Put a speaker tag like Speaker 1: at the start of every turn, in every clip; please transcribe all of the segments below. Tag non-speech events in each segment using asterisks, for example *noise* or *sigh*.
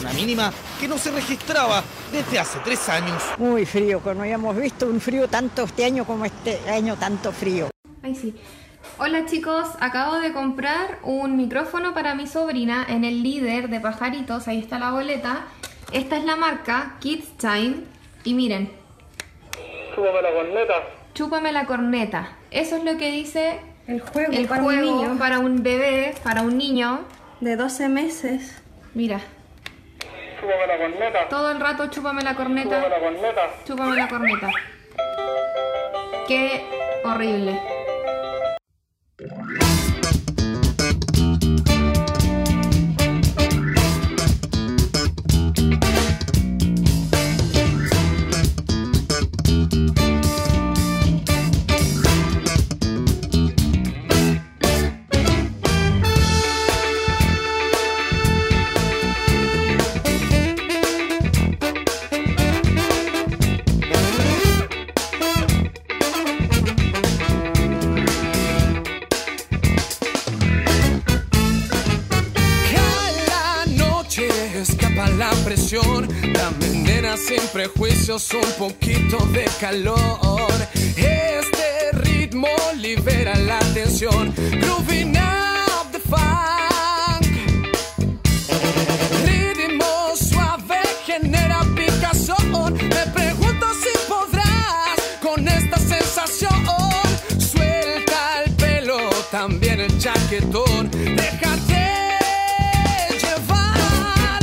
Speaker 1: una mínima que no se registraba desde hace tres años.
Speaker 2: Muy frío, que no habíamos visto un frío tanto este año como este año tanto frío.
Speaker 3: Ay, sí. Hola chicos, acabo de comprar un micrófono para mi sobrina en el líder de pajaritos, ahí está la boleta. Esta es la marca Kids Time y miren,
Speaker 4: Súbame la corneta.
Speaker 3: chúpame la corneta. Eso es lo que dice
Speaker 5: El juego
Speaker 3: el
Speaker 5: para
Speaker 3: juego
Speaker 5: un niño
Speaker 3: para un bebé, para un niño.
Speaker 5: de 12 meses.
Speaker 3: Mira,
Speaker 4: Súbame la corneta.
Speaker 3: todo el rato chúpame la
Speaker 4: Súbame
Speaker 3: corneta,
Speaker 4: la corneta.
Speaker 3: chúpame la corneta. Qué horrible.
Speaker 6: A la noche escapa la presión, la mendera sin prejuicios, un poquito de calor. Este ritmo libera la tensión, grooving up the funk. Ritmo suave genera picazón, me pregunto si podrás con esta sensación. Suelta el pelo, también el chaquetón, déjate llevar.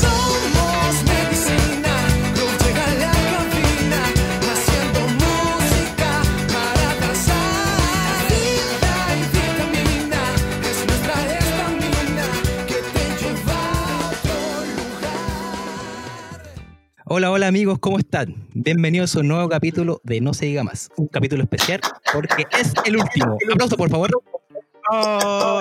Speaker 6: Somos medicina, nos llega a la cabina, haciendo música para danzar. Vida y vitamina, es nuestra estamina que te lleva a otro lugar.
Speaker 7: Hola, hola amigos, ¿cómo están? Bienvenidos a un nuevo capítulo de No se diga más. Un capítulo especial porque es el último. Un aplauso, por favor.
Speaker 8: Oh,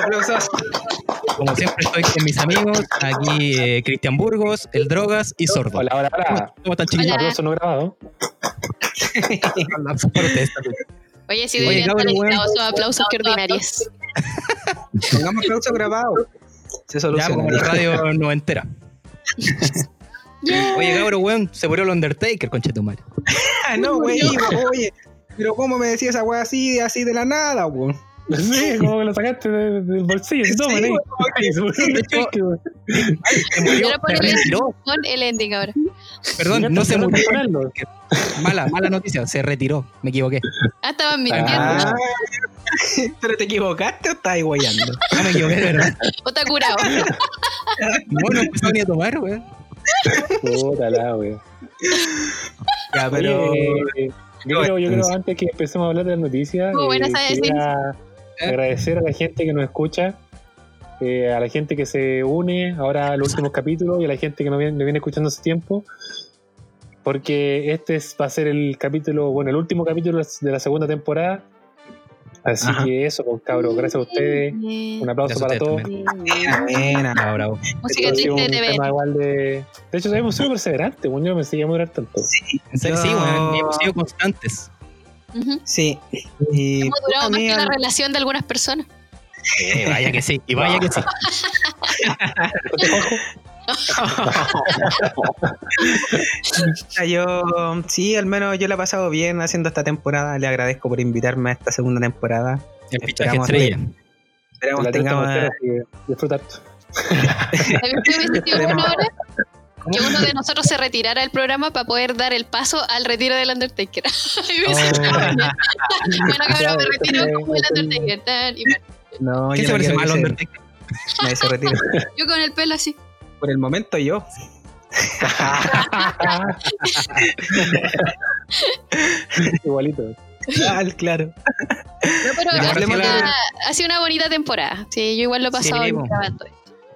Speaker 7: Como siempre estoy con mis amigos, aquí eh, Cristian Burgos, El Drogas y Sordo.
Speaker 8: Hola, hola, hola.
Speaker 7: ¿Cómo están chicos?
Speaker 8: Aplauso no grabado.
Speaker 7: Aplausos por ustedes también.
Speaker 9: Oye, si
Speaker 7: Oye,
Speaker 9: deberían estar
Speaker 7: cabrón, weón.
Speaker 9: editados esos aplausos que ordinarios.
Speaker 10: Pongamos aplauso grabado. Se
Speaker 7: Ya como
Speaker 10: soluciona.
Speaker 7: la radio no entera. Oye, cabrón, weón, se murió el Undertaker, conchetumal.
Speaker 10: Ah, no, güey, oye. Pero cómo me decía esa weá así, así de la nada, güey.
Speaker 8: Sí, como que lo sacaste de- del bolsillo. Sí, toma,
Speaker 10: Sí,
Speaker 8: ahí.
Speaker 10: güey,
Speaker 8: Ahí, se puso un cheque, güey.
Speaker 7: Se murió,
Speaker 9: Ahora
Speaker 7: se
Speaker 9: ponele-
Speaker 7: retiró.
Speaker 9: Pon el ending ahora.
Speaker 7: Perdón,
Speaker 8: Mira,
Speaker 7: no se
Speaker 8: trataron de
Speaker 7: murió.
Speaker 8: ponerlo.
Speaker 7: Mala, mala noticia, se retiró. Me equivoqué.
Speaker 9: Ah, estaban mintiendo.
Speaker 10: Ah, pero te equivocaste o estás guayando.
Speaker 7: No me equivoqué, de verdad.
Speaker 9: O está
Speaker 3: *laughs*
Speaker 9: curado.
Speaker 7: No, *laughs* no empezó ni a tomar, weón.
Speaker 8: Puta la, güey.
Speaker 7: Ya, pero.
Speaker 8: Oye, eh, yo,
Speaker 7: No,
Speaker 8: creo, yo creo,
Speaker 7: entonces-
Speaker 8: antes que empecemos a hablar de las noticias, eh,
Speaker 9: Muy buena esa
Speaker 8: quería agradecer a la gente que nos escucha, eh, a la gente que se une ahora a los últimos capítulos y a la gente que nos viene, nos viene escuchando hace tiempo, porque este es- va a ser el capítulo, bueno, el último capítulo de la segunda temporada. Así
Speaker 10: Ajá.
Speaker 8: que eso, pues, cabros, gracias a ustedes. Un aplauso
Speaker 7: Gracias a
Speaker 8: para
Speaker 7: ustedes
Speaker 8: todos.
Speaker 7: también.
Speaker 10: Amén,
Speaker 7: Ah, bravo.
Speaker 9: Música
Speaker 8: Ha sido
Speaker 9: triste
Speaker 8: un
Speaker 9: de ver.
Speaker 8: tema igual de... De hecho, hemos sido perseverantes, bueno, yo no pensé que íbamos a durar tanto.
Speaker 7: En serio, sí, weón, y hemos sido constantes.
Speaker 9: Ujú.
Speaker 10: Sí. Y,
Speaker 9: Hemos durado
Speaker 10: puta,
Speaker 9: más que
Speaker 10: amiga,
Speaker 9: la relación de algunas personas.
Speaker 7: Eh, vaya que sí, y vaya que sí.
Speaker 10: puta, yo, sí, al menos yo la he pasado bien haciendo esta temporada. Le agradezco por invitarme a esta segunda temporada.
Speaker 7: El fichaje
Speaker 10: Esperamos
Speaker 7: estrella.
Speaker 10: Esperamos
Speaker 8: La
Speaker 10: tengamos.
Speaker 8: tercera, así que disfrutar.
Speaker 9: *laughs* ¿Sabes qué
Speaker 7: *laughs*
Speaker 9: hubiese sido
Speaker 10: Esperemos.
Speaker 9: bueno ahora? Que uno de nosotros se retirara del programa para poder dar el paso al retiro del Undertaker. *laughs* Y
Speaker 8: *laughs*
Speaker 7: *laughs*
Speaker 9: hubiese
Speaker 7: Oh.
Speaker 9: estado bien. bueno,
Speaker 8: Ya,
Speaker 9: cabrón, me
Speaker 8: entonces,
Speaker 9: retiro como el
Speaker 8: entonces-
Speaker 9: Undertaker. tal, y bueno,
Speaker 10: No,
Speaker 7: ¿Qué
Speaker 10: yo no
Speaker 7: se parece
Speaker 10: quiero
Speaker 7: más
Speaker 10: que
Speaker 7: al
Speaker 10: se-
Speaker 7: Undertaker?
Speaker 10: nadie se retire.
Speaker 9: yo con el pelo así.
Speaker 10: Por el momento yo.
Speaker 8: Igualito.
Speaker 10: Claro, claro.
Speaker 9: No, pero
Speaker 7: Ya,
Speaker 9: ha sido
Speaker 7: hablemos de-
Speaker 9: una- ha sido una bonita temporada. Sí, yo igual lo he pasado
Speaker 7: Sí,
Speaker 9: bien
Speaker 7: po.
Speaker 9: grabando.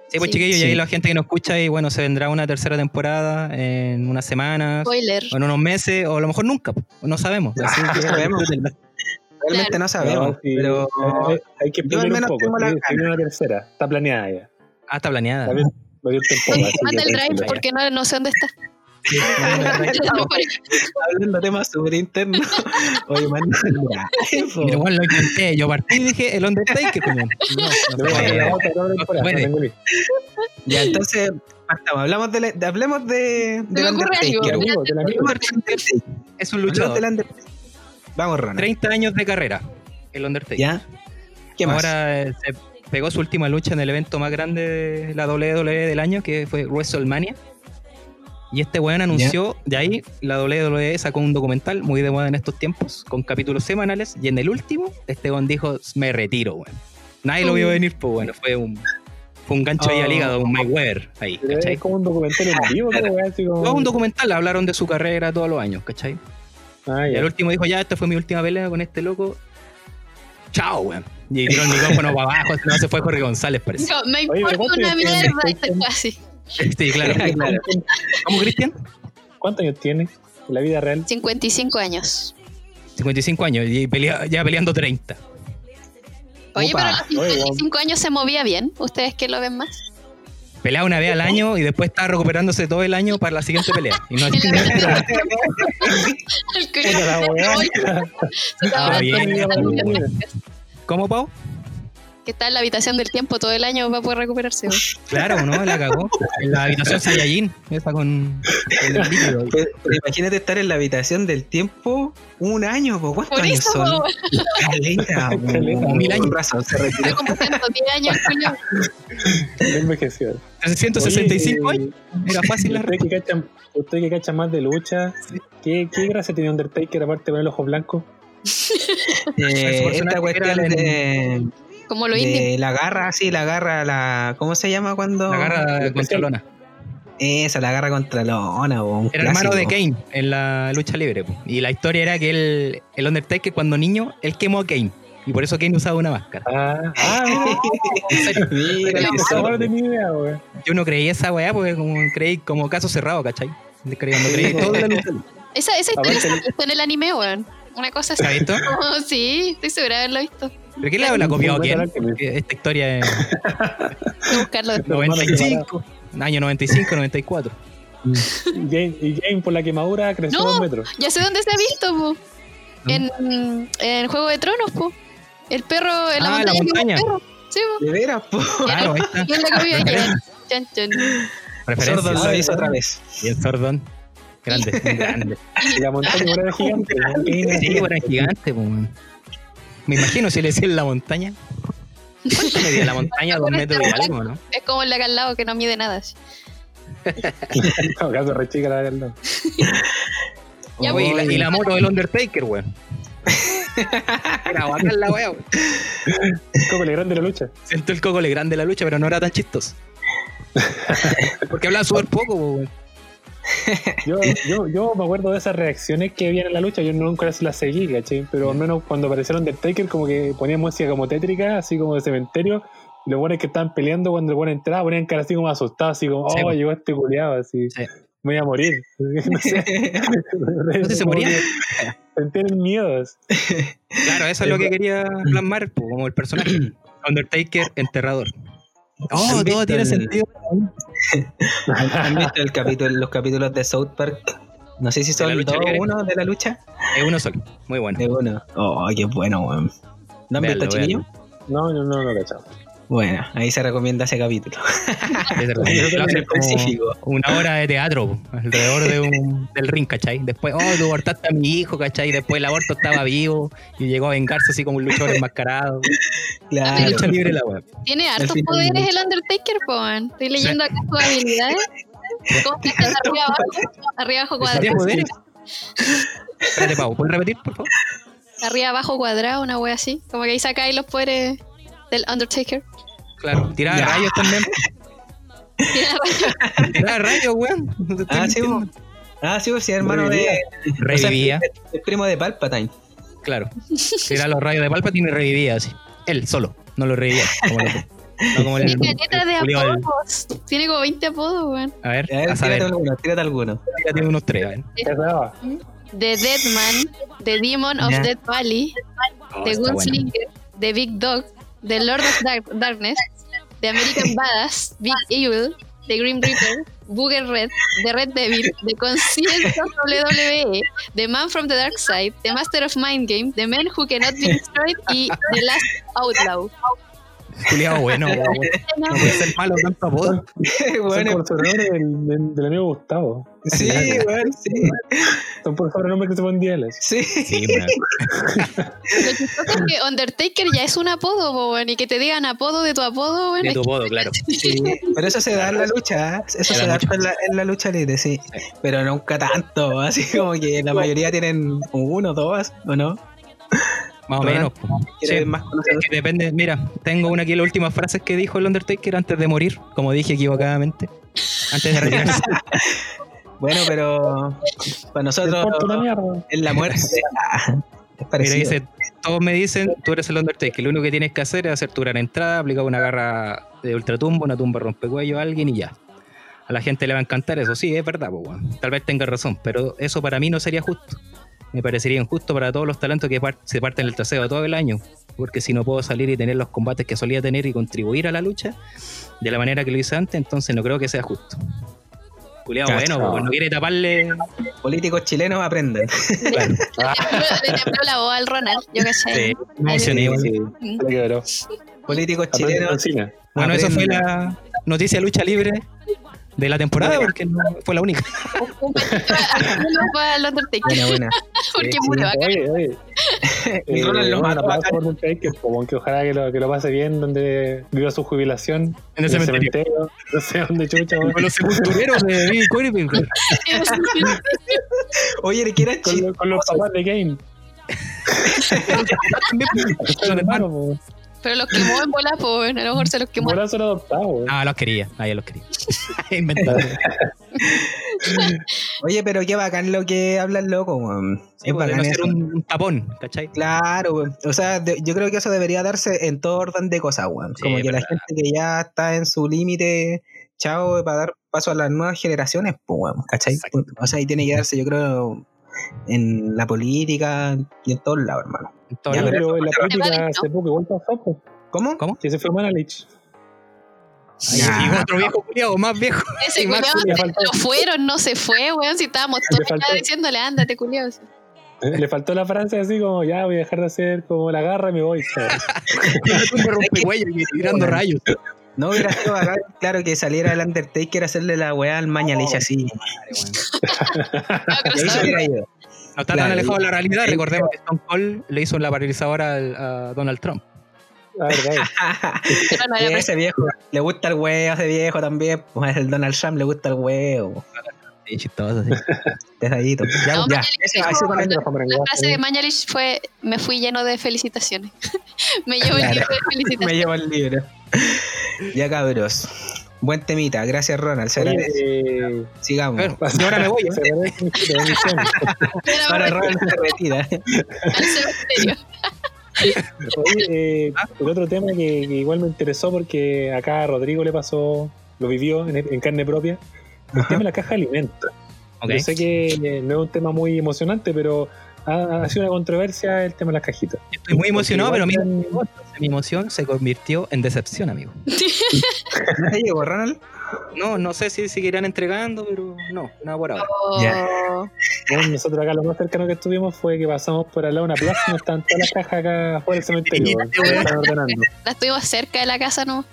Speaker 7: Sí, pues
Speaker 9: Sí.
Speaker 7: chiquillos, y ahí
Speaker 10: Sí.
Speaker 7: la gente que nos escucha, y bueno, se vendrá una tercera temporada en unas semanas,
Speaker 9: Spoiler.
Speaker 7: o en unos meses, o a lo mejor nunca, po, no sabemos. Así
Speaker 10: No
Speaker 7: que-
Speaker 10: sabemos. Realmente no sabemos.
Speaker 8: No, sí, eh,
Speaker 10: pero
Speaker 8: hay, hay que
Speaker 10: yo al
Speaker 8: planear un
Speaker 10: menos
Speaker 8: poco.
Speaker 10: tengo la
Speaker 8: sí, Tiene una tercera. Está planeada ya.
Speaker 7: Ah, está planeada.
Speaker 8: Está bien, no dio tiempo más, así
Speaker 9: Manda
Speaker 8: que
Speaker 9: el drive
Speaker 8: tranquilo.
Speaker 9: porque no, no sé dónde está.
Speaker 10: hablando
Speaker 9: *laughs*
Speaker 10: de temas súper internos. Oye, manda el drive, po.
Speaker 7: Pero bueno, lo intenté. Yo partí y dije el Undertaker. como, no, no
Speaker 8: Le voy a
Speaker 7: se
Speaker 8: mandar
Speaker 7: puede.
Speaker 8: la otra, la otra
Speaker 7: No se
Speaker 8: temporada,
Speaker 7: puede.
Speaker 8: no tengo listo.
Speaker 6: Ya, entonces, partamos. Hablamos de, la- de- hablemos de,
Speaker 9: me
Speaker 6: del
Speaker 9: ocurre algo,
Speaker 6: Undertaker.
Speaker 9: de
Speaker 6: Hablemos del Undertaker.
Speaker 7: Es un
Speaker 6: Hablemos
Speaker 7: luchador.
Speaker 6: del Undertaker. Vamos, Ronald.
Speaker 7: 30 años de carrera, el Undertaker.
Speaker 6: ¿Ya? ¿Qué más?
Speaker 7: Ahora eh, se pegó su última lucha en el evento más grande de la WWE del año, que fue WrestleMania. Y este weón anunció, de ahí la WWE sacó un documental muy de moda en estos tiempos, con capítulos semanales, y en el último, este weón dijo, me retiro, weón. Nadie lo vio venir, pues bueno, fue un, fue un gancho ahí al
Speaker 6: Ah.
Speaker 8: Oh.
Speaker 7: hígado, un Mike Weber, ahí,
Speaker 8: Pero
Speaker 7: ¿cachai?
Speaker 8: Es como un documental en vivo, ¿no? weá? Así como-
Speaker 7: Fue un documental, hablaron de su carrera todos los años, ¿cachai?
Speaker 8: Ah,
Speaker 7: Y
Speaker 8: ya.
Speaker 7: el último dijo, ya, esta fue mi última pelea con este loco. Chao, weón. Y tiró el micrófono para abajo, no se fue Jorge González, parece.
Speaker 9: No, me
Speaker 8: Oye, este,
Speaker 9: importa
Speaker 8: ¿cuántos
Speaker 9: una
Speaker 8: años tiene
Speaker 9: mierda,
Speaker 8: Undertaker?
Speaker 9: está *laughs* casi.
Speaker 7: *laughs* Sí, claro.
Speaker 6: Claro.
Speaker 7: ¿Cómo, Cristian?
Speaker 8: ¿Cuántos años tiene en la vida real?
Speaker 9: 55 años.
Speaker 7: 55 años y pelea- ya peleando 30.
Speaker 9: Oye,
Speaker 6: Opa.
Speaker 9: pero a los
Speaker 8: Oye, guau.
Speaker 9: 55 años se movía bien. ¿Ustedes que lo ven
Speaker 8: *laughs*
Speaker 9: más?
Speaker 7: Pelea una vez al año y después está recuperándose todo el año para la siguiente pelea. Y *laughs* no
Speaker 9: El
Speaker 8: Puta la weá.
Speaker 7: Ah, bien,
Speaker 8: bien.
Speaker 7: ¿Cómo, Pau?
Speaker 9: que está en la habitación del tiempo todo el año va a poder recuperarse. güey.
Speaker 7: Claro, ¿no? La cagó. En la habitación Saiyajin, esa con, con el líquido.
Speaker 6: Pero- pero imagínate estar en la habitación del tiempo un año, po. ¿cuántos
Speaker 9: Por
Speaker 6: años
Speaker 9: eso,
Speaker 6: son?
Speaker 9: po.
Speaker 7: *laughs*
Speaker 6: Caleta, po.
Speaker 8: Caleta.
Speaker 7: Mil años.
Speaker 6: Con razón, se retiró.
Speaker 7: *laughs*
Speaker 9: Está como 110 años, Julio.
Speaker 8: No envejeció.
Speaker 7: 365
Speaker 8: Oye, eh,
Speaker 7: años. Era fácil la
Speaker 8: Usted que cacha, usted que cacha más de lucha, ¿qué, qué gracia tiene Undertaker aparte de poner el ojo blanco?
Speaker 6: Eh,
Speaker 7: personaje
Speaker 6: esta
Speaker 7: era
Speaker 6: cuestión
Speaker 7: en-
Speaker 6: de,
Speaker 9: Como lo indie.
Speaker 6: de la garra, sí, la garra, la. ¿Cómo se llama cuando?
Speaker 7: La garra contra Lona.
Speaker 6: Esa, la garra contra Lona, po, un
Speaker 7: Era hermano de
Speaker 6: clásico.
Speaker 7: Kane en la lucha libre. po. Y la historia era que él, el Undertaker, cuando niño, él quemó a Kane. Y por eso Kane usaba una máscara. *laughs*
Speaker 8: Ah, ah mira,
Speaker 7: En serio.
Speaker 6: Mira,
Speaker 7: Era
Speaker 6: qué
Speaker 7: tesoro,
Speaker 8: ahora
Speaker 6: zorro.
Speaker 8: no tenía idea, wey.
Speaker 7: Yo no creí esa weá porque como creí como caso cerrado, ¿cachai? No creí, no creí todo la lucha.
Speaker 9: Esa, esa historia
Speaker 8: Aparte-
Speaker 9: se ha visto en el anime, weón. Una cosa así.
Speaker 7: ¿Se ha visto?
Speaker 9: Oh, *laughs* sí, estoy segura de haberlo visto. Voy
Speaker 7: ¿Pero qué le la copiado
Speaker 8: Full Metal
Speaker 7: quién?
Speaker 8: Alchemist.
Speaker 7: Porque Esta historia es
Speaker 9: a buscarlo. después.
Speaker 7: 95, año 95, 94.
Speaker 8: Y Jane, y Jane por la quemadura creció
Speaker 9: No.
Speaker 8: dos metros.
Speaker 9: Ya sé dónde se ha visto, po. En, en Juego de Tronos, po. El perro en la
Speaker 7: Ah,
Speaker 9: montaña. que
Speaker 7: la
Speaker 9: hubo un
Speaker 7: montaña.
Speaker 9: perro. Sí, po.
Speaker 6: De veras, po.
Speaker 7: Claro, ahí
Speaker 6: *laughs*
Speaker 7: está.
Speaker 9: ¿Quién la
Speaker 7: *laughs*
Speaker 9: comió ayer? Chan, chan.
Speaker 7: Referencia.
Speaker 6: Sordon lo
Speaker 8: Ah,
Speaker 6: hizo otra vez.
Speaker 7: Bien sordón. Grande,
Speaker 6: *laughs*
Speaker 7: grande.
Speaker 8: Y la montaña ahora era gigante. ¿no?
Speaker 7: Sí, bueno, es gigante, po, weón. Me imagino si le decían la montaña. ¿Cuánto medía
Speaker 6: *laughs*
Speaker 7: la montaña? Dos metros y algo, ¿no?
Speaker 9: Es como el de acá al lado que no mide nada. así.
Speaker 8: No, caso re chica la verdad.
Speaker 9: Ya,
Speaker 7: Oye, y, la,
Speaker 9: pues.
Speaker 7: y la moto del Undertaker, *laughs* weón. Era bacán la weá, weón.
Speaker 8: Coco le grande la lucha.
Speaker 7: Siento el coco le grande la lucha, pero no era tan *laughs* chistoso. Porque hablaba súper poco, po, weón.
Speaker 8: Yo, yo, yo me acuerdo de esas reacciones que habían en la lucha, yo nunca las las seguí, ¿cachai? Pero al menos cuando aparecieron Undertaker, como que ponían música como tétrica, así como de cementerio. Y los buenos que estaban peleando cuando el buen entraba ponían cara así como asustado, así como, oh,
Speaker 7: Sí, pues.
Speaker 8: llegó este culiado, así,
Speaker 7: Sí.
Speaker 8: me voy
Speaker 7: *laughs*
Speaker 8: a morir. *laughs* no sé,
Speaker 7: No sé, se moría.
Speaker 8: Sentían miedos.
Speaker 7: Claro, eso es lo que quería plasmar, po, como el *clears throat* personaje. Undertaker enterrador. Oh,
Speaker 6: ¿Han
Speaker 7: todo
Speaker 6: visto
Speaker 7: tiene
Speaker 6: el-
Speaker 7: sentido.
Speaker 6: ¿Han
Speaker 8: *laughs*
Speaker 6: visto el capítulo, los capítulos de South Park? No sé si
Speaker 7: ¿De la
Speaker 6: son
Speaker 7: lucha
Speaker 6: dos
Speaker 7: libre?
Speaker 6: o uno de la lucha.
Speaker 7: Es uno solo. Muy *laughs* bueno.
Speaker 6: De uno. Oh, qué bueno, weón. ¿No han
Speaker 7: Véanlo,
Speaker 6: visto, chiquillo?
Speaker 8: No, no, no, no, cachado.
Speaker 6: Bueno, ahí se recomienda ese capítulo.
Speaker 7: Es verdad. Lo hacen como
Speaker 6: específico.
Speaker 7: Una hora de teatro po, alrededor de un, del ring, ¿cachai? Después, oh, tú abortaste a mi hijo, ¿cachai? Después el aborto estaba vivo y llegó a vengarse así como un luchador enmascarado.
Speaker 8: Ah,
Speaker 6: Claro.
Speaker 7: Lucha libre la weá.
Speaker 9: Tiene hartos
Speaker 6: final.
Speaker 9: poderes el Undertaker, po. man. Estoy leyendo acá sus habilidades. ¿Cómo que están arriba abajo? Arriba abajo
Speaker 7: ¿Tenía
Speaker 9: cuadrado.
Speaker 7: poderes? Espérate, Pau, ¿puedes repetir, por favor?
Speaker 9: Arriba abajo cuadrado, una wea así. Como que ahí saca ahí los poderes del Undertaker.
Speaker 7: Claro, tiraba
Speaker 6: Ya.
Speaker 7: rayos
Speaker 6: *laughs*
Speaker 7: también.
Speaker 9: Tiene rayos.
Speaker 7: Tiraba rayos, weón. No te estoy
Speaker 6: Ah, sí,
Speaker 7: mintiendo.
Speaker 6: vos. Ah, sí, vos, sí, hermano de. o sea,
Speaker 7: Revivía.
Speaker 6: es primo de Palpatine.
Speaker 7: Claro. Tiraba los rayos de Palpatine y revivía así. Él solo, no lo revivía. Como el otro. no como el,
Speaker 9: *laughs* Tiene caleta de
Speaker 7: el culiao del-
Speaker 9: apodos. Tiene como 20 apodos, weón.
Speaker 7: A ver,
Speaker 6: A ver,
Speaker 7: a
Speaker 6: tírate
Speaker 7: saber,
Speaker 6: alguno, tírate alguno.
Speaker 7: ya tiene unos tres, a ver.
Speaker 8: Ya estaba.
Speaker 9: The Deadman. The Demon of
Speaker 6: Ya.
Speaker 9: Dead Valley.
Speaker 7: Oh,
Speaker 9: The
Speaker 7: está bueno.
Speaker 9: Gunslinger, The Big Dog, The Lord of Dark- Darkness, The
Speaker 7: *laughs*
Speaker 9: American Badass, Big Evil, The Green Reaper, Booger Red, The Red Devil, The Concierge
Speaker 7: *laughs*
Speaker 9: of WWE, The E, Man from the Dark Side, The Master of Mind Game, The Man Who Cannot Be Destroyed y The Last Outlaw.
Speaker 6: *laughs*
Speaker 7: Culeado bueno, weón. No *laughs* puede ser malo tanto apodo.
Speaker 8: Son
Speaker 6: bueno,
Speaker 8: por sobrenombres del, del, del amigo Gustavo. *laughs*
Speaker 6: sí, weón, sí.
Speaker 8: Son por sobrenombres que se ponen diales.
Speaker 6: Sí.
Speaker 7: Sí, weón.
Speaker 9: Lo chistoso es que Undertaker ya es un apodo, po, weón, y que te digan apodo de tu apodo, weón.
Speaker 7: De
Speaker 9: es
Speaker 7: tu apodo, claro.
Speaker 6: Sí, pero eso se da en la lucha, ¿eh? eso
Speaker 7: Se
Speaker 6: se,
Speaker 7: da
Speaker 6: da
Speaker 7: mucho.
Speaker 6: en la, en la lucha libre, sí. Pero nunca tanto, *laughs* así como que la mayoría tienen uno, dos, ¿o no?
Speaker 7: Más o
Speaker 6: ¿Verdad?
Speaker 7: menos. po.
Speaker 6: ¿Quieres
Speaker 7: Sí.
Speaker 6: más conocido?
Speaker 7: Es que depende, mira, tengo una aquí de las últimas frases que dijo el Undertaker antes de morir, como dije equivocadamente. Antes de retirarse.
Speaker 6: Bueno, pero para
Speaker 8: Te
Speaker 6: nosotros
Speaker 8: importa una mierda.
Speaker 6: en la muerte ah, es
Speaker 7: Mira,
Speaker 6: parecido.
Speaker 7: dice, todos me dicen, tú eres el Undertaker, lo único que tienes que hacer es hacer tu gran entrada, aplicar una garra de ultratumba, una tumba rompecuello a alguien y ya. A la gente le va a encantar eso, sí, es verdad, po, weón. tal vez tenga razón, pero eso para mí no sería justo. Me parecería injusto para todos los talentos que par- se parten el trasero todo el año, porque si no puedo salir y tener los combates que solía tener y contribuir a la lucha de la manera que lo hice antes, entonces no creo que sea justo. Culeado,
Speaker 6: Cacha.
Speaker 7: bueno, po, no quiere taparle.
Speaker 6: Políticos chilenos aprendan.
Speaker 7: Claro,
Speaker 9: Le tembló, *laughs* le tembló la voz al Ronald, yo
Speaker 7: sí,
Speaker 9: caché.
Speaker 7: me emocioné, weón.
Speaker 8: Se le quebró.
Speaker 6: Políticos
Speaker 8: Aprende
Speaker 6: chilenos.
Speaker 8: cocina.
Speaker 7: Bueno, esa fue
Speaker 6: Aprende.
Speaker 7: la noticia lucha libre de la temporada, porque no fue la única.
Speaker 9: Un patito para el Undertaker,
Speaker 6: Buena,
Speaker 9: *laughs*
Speaker 6: buena.
Speaker 8: eh,
Speaker 9: porque murió acá.
Speaker 8: Oye, oye. Eh,
Speaker 6: Mi Ronald lo
Speaker 8: un
Speaker 6: mató
Speaker 8: aplauso
Speaker 6: acá.
Speaker 8: por Don Taker, po, weón, que ojalá que lo, que lo pase bien donde viva su jubilación.
Speaker 7: En el cementerio.
Speaker 8: No sé dónde chucha. weón.
Speaker 7: Con los sepultureros de pues, Big *laughs*
Speaker 6: *laughs*
Speaker 7: Corey.
Speaker 9: *laughs*
Speaker 6: Oye, ¿le quieres
Speaker 8: Con, lo- con los papás de Game.
Speaker 7: Son hermanos.
Speaker 9: Pero los quemó en bola, pues, bueno, a lo mejor se los quemó.
Speaker 8: Por eso lo adoptado. weón.
Speaker 7: Ah, los quería, nadie los *laughs* quería. Inventado.
Speaker 6: Oye, pero qué bacán lo que habla el loco, weón. Es
Speaker 7: Podrían
Speaker 6: bacán
Speaker 7: hacer
Speaker 6: eso.
Speaker 7: pues, un un tapón, ¿cachai?
Speaker 6: Claro, weón. o sea, de- yo creo que eso debería darse en todo orden de cosas, weón.
Speaker 7: Sí,
Speaker 6: Como que la
Speaker 7: verdad.
Speaker 6: gente que ya está en su límite, chao, eh, para dar paso a las nuevas generaciones, pues, weón, ¿cachai?
Speaker 7: Exacto.
Speaker 6: O sea, ahí tiene que darse, yo creo, en la política y en todos lados, hermano.
Speaker 7: En todo
Speaker 6: Ya,
Speaker 7: lado.
Speaker 8: pero en la
Speaker 9: Evaristo.
Speaker 8: política hace poco igual pasó, po,
Speaker 6: ¿Cómo?
Speaker 7: ¿Cómo?
Speaker 8: que se fue Manalich.
Speaker 7: Ahí,
Speaker 6: Nah.
Speaker 7: Y otro viejo culiado, más viejo.
Speaker 9: *laughs* Ese
Speaker 7: Y más
Speaker 9: culiao
Speaker 8: le
Speaker 9: se-
Speaker 8: faltó-
Speaker 9: lo fueron, no se fue, weón. Si estábamos todos
Speaker 8: faltó-
Speaker 9: acá diciéndole, ándate, culiao.
Speaker 8: Le faltó la frase así como, ya voy a dejar de hacer como la garra y
Speaker 7: *laughs*
Speaker 8: me voy. ¿sabes?
Speaker 7: con una *laughs* tumba rompecuello y tirando rayos.
Speaker 6: No hubiera sido
Speaker 7: *laughs*
Speaker 6: bacán, claro, que saliera el Undertaker a hacerle la weá al
Speaker 7: Oh.
Speaker 6: Mañalich así. Y ahí se hubiera ido.
Speaker 7: No está tan
Speaker 6: Claro.
Speaker 7: alejado de la realidad. Recordemos que Stone Cold le hizo la paralizadora al- a Donald Trump.
Speaker 8: Ah, verdad.
Speaker 9: Pero no
Speaker 6: Y
Speaker 9: era
Speaker 6: a ese viejo le gusta el huevo, ese viejo también. Pues el Donald Trump le gusta el huevo.
Speaker 7: Sí, chistoso, sí.
Speaker 6: Pesadito. Ya,
Speaker 9: No,
Speaker 6: ya.
Speaker 9: Mañalich
Speaker 6: Eso,
Speaker 7: Ah,
Speaker 9: dijo-
Speaker 6: eso también
Speaker 8: Ay,
Speaker 6: lo-
Speaker 8: la fama
Speaker 9: La
Speaker 8: en
Speaker 9: frase de Mañalich fue: Me fui lleno de felicitaciones. *laughs* Me llevo el libro de felicitaciones.
Speaker 6: me llevo el libro. *laughs* ya, cabros. Buen temita. Gracias, Ronald. Se
Speaker 8: Oye,
Speaker 6: agradece.
Speaker 8: eh,
Speaker 6: Sigamos.
Speaker 7: Bueno, yo ahora me voy. ¿eh?
Speaker 8: se agradece mucho la bendición.
Speaker 9: Pero
Speaker 6: Ahora
Speaker 9: bueno,
Speaker 6: Ronald se retira.
Speaker 9: al cementerio.
Speaker 8: Oye, eh, el otro tema que, que igual me interesó porque acá a Rodrigo le pasó, lo vivió en, en carne propia, el tema de la caja de alimentos.
Speaker 7: *laughs* Ok.
Speaker 8: Yo sé que eh, no es un tema muy emocionante, pero ha, ha sido una controversia el tema de las cajitas.
Speaker 7: Estoy muy emocionado, pero
Speaker 8: Porque
Speaker 7: mira,
Speaker 8: igual
Speaker 7: mi emoción se convirtió en decepción, amigo.
Speaker 6: Ahí llegó Ronald.
Speaker 7: No, no sé si seguirán entregando, pero no, nada por ahora.
Speaker 6: Ya.
Speaker 9: Oh,
Speaker 8: Bueno, nosotros acá lo más cercano que estuvimos fue que pasamos por al lado de una plaza y nos estaban todas las cajas acá afuera del cementerio. weón. Nos estaban ordenando.
Speaker 9: La estuvimos cerca de la casa, ¿no?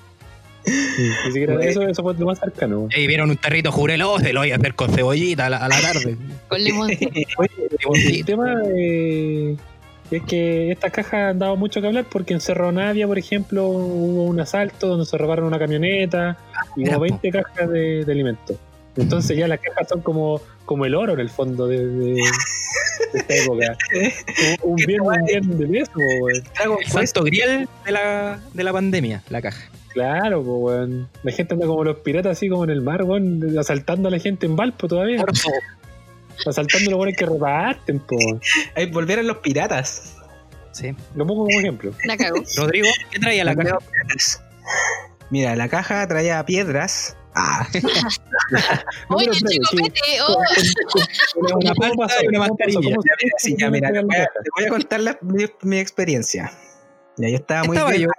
Speaker 8: Ni siquiera eso, eso fue lo más cercano. weón.
Speaker 7: Ahí vieron un tarrito jurelo, se lo voy a hacer con cebollita a *laughs* la, a la tarde.
Speaker 9: Con limón.
Speaker 8: El tema eh, es que estas cajas han dado mucho que hablar porque en Cerro Navia, por ejemplo, hubo un asalto donde se robaron una camioneta y
Speaker 7: Ah, mira,
Speaker 8: como
Speaker 7: po.
Speaker 8: 20 cajas de, de alimentos. Entonces ya las cajas son como, como el oro en el fondo de, de- de esta
Speaker 7: *laughs*
Speaker 8: época. Un, un bien, un bien de peso, weón.
Speaker 6: Dragon
Speaker 7: El
Speaker 6: Quest.
Speaker 7: santo grial de la, de la pandemia, la caja.
Speaker 8: Claro, po, weón. La gente anda como los piratas así como en el mar, weón, asaltando a la gente en Valpo todavía.
Speaker 7: Por favor.
Speaker 8: Asaltando a los weones que reparten, po.
Speaker 6: Ahí volvieron los piratas.
Speaker 7: Sí.
Speaker 8: Lo pongo como ejemplo.
Speaker 9: La cagó.
Speaker 7: Rodrigo, ¿qué traía la caja?
Speaker 6: Mira, la caja traía piedras. Ah,
Speaker 9: Oye,
Speaker 8: Número tres,
Speaker 9: chico,
Speaker 8: sí.
Speaker 9: vete.
Speaker 8: *laughs*
Speaker 9: Oh,
Speaker 7: Una
Speaker 8: ¿Cómo
Speaker 7: palta
Speaker 8: pasó?
Speaker 7: y una
Speaker 8: ¿Cómo pasó?
Speaker 7: mascarilla.
Speaker 8: ¿Cómo-
Speaker 6: mira, sí, ya, mira, te
Speaker 8: cómo-
Speaker 6: voy a, te voy a contar la- mi, mi experiencia. Mira, yo estaba muy
Speaker 7: Estaba
Speaker 6: bien-
Speaker 7: yo.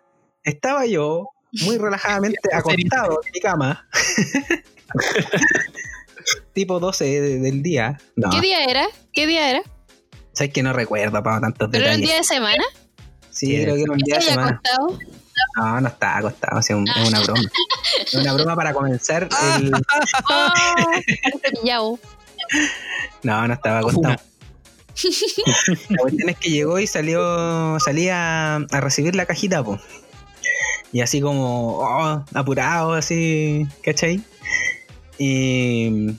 Speaker 6: Estaba yo
Speaker 7: *laughs*
Speaker 6: muy relajadamente
Speaker 7: Ya,
Speaker 6: acostado en mi cama. *laughs* tipo 12 de- del día. No,
Speaker 9: ¿Qué día era? ¿Qué día era?
Speaker 6: sabes que no recuerdo para tantos
Speaker 9: ¿Pero era un
Speaker 6: detalles.
Speaker 9: día de semana?
Speaker 6: Sí, creo que era un día de
Speaker 9: ¿Estaba ya
Speaker 6: semana.
Speaker 9: acostado?
Speaker 7: No, no está acostado, o sea, un- es *laughs* una broma. Es una broma para comenzar el. *laughs*
Speaker 9: ¡Oh! este pillao.
Speaker 7: No, no estaba acostado. La cuestión es que llegó y salió, salía a recibir la cajita, po. Y así como, oh, apurado, así, ¿cachai? Y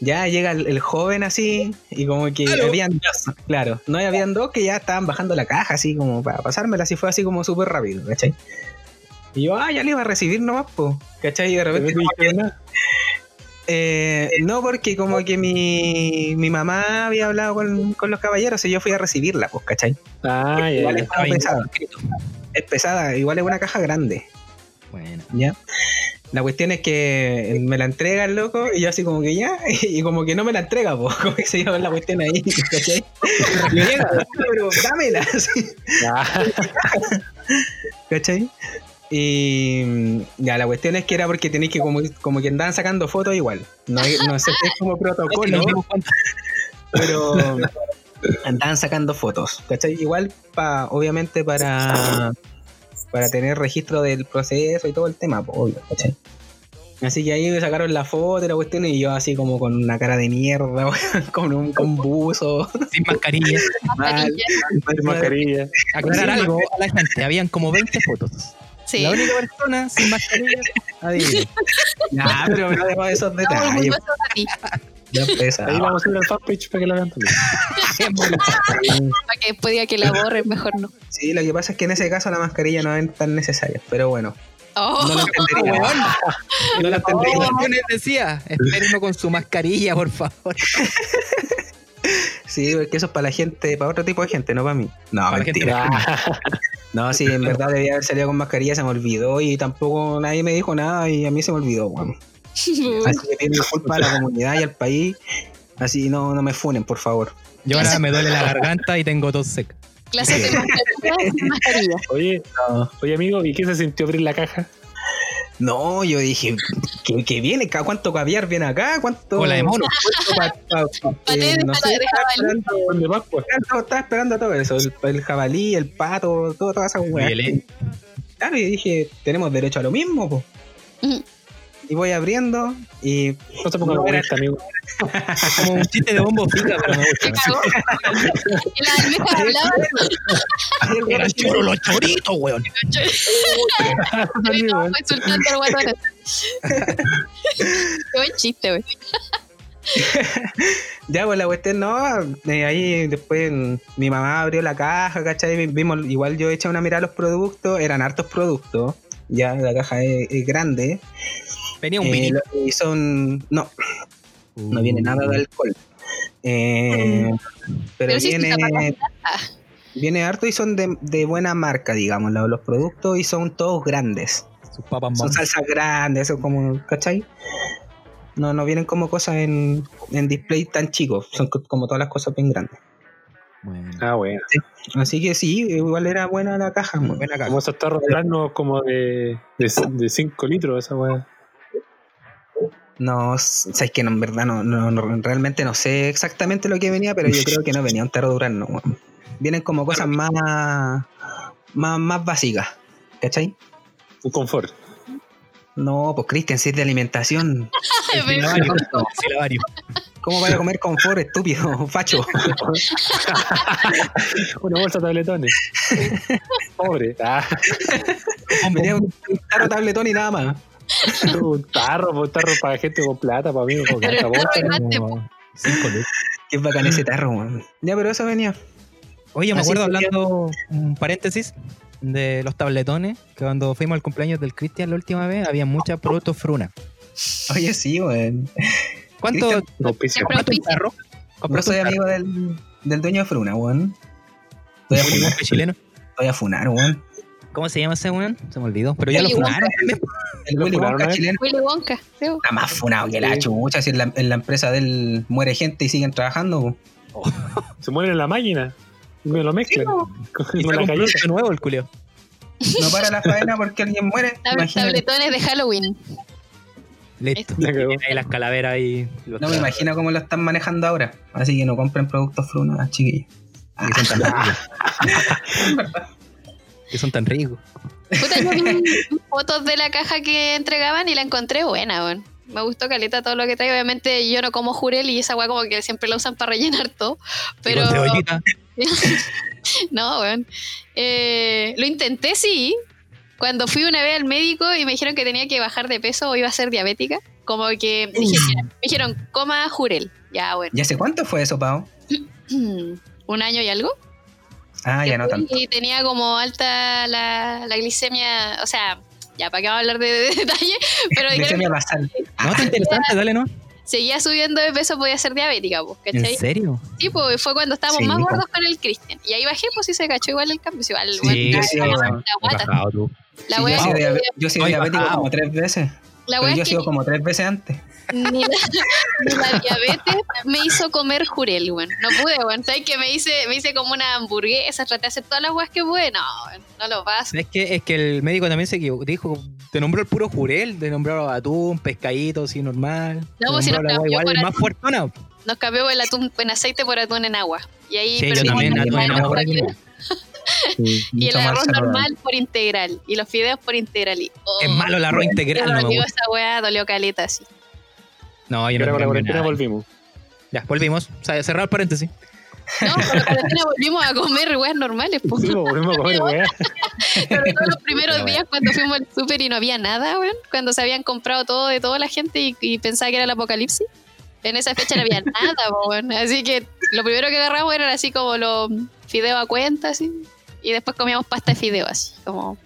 Speaker 7: ya llega el, el joven así, y como que habían dos, claro, no y habían dos que ya estaban bajando la caja, así como para pasármela, así fue así como súper rápido, ¿cachai? Y yo, ah, ya le iba a recibir nomás, po, ¿cachai? Y de repente. como que- Eh, no, porque como que mi, mi mamá había hablado con, con los caballeros y yo fui a recibirla, pues, ¿cachai?
Speaker 8: Ah, ya,
Speaker 7: Igual
Speaker 8: ya.
Speaker 7: es como pesada. Es pesada, igual es una caja grande.
Speaker 6: Bueno.
Speaker 7: ¿ya? La cuestión es que me la entrega el loco y yo así como que ya, *laughs* y como que no me la entrega, po, *laughs* como que se lleva la cuestión ahí,
Speaker 8: *laughs*
Speaker 7: ¿cachai? Y yo, "Mierda, pero dámela, *laughs* así, *laughs*
Speaker 8: Ah,
Speaker 7: ¿cachai? Y mm, ya, la cuestión es que era porque tenéis que como, como que andaban sacando fotos igual. No, no sé si es
Speaker 8: *laughs*
Speaker 7: como protocolo, pero andaban sacando fotos, ¿cachai? Igual pa, obviamente para para tener registro del proceso y todo el tema, po, obvio, ¿cachai? Así que ahí me sacaron la foto y la cuestión y yo así como con una cara de mierda, *laughs* weón, con un con buzo.
Speaker 6: Sin mascarilla.
Speaker 7: mal,
Speaker 9: Mascarilla.
Speaker 8: sin mascarilla.
Speaker 6: Aclarar algo a la gente. Habían como 20 fotos.
Speaker 9: Sí.
Speaker 6: La única persona sin mascarilla.
Speaker 7: *laughs*
Speaker 6: Adivine.
Speaker 7: Nah, Ah, pero no dejó esos
Speaker 9: Estamos
Speaker 7: detalles.
Speaker 9: orgullosos de ti,
Speaker 7: ya
Speaker 8: Ahí
Speaker 7: empezaba.
Speaker 8: vamos a subir al fanpage para que la vean
Speaker 7: *laughs*
Speaker 8: también.
Speaker 9: para que después diga que la borren, mejor no.
Speaker 7: Sí, lo que pasa es que en ese caso la mascarilla no es tan necesaria, pero bueno,
Speaker 9: Oh,
Speaker 7: no lo entendería. No lo entendería.
Speaker 6: decía, espérenlo con su mascarilla, por favor.
Speaker 7: Sí, porque eso es para la gente, para otro tipo de gente, no para mí. No,
Speaker 6: Para la gente
Speaker 7: Oh, mentira.
Speaker 8: Ah,
Speaker 7: No, sí, en verdad debía haber salido con mascarilla, se me olvidó y tampoco nadie me dijo nada y a mí se me
Speaker 9: *laughs*
Speaker 7: olvidó, weón. Así que pido disculpas a la comunidad y al país. Así no, no me funen, por favor.
Speaker 6: Yo ahora me duele la garganta y tengo tos seca.
Speaker 9: clases de
Speaker 7: *laughs*
Speaker 9: mascarilla, sin mascarilla.
Speaker 8: Oye, oye, amigo, ¿y qué se sintió abrir la caja?
Speaker 7: No, yo dije, ¿qué, qué viene acá? ¿Cuánto caviar viene acá? ¿Cuánto.
Speaker 6: Cola de mono.
Speaker 7: cuánto pa- pa- pa-
Speaker 9: *laughs* Paté
Speaker 7: eh,
Speaker 9: de
Speaker 7: no
Speaker 9: pata
Speaker 7: sé,
Speaker 9: de
Speaker 7: estaba
Speaker 9: jabalí.
Speaker 7: esperando,
Speaker 8: ¿Dónde vas, pues?
Speaker 7: estaba- estaba esperando todo eso. El, el jabalí, el pato, todo, toda esa weá.
Speaker 6: Violento.
Speaker 7: Claro, y dije, tenemos derecho a lo mismo, po.
Speaker 9: Ujú.
Speaker 7: Y voy abriendo
Speaker 6: *laughs*
Speaker 7: y
Speaker 8: No se ponga
Speaker 7: No,
Speaker 8: molesta, amigo.
Speaker 6: Como un chiste de bombo fica, pero me
Speaker 9: Se
Speaker 6: gusta.
Speaker 9: cagó. Y la almeja hablaba
Speaker 6: Eran chulos los choritos, weón.
Speaker 9: y estaba insultando al
Speaker 7: *laughs*
Speaker 9: guatón. Qué buen chiste, güey.
Speaker 7: Ya, pues la cuestión no, eh, ahí después mm, mi mamá abrió la caja, ¿cachai? Vi- Vimos, igual yo eché una mirada a los productos, eran hartos productos, ya la caja es, es grande.
Speaker 6: Venía un
Speaker 7: eh,
Speaker 6: vinilo.
Speaker 7: lo- y son, no, no viene nada de alcohol. Eh, pero
Speaker 9: Mm. Pero sí es
Speaker 7: viene,
Speaker 9: tapabocas.
Speaker 7: viene harto y son de, de buena marca, digamos, los, los productos y son todos grandes.
Speaker 6: Sus papas
Speaker 7: Son
Speaker 6: mons.
Speaker 7: salsas grandes, son como, ¿cachai? No, no vienen como cosas en, en display tan chicos, son co- como todas las cosas bien grandes.
Speaker 6: Bueno.
Speaker 8: Ah, bueno.
Speaker 7: Así que sí, igual era buena la caja, muy buena caja.
Speaker 8: Como esos tarros planos como de 5 litros, esa weá.
Speaker 7: No, s- sabes que no, en verdad no, no- no- realmente no sé exactamente lo que venía, pero yo creo que no venía un tarro durano. weón. Vienen como cosas más, más, más básicas, ¿cachai?
Speaker 8: Un confort.
Speaker 7: No, pues Cristian, si es de alimentación,
Speaker 9: Ay, pero-
Speaker 6: Silabario. Silabario.
Speaker 7: ¿cómo vas a comer confort, estúpido, *laughs* facho?
Speaker 8: Una bolsa de tabletones. Pobre. Ah, *laughs*
Speaker 7: Venía un un tarro tabletón y nada más.
Speaker 8: un tarro, un tarro para gente con plata, para mí. Con
Speaker 9: Pero
Speaker 8: esta
Speaker 9: el
Speaker 8: bolsa,
Speaker 9: tarro es grande,
Speaker 8: como-
Speaker 6: Cinco lucas.
Speaker 7: Qué bacán ese tarro, weón. Ya, pero eso venía.
Speaker 6: Oye, me
Speaker 7: Así
Speaker 6: acuerdo
Speaker 7: que-
Speaker 6: hablando, un paréntesis, de los tabletones, que cuando fuimos al cumpleaños del Cristian la última vez, había muchas productos fruna.
Speaker 7: Oye, sí, weón.
Speaker 6: ¿Cuánto
Speaker 7: Cristian,
Speaker 8: un auspicio.
Speaker 6: compraste un tarro?
Speaker 7: No
Speaker 6: ¿Compraste
Speaker 7: soy
Speaker 6: un tarro?
Speaker 7: amigo del, del dueño de Fruna, weón. Estoy a
Speaker 6: Un
Speaker 7: funar,
Speaker 6: café chileno?
Speaker 7: estoy a funar, weón.
Speaker 6: ¿Cómo se llama ese weón? Se me olvidó. Pero ya lo Ah,
Speaker 9: Willy Wonka.
Speaker 6: funaron. también.
Speaker 7: El
Speaker 8: ¿Lo
Speaker 7: Willy
Speaker 8: funaron
Speaker 7: Wonka
Speaker 8: a él?
Speaker 7: chileno
Speaker 9: Willy Wonka, creo.
Speaker 7: está más funado que la chucha. Si en la, en la empresa de él muere gente y siguen trabajando. po.
Speaker 8: Se mueren en la máquina. Y Me lo mezclan. *laughs* Con
Speaker 6: Y
Speaker 8: con
Speaker 6: sacó
Speaker 8: la
Speaker 6: un
Speaker 8: galleta.
Speaker 6: producto nuevo el culio.
Speaker 7: No para la faena porque alguien
Speaker 9: *laughs*
Speaker 7: muere.
Speaker 9: Tab-
Speaker 7: Imagínate.
Speaker 9: Tabletones de Halloween.
Speaker 6: Listo.
Speaker 8: La cagó.
Speaker 6: Ahí las calaveras y los
Speaker 7: Este. No me
Speaker 6: tarros.
Speaker 7: imagino cómo lo están manejando ahora. Así que no compren productos frunas, chiquillos.
Speaker 6: que son tan ricos. que son
Speaker 9: Puta,
Speaker 6: tan ricos.
Speaker 9: yo vi *laughs* fotos de la caja que entregaban y la encontré buena, weón. Me gustó caleta todo lo que trae. Obviamente yo no como jurel y esa weá como que siempre la usan para rellenar todo. Pero.
Speaker 6: Con cebollita.
Speaker 9: *laughs* no, weón. Eh, lo intenté, sí. Cuando fui una vez al médico y me dijeron que tenía que bajar de peso o iba a ser diabética, como que me dijeron, me dijeron, coma jurel. Ya, bueno.
Speaker 7: ¿Y hace cuánto fue eso, Pau?
Speaker 9: *clears throat* Un año y algo.
Speaker 7: Ah,
Speaker 9: que
Speaker 7: ya no
Speaker 9: fui
Speaker 7: tanto.
Speaker 9: Y tenía como alta la, la glicemia, o sea, ya, ¿para qué vamos a hablar de, de *laughs* detalle? Pero dijeron
Speaker 7: Glicemia
Speaker 9: que
Speaker 7: basal.
Speaker 6: No, está interesante, dale, ¿no?
Speaker 9: seguía subiendo de peso, podía ser diabética, pues,
Speaker 6: ¿En
Speaker 9: ¿cachai?
Speaker 6: serio?
Speaker 9: Sí, pues fue cuando estábamos
Speaker 7: Sí,
Speaker 9: más
Speaker 7: po.
Speaker 9: gordos con el Cristian. Y ahí bajé, pues sí se cachó igual el cambio. sí, igual,
Speaker 7: Sí,
Speaker 9: bueno,
Speaker 7: yo sí,
Speaker 9: la,
Speaker 7: bueno,
Speaker 9: la guata.
Speaker 6: Bajado, tú.
Speaker 9: La
Speaker 7: Sí,
Speaker 9: wea
Speaker 7: yo,
Speaker 9: es
Speaker 7: soy
Speaker 9: que-
Speaker 7: diabe- yo soy
Speaker 6: Ay,
Speaker 7: diabético
Speaker 6: bajao.
Speaker 7: como tres veces.
Speaker 9: la
Speaker 7: pero
Speaker 9: wea
Speaker 7: yo
Speaker 9: es
Speaker 7: sigo
Speaker 9: que
Speaker 7: como tres veces antes.
Speaker 3: Eh,
Speaker 9: ni la, ni
Speaker 7: *laughs*
Speaker 9: la diabetes me hizo comer jurel, weón. No pude, weón. ¿Sabes que me hice, me hice como una hamburguesa, traté de hacer todas las weas que pude. No, weón, no lo paso.
Speaker 6: Es que, es que el médico también se equivocó. Dijo, te nombró el puro jurel, te nombró atún, pescadito, así normal. te
Speaker 9: pues si
Speaker 6: nombró
Speaker 9: no
Speaker 6: la
Speaker 9: cambió
Speaker 6: guay
Speaker 9: por
Speaker 6: igual, más
Speaker 9: atún.
Speaker 6: fortuna.
Speaker 9: Nos cambió el atún en aceite por atún en agua. Y ahí
Speaker 6: Sí, yo
Speaker 9: perdimos
Speaker 6: también,
Speaker 9: la
Speaker 6: atún en
Speaker 9: mitad de
Speaker 6: agua.
Speaker 9: nuestra vida. *laughs* Y el
Speaker 7: Mucho más
Speaker 9: arroz
Speaker 7: saludable.
Speaker 9: normal por integral. Y los fideos por integral. Y, oh,
Speaker 6: Es malo el arroz integral,
Speaker 9: me
Speaker 6: no me
Speaker 9: dolió
Speaker 6: gusta.
Speaker 9: esa weá, dolió caleta así.
Speaker 6: No, yo no
Speaker 8: Pero con
Speaker 6: creo
Speaker 8: la
Speaker 6: en
Speaker 8: cuarentena
Speaker 6: nada.
Speaker 8: volvimos.
Speaker 6: Ya, volvimos. O sea, cerrar el paréntesis.
Speaker 9: No, pero con la Tina volvimos a comer weas normales, po.
Speaker 8: Sí, volvimos a comer, weá.
Speaker 9: Pero todos los primeros
Speaker 6: Pero bueno.
Speaker 9: días cuando fuimos al súper y no había nada, weón. Cuando se habían comprado todo de toda la gente y, y pensaba que era el apocalipsis. En esa fecha no
Speaker 6: *laughs*
Speaker 9: había nada, po, weón. Así que lo primero que agarramos eran así como los fideos a cuenta, así. Y después comíamos pasta de fideos, así. Como.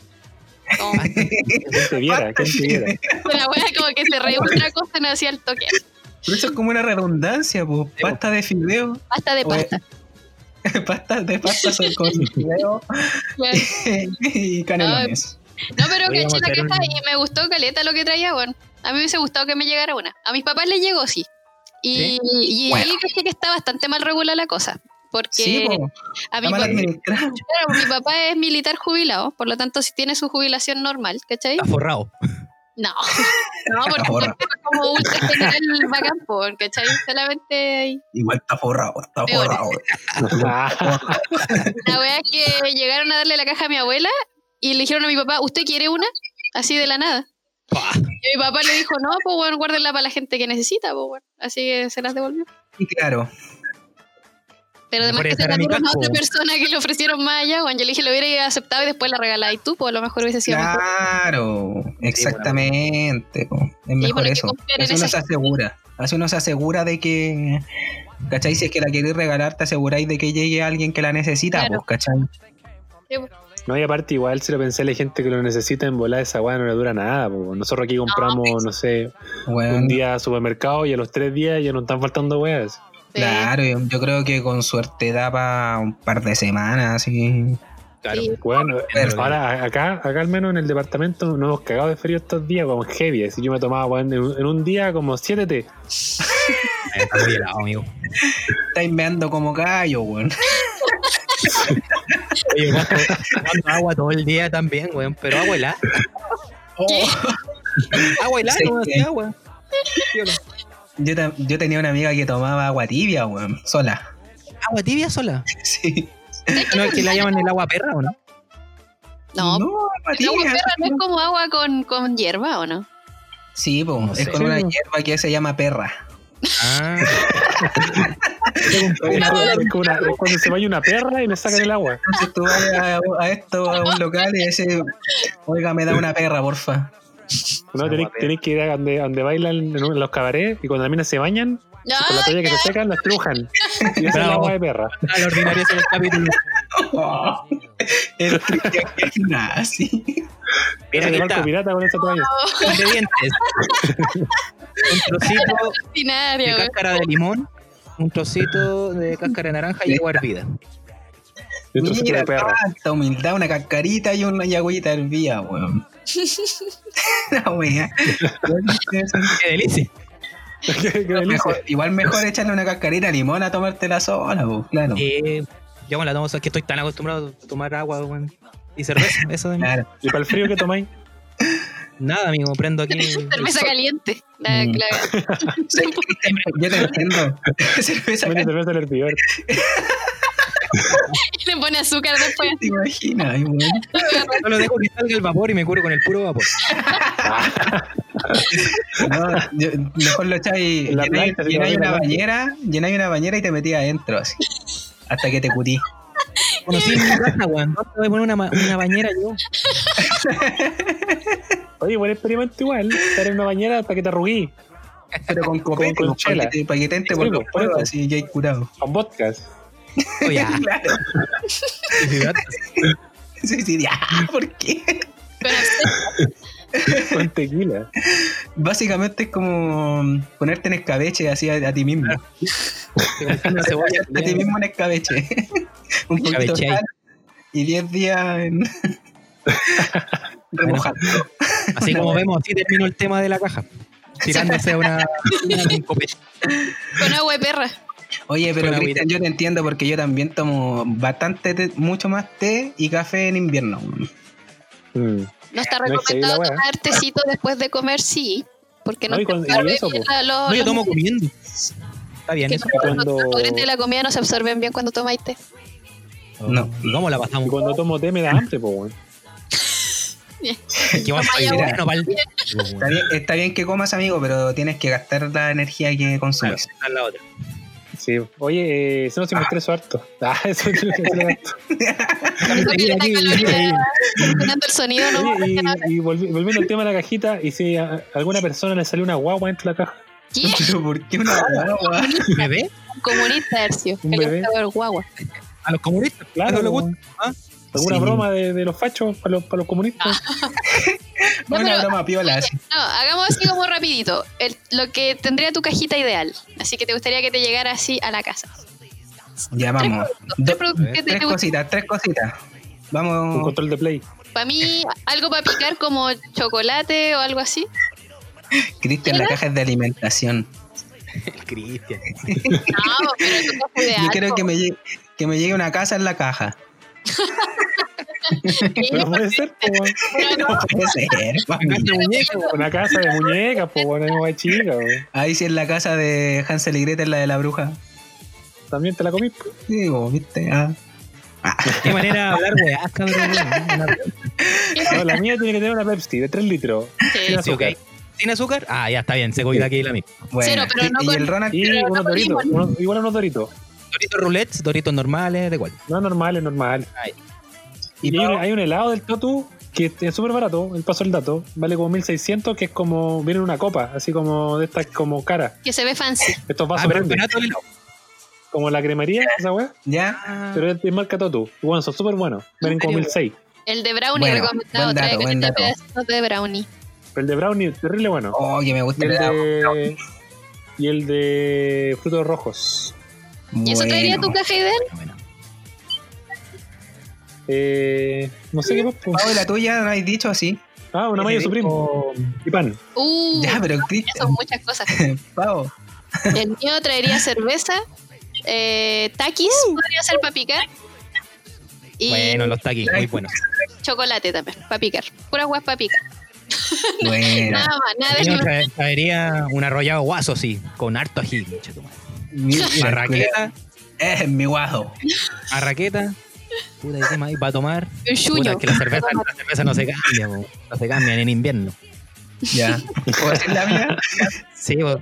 Speaker 9: como
Speaker 8: ¿Quién te viera? ¿Quién te viera?
Speaker 9: la wea como que se reía otra cosa y no hacía el toque.
Speaker 7: Pero eso es como una redundancia, pues. Pasta de fideo. *laughs*
Speaker 9: Pasta de
Speaker 7: Oye,
Speaker 9: pasta.
Speaker 7: Pasta de pasta son
Speaker 6: *laughs*
Speaker 7: con fideo
Speaker 9: weón.
Speaker 7: y canelones.
Speaker 9: No, pero
Speaker 6: Oye, vamos
Speaker 9: caché
Speaker 6: a
Speaker 9: la
Speaker 6: hacer
Speaker 9: caja
Speaker 6: un-
Speaker 9: y me gustó caleta lo que traía, bueno. A mí me hubiese gustado que me llegara una. A mis papás les llegó, sí. Y, y ahí caché que está bastante mal regulada la cosa. Porque
Speaker 7: Sí, po.
Speaker 9: a mi,
Speaker 7: Está mal
Speaker 9: papá,
Speaker 7: administrado.
Speaker 9: claro, mi papá es militar jubilado, por lo tanto, si tiene su jubilación normal, ¿cachai?
Speaker 6: Está forrado.
Speaker 9: No, no, porque
Speaker 7: Ahorra.
Speaker 9: es como ultra general bacán, po, ¿cachai? Solamente ahí.
Speaker 7: Igual está forrado, está
Speaker 9: Peor.
Speaker 7: forrado.
Speaker 8: Ah,
Speaker 9: La wea es que llegaron a darle la caja a mi abuela y le dijeron a mi papá, ¿usted quiere una? Así de la nada. Y mi papá le dijo, no, pues bueno, guárdenla para la gente que necesita, pues bueno. Así que se las devolvió.
Speaker 7: Y claro,
Speaker 9: *laughs* Pero además
Speaker 6: Mejor
Speaker 9: que se
Speaker 6: dejar
Speaker 9: la
Speaker 6: a mi
Speaker 9: dieron a
Speaker 6: campo.
Speaker 9: otra persona que le ofrecieron más allá, bueno, yo le dije, lo hubiera aceptado y después la regaláis tú, pues a lo mejor hubiese sido mejor.
Speaker 7: claro, exactamente. po. Es
Speaker 9: bueno,
Speaker 7: mejor
Speaker 9: hay que
Speaker 7: eso.
Speaker 9: confiar en
Speaker 7: Así uno
Speaker 9: esa
Speaker 7: se asegura. Así uno se asegura de que. ¿Cachai? Si es que la queréis regalar, te aseguráis de que llegue alguien que la necesita,
Speaker 9: Claro.
Speaker 7: pues, ¿cachai?
Speaker 8: No, y aparte, igual si lo pensé, la gente que lo necesita en volar esa weá no le dura nada. po. Nosotros aquí compramos, no, sé,
Speaker 7: Bueno,
Speaker 8: un día a supermercado y a los tres días ya nos están faltando weas.
Speaker 9: Sí.
Speaker 7: Claro, yo, yo creo que con suerte da para un par de semanas, así.
Speaker 6: Claro. eh,
Speaker 9: Sí.
Speaker 8: Bueno,
Speaker 7: Pero-
Speaker 8: ahora a- acá, acá al menos en el departamento nos hemos cagado de frío estos días, como heavy. Así yo me tomaba weón, en, un- en un día como 7 té.
Speaker 6: Está muy helado, amigo.
Speaker 7: Estáis meando como callo, weón.
Speaker 6: Oye, guapo, tomando agua todo el día también, weón. Pero agua helada.
Speaker 9: ¿Qué?
Speaker 6: Agua helada,
Speaker 7: Sí,
Speaker 6: no
Speaker 7: sí.
Speaker 6: hacía agua. Piola.
Speaker 7: *laughs* Yo, ta- yo tenía una amiga que tomaba agua tibia, weón, sola.
Speaker 6: ¿Agua tibia sola?
Speaker 7: *laughs* Sí.
Speaker 6: *laughs* ¿No es que la llaman el agua perra o no?
Speaker 9: No,
Speaker 7: no agua
Speaker 9: el agua
Speaker 7: tibia.
Speaker 9: perra no es como agua con, con hierba, ¿o no?
Speaker 7: Sí, po,
Speaker 6: No
Speaker 7: es
Speaker 6: sé.
Speaker 7: con una
Speaker 6: Sí, po.
Speaker 7: hierba que se llama perra.
Speaker 6: Ah,
Speaker 8: Es como- es como una- es cuando se vaya una perra y le sacan el agua.
Speaker 7: Entonces tú vas a, a esto, a un local y dices, oiga, me da una perra, *laughs* porfa.
Speaker 8: No, tenéis, tenéis que ir a donde, a donde bailan en un- en los cabarets y cuando las minas se bañan,
Speaker 9: No,
Speaker 8: con la toalla que se secan, las trujan. Y esa es el
Speaker 6: Bravo.
Speaker 8: agua de perra.
Speaker 6: a la ordinaria Ah, es el capítulo.
Speaker 7: el Cristian es nazi.
Speaker 6: Mira,
Speaker 8: Ese
Speaker 6: aquí
Speaker 8: barco
Speaker 6: está.
Speaker 8: pirata con esa toalla.
Speaker 6: Ingredientes. Un trocito de
Speaker 9: ordinaria, güey.
Speaker 6: cáscara de limón, un trocito de cáscara de naranja y agua hervida.
Speaker 8: Y otro sitio
Speaker 7: Mira,
Speaker 8: de perra.
Speaker 7: tanta humildad, una cascarita y una yagüita
Speaker 9: *laughs*
Speaker 7: hervía, weón. La wea.
Speaker 6: ¡Qué delicia!
Speaker 8: *laughs* Qué- qué delicia.
Speaker 7: Mejor- igual mejor echarle una cascarita de limón a tomártela sola, po, claro.
Speaker 6: Eh, yo me la tomo, es que estoy tan acostumbrado a tomar agua weón, y cerveza. Eso de mí.
Speaker 7: Claro.
Speaker 8: ¿Y para el frío que tomáis?
Speaker 6: Nada, amigo, prendo aquí.
Speaker 9: Cerveza caliente. La,
Speaker 7: Mm.
Speaker 9: la- *laughs*
Speaker 7: Sí, Yo te entiendo. Cerveza
Speaker 8: Menos cerveza en el hervidor.
Speaker 9: Y le pone azúcar después.
Speaker 7: ¿Te imaginas? Ay, weón.
Speaker 6: Solo dejo que salga el vapor y me curo con el puro vapor.
Speaker 7: No, yo- mejor lo echáis.
Speaker 8: La
Speaker 7: Llenáis
Speaker 8: plancha, si
Speaker 7: llenáis
Speaker 8: no,
Speaker 7: una
Speaker 8: la plancha.
Speaker 7: bañera, llenáis una bañera y te metí adentro así. Hasta que te cutí.
Speaker 6: Conocí en mi casa, weón. ¿Dónde voy a poner una, ma- una bañera yo?
Speaker 8: Oye, buen experimento igual. Estar en una bañera hasta que te arruguí.
Speaker 7: Pero con copete,
Speaker 8: con
Speaker 7: con
Speaker 8: chela.
Speaker 7: paquete, paquetente
Speaker 8: Sí,
Speaker 7: por
Speaker 8: pues,
Speaker 7: los pueblos,
Speaker 8: pues.
Speaker 7: así ya hay curado.
Speaker 8: Con vodkas.
Speaker 6: Oye, ah,
Speaker 7: Claro.
Speaker 6: fíjate.
Speaker 7: *laughs* Sí, sí, ya, ¿por qué?
Speaker 9: Con azúcar.
Speaker 8: Con tequila.
Speaker 7: Básicamente es como ponerte en escabeche así a, a ti mismo.
Speaker 6: una cebolla.
Speaker 7: a ti mismo en escabeche. *laughs* Un poquito de
Speaker 6: Escabeche.
Speaker 7: sal y 10 días en. *laughs* Remojar.
Speaker 6: Así como vemos, así terminó el tema de la caja. Tirándose una, una copete.
Speaker 9: Con agua de perra.
Speaker 7: Oye, pero
Speaker 6: Con agüita.
Speaker 7: Cristian, yo te entiendo porque yo también tomo bastante, té- mucho más té y café en invierno.
Speaker 8: Mm.
Speaker 9: No está
Speaker 8: No es que ahí
Speaker 9: recomendado
Speaker 8: la wea.
Speaker 9: tomar tecito después de comer, sí. Porque no,
Speaker 8: No, y
Speaker 9: se
Speaker 8: con- y
Speaker 9: absorbe
Speaker 8: eso,
Speaker 9: bien
Speaker 8: po.
Speaker 9: la- los-
Speaker 6: No, yo
Speaker 9: los
Speaker 6: tomo
Speaker 9: nutrientes.
Speaker 6: comiendo. Está bien,
Speaker 9: Que
Speaker 6: eso.
Speaker 9: no- los-
Speaker 8: Cuando-
Speaker 9: Los nutrientes de la comida no se absorben bien cuando tomáis té. Oh,
Speaker 7: No.
Speaker 6: ¿Cómo la
Speaker 8: Y
Speaker 6: pasamos?
Speaker 8: cuando tomo té me da hambre, pues, weón.
Speaker 6: Que vamos a ir
Speaker 7: Mira.
Speaker 6: bueno, pa'l-
Speaker 7: Está bien, está bien que comas, amigo, pero tienes que gastar la energía que
Speaker 6: Claro,
Speaker 7: consumes.
Speaker 6: esa es la otra.
Speaker 8: Sí. Oye, eh, si no, si me estreso harto. *laughs* Ah, eso es lo que
Speaker 9: *laughs*
Speaker 8: me estreso
Speaker 9: Porque
Speaker 6: Mira,
Speaker 9: la
Speaker 6: aquí,
Speaker 9: caloría-
Speaker 6: mira, ahí.
Speaker 9: Funcionando el sonido,
Speaker 8: harto.
Speaker 9: ¿no?
Speaker 8: Oye, y, y volvi- volviendo al tema de la cajita, y si a a alguna persona le salió una guagua dentro de la caja,
Speaker 9: ¿Qué?
Speaker 7: *laughs* Pero ¿por
Speaker 9: *laughs*
Speaker 7: qué una guagua?
Speaker 6: ¿Bebé?
Speaker 9: Comunista, Hercio. Que
Speaker 8: Un
Speaker 9: le
Speaker 8: bebé.
Speaker 9: gusta ver guagua.
Speaker 6: ¿A los comunistas?
Speaker 8: claro.
Speaker 6: ¿Eso le
Speaker 8: weón.
Speaker 6: gusta? ¿Ah?
Speaker 8: ¿Alguna
Speaker 7: Sí.
Speaker 8: broma de, de los fachos para los, para los comunistas?
Speaker 9: No,
Speaker 7: una
Speaker 9: pero-
Speaker 7: broma piola. así.
Speaker 9: No, hagamos así como rapidito. El- lo que tendría tu cajita ideal. Así que te gustaría que te llegara así a la casa.
Speaker 7: Ya vamos.
Speaker 9: Tres
Speaker 7: Do-
Speaker 9: productos que te,
Speaker 7: tres
Speaker 9: te gustan.
Speaker 7: cositas, tres cositas.
Speaker 9: Ah.
Speaker 8: Un
Speaker 7: Vamos.
Speaker 8: control de play.
Speaker 9: Para mí, algo para picar como chocolate o algo así.
Speaker 7: Cristian, la caja es de alimentación.
Speaker 6: Cristian.
Speaker 9: No, pero tu caja ideal.
Speaker 7: Yo quiero
Speaker 9: po.
Speaker 7: que me llegue, que me llegue una casa en la caja.
Speaker 8: Pero puede ser,
Speaker 9: *laughs*
Speaker 8: po, weón.
Speaker 7: No *laughs* puede ser, mami.
Speaker 8: Una casa de muñecas, pues, bueno, una chica, weón.
Speaker 7: Ahí sí es la casa de Hansel y Gretel, la de la bruja.
Speaker 8: También te la comí. po.
Speaker 7: Digo, viste. Ah.
Speaker 6: Qué manera de hablar, weá, cabrón. Una-
Speaker 8: No, la mía tiene que tener una Pepsi de 3 litros.
Speaker 9: Sí.
Speaker 8: Sin
Speaker 6: Sí, ok.
Speaker 8: azúcar.
Speaker 6: ¿Sin azúcar? Ah, ya está bien, se cuida aquí la misma.
Speaker 7: Bueno,
Speaker 9: Cero, pero no
Speaker 7: y,
Speaker 9: con-
Speaker 7: el Ronald,
Speaker 8: Y
Speaker 9: Pero
Speaker 8: unos
Speaker 9: no
Speaker 8: doritos.
Speaker 9: igual.
Speaker 8: unos- igual unos doritos.
Speaker 6: Doritos roulets, doritos normales, de cuál.
Speaker 8: No, normal, normal.
Speaker 7: y
Speaker 8: Y hay un,
Speaker 7: Pau,
Speaker 8: hay un helado del Totu que es súper barato, el paso del dato, vale como 1600, que es como, viene en una copa, así como de estas, como cara,
Speaker 9: Que se ve fancy.
Speaker 8: estos
Speaker 6: Ah,
Speaker 8: vasos
Speaker 6: pero el
Speaker 8: grandes,
Speaker 6: barato del helado.
Speaker 8: como la cremería, esa weá,
Speaker 7: ya.
Speaker 8: pero es de marca Totu, y bueno, son súper buenos, valen como 1600,
Speaker 9: El de brownie
Speaker 7: Bueno,
Speaker 9: recomendado.
Speaker 7: buen dato,
Speaker 9: Trae
Speaker 7: buen
Speaker 9: caleta de
Speaker 7: dato.
Speaker 9: pedacitos de brownie.
Speaker 8: pero el de brownie, terrible bueno,
Speaker 7: Oh, que me
Speaker 8: y
Speaker 7: gusta
Speaker 8: el
Speaker 7: el helado.
Speaker 8: de, y el de frutos rojos,
Speaker 9: ¿Y eso traería tu
Speaker 7: Bueno.
Speaker 9: caja ideal?
Speaker 6: Bueno,
Speaker 8: eh, no sé qué más, pues.
Speaker 7: Pau, ¿y la tuya no has dicho así?
Speaker 8: ah, una malla supreme, y pan,
Speaker 9: Uh,
Speaker 7: Ya, pero
Speaker 9: son
Speaker 7: Cristian,
Speaker 9: muchas cosas.
Speaker 7: *laughs* Pau,
Speaker 9: El mío traería cerveza, eh, taquis,
Speaker 7: Uh.
Speaker 9: podría ser para picar. Y
Speaker 6: Bueno, los taquis, muy buenos.
Speaker 9: chocolate también, para picar. Puras guas para picar.
Speaker 7: bueno,
Speaker 9: Nada más, nada de
Speaker 6: Yo
Speaker 9: eso.
Speaker 6: trae- traería un arrollado guaso, sí, con harto ají, concha tu madre.
Speaker 7: mira,
Speaker 6: Marraqueta,
Speaker 7: es mi guajo.
Speaker 6: marraqueta. Puta, ¿y qué más hay para tomar?
Speaker 9: Un
Speaker 6: Puta,
Speaker 9: yuño.
Speaker 6: es que la cerveza, la cerveza no se cambia, po. no se cambian en invierno.
Speaker 7: Ya. ¿Puedo decir la mía?
Speaker 6: Sí, po.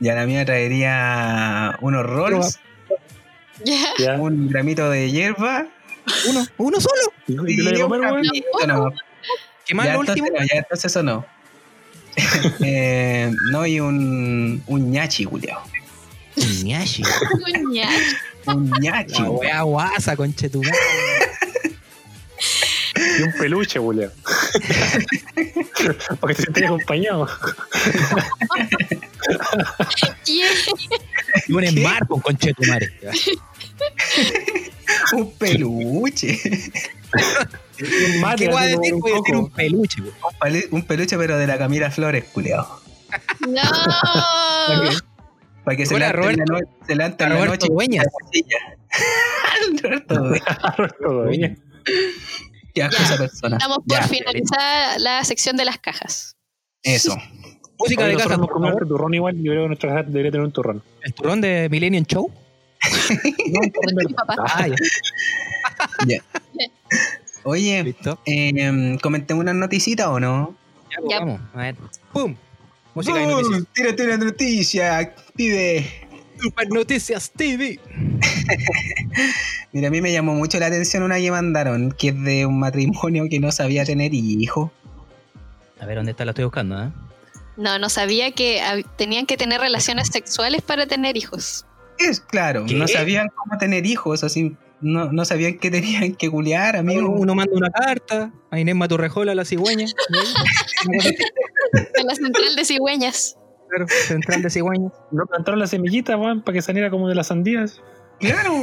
Speaker 7: Ya la mía traería unos rolls,
Speaker 9: Ya.
Speaker 8: ya,
Speaker 7: un gramito de hierba.
Speaker 6: uno, uno solo.
Speaker 8: y, y le voy a comer, weón,
Speaker 7: Eso no.
Speaker 6: ¿Qué más
Speaker 7: Ya,
Speaker 6: lo
Speaker 7: entonces,
Speaker 6: último?
Speaker 7: no, ya, entonces eso no. *laughs* Eh, no, y un, un ñachi, culiao.
Speaker 6: Un ñashi.
Speaker 9: Un ñacho.
Speaker 7: Un ñachi.
Speaker 6: La wea guasa, conche tu madre.
Speaker 8: y un peluche, *laughs* Julio, para que te estés acompañado,
Speaker 7: *laughs*
Speaker 9: ¿Qué?
Speaker 6: Y un embarco, conche tu madre.
Speaker 7: un peluche.
Speaker 8: y un mate,
Speaker 6: ¿Qué voy a
Speaker 8: así como
Speaker 6: decir?
Speaker 8: un
Speaker 6: Voy a decir
Speaker 8: coco.
Speaker 6: un peluche, po.
Speaker 7: Un, pelu- un peluche, pero de la Camila Flores, culiao.
Speaker 9: No.
Speaker 7: Para que se
Speaker 6: Hola,
Speaker 7: levante en la,
Speaker 6: Roberto.
Speaker 7: no- se levante en la
Speaker 6: Roberto
Speaker 7: noche.
Speaker 6: Dueñas.
Speaker 7: *laughs* Roberto Dueñas.
Speaker 8: Todo bien.
Speaker 7: Qué asco
Speaker 9: Ya.
Speaker 7: esa persona.
Speaker 9: Estamos
Speaker 7: Ya,
Speaker 9: por finalizar la sección de las cajas.
Speaker 7: Eso.
Speaker 6: Música
Speaker 8: Oye,
Speaker 6: de
Speaker 8: nosotros
Speaker 6: casa,
Speaker 8: nos
Speaker 6: por
Speaker 8: comemos
Speaker 6: favor. *laughs*
Speaker 8: otro turrón igual, yo creo que nuestra casa debería tener un turrón.
Speaker 6: El turrón de Millennium Show.
Speaker 9: Con tu papá.
Speaker 6: Ah, ya. *laughs*
Speaker 7: Ya. Oye,
Speaker 6: Listo.
Speaker 7: eh, comentemos una noticita o no.
Speaker 6: Ya, pues,
Speaker 9: Ya.
Speaker 6: vamos. A ver. ¡Pum! Música de
Speaker 7: ¡Bum!
Speaker 6: noticias.
Speaker 7: Tírate una noticia, pibe.
Speaker 6: Super Noticias TV.
Speaker 7: *laughs* Mira, a mí me llamó mucho la atención una que mandaron, que es de un matrimonio que no sabía tener hijo.
Speaker 6: A ver, ¿dónde está? La estoy buscando, ¿eh?
Speaker 9: No, no sabía que hab- tenían que tener relaciones sexuales para tener hijos.
Speaker 7: Es claro,
Speaker 6: ¿Qué?
Speaker 7: no sabían cómo tener hijos, así, no, no sabían que tenían que culiar,
Speaker 6: Uno,
Speaker 7: amigo.
Speaker 6: uno manda una carta a Inés Maturrejola, la cigüeña. *laughs*
Speaker 9: En la central de cigüeñas.
Speaker 6: Claro, central de cigüeña.
Speaker 8: No plantaron la semillita, weón, para que saliera como de las sandías.
Speaker 7: Claro,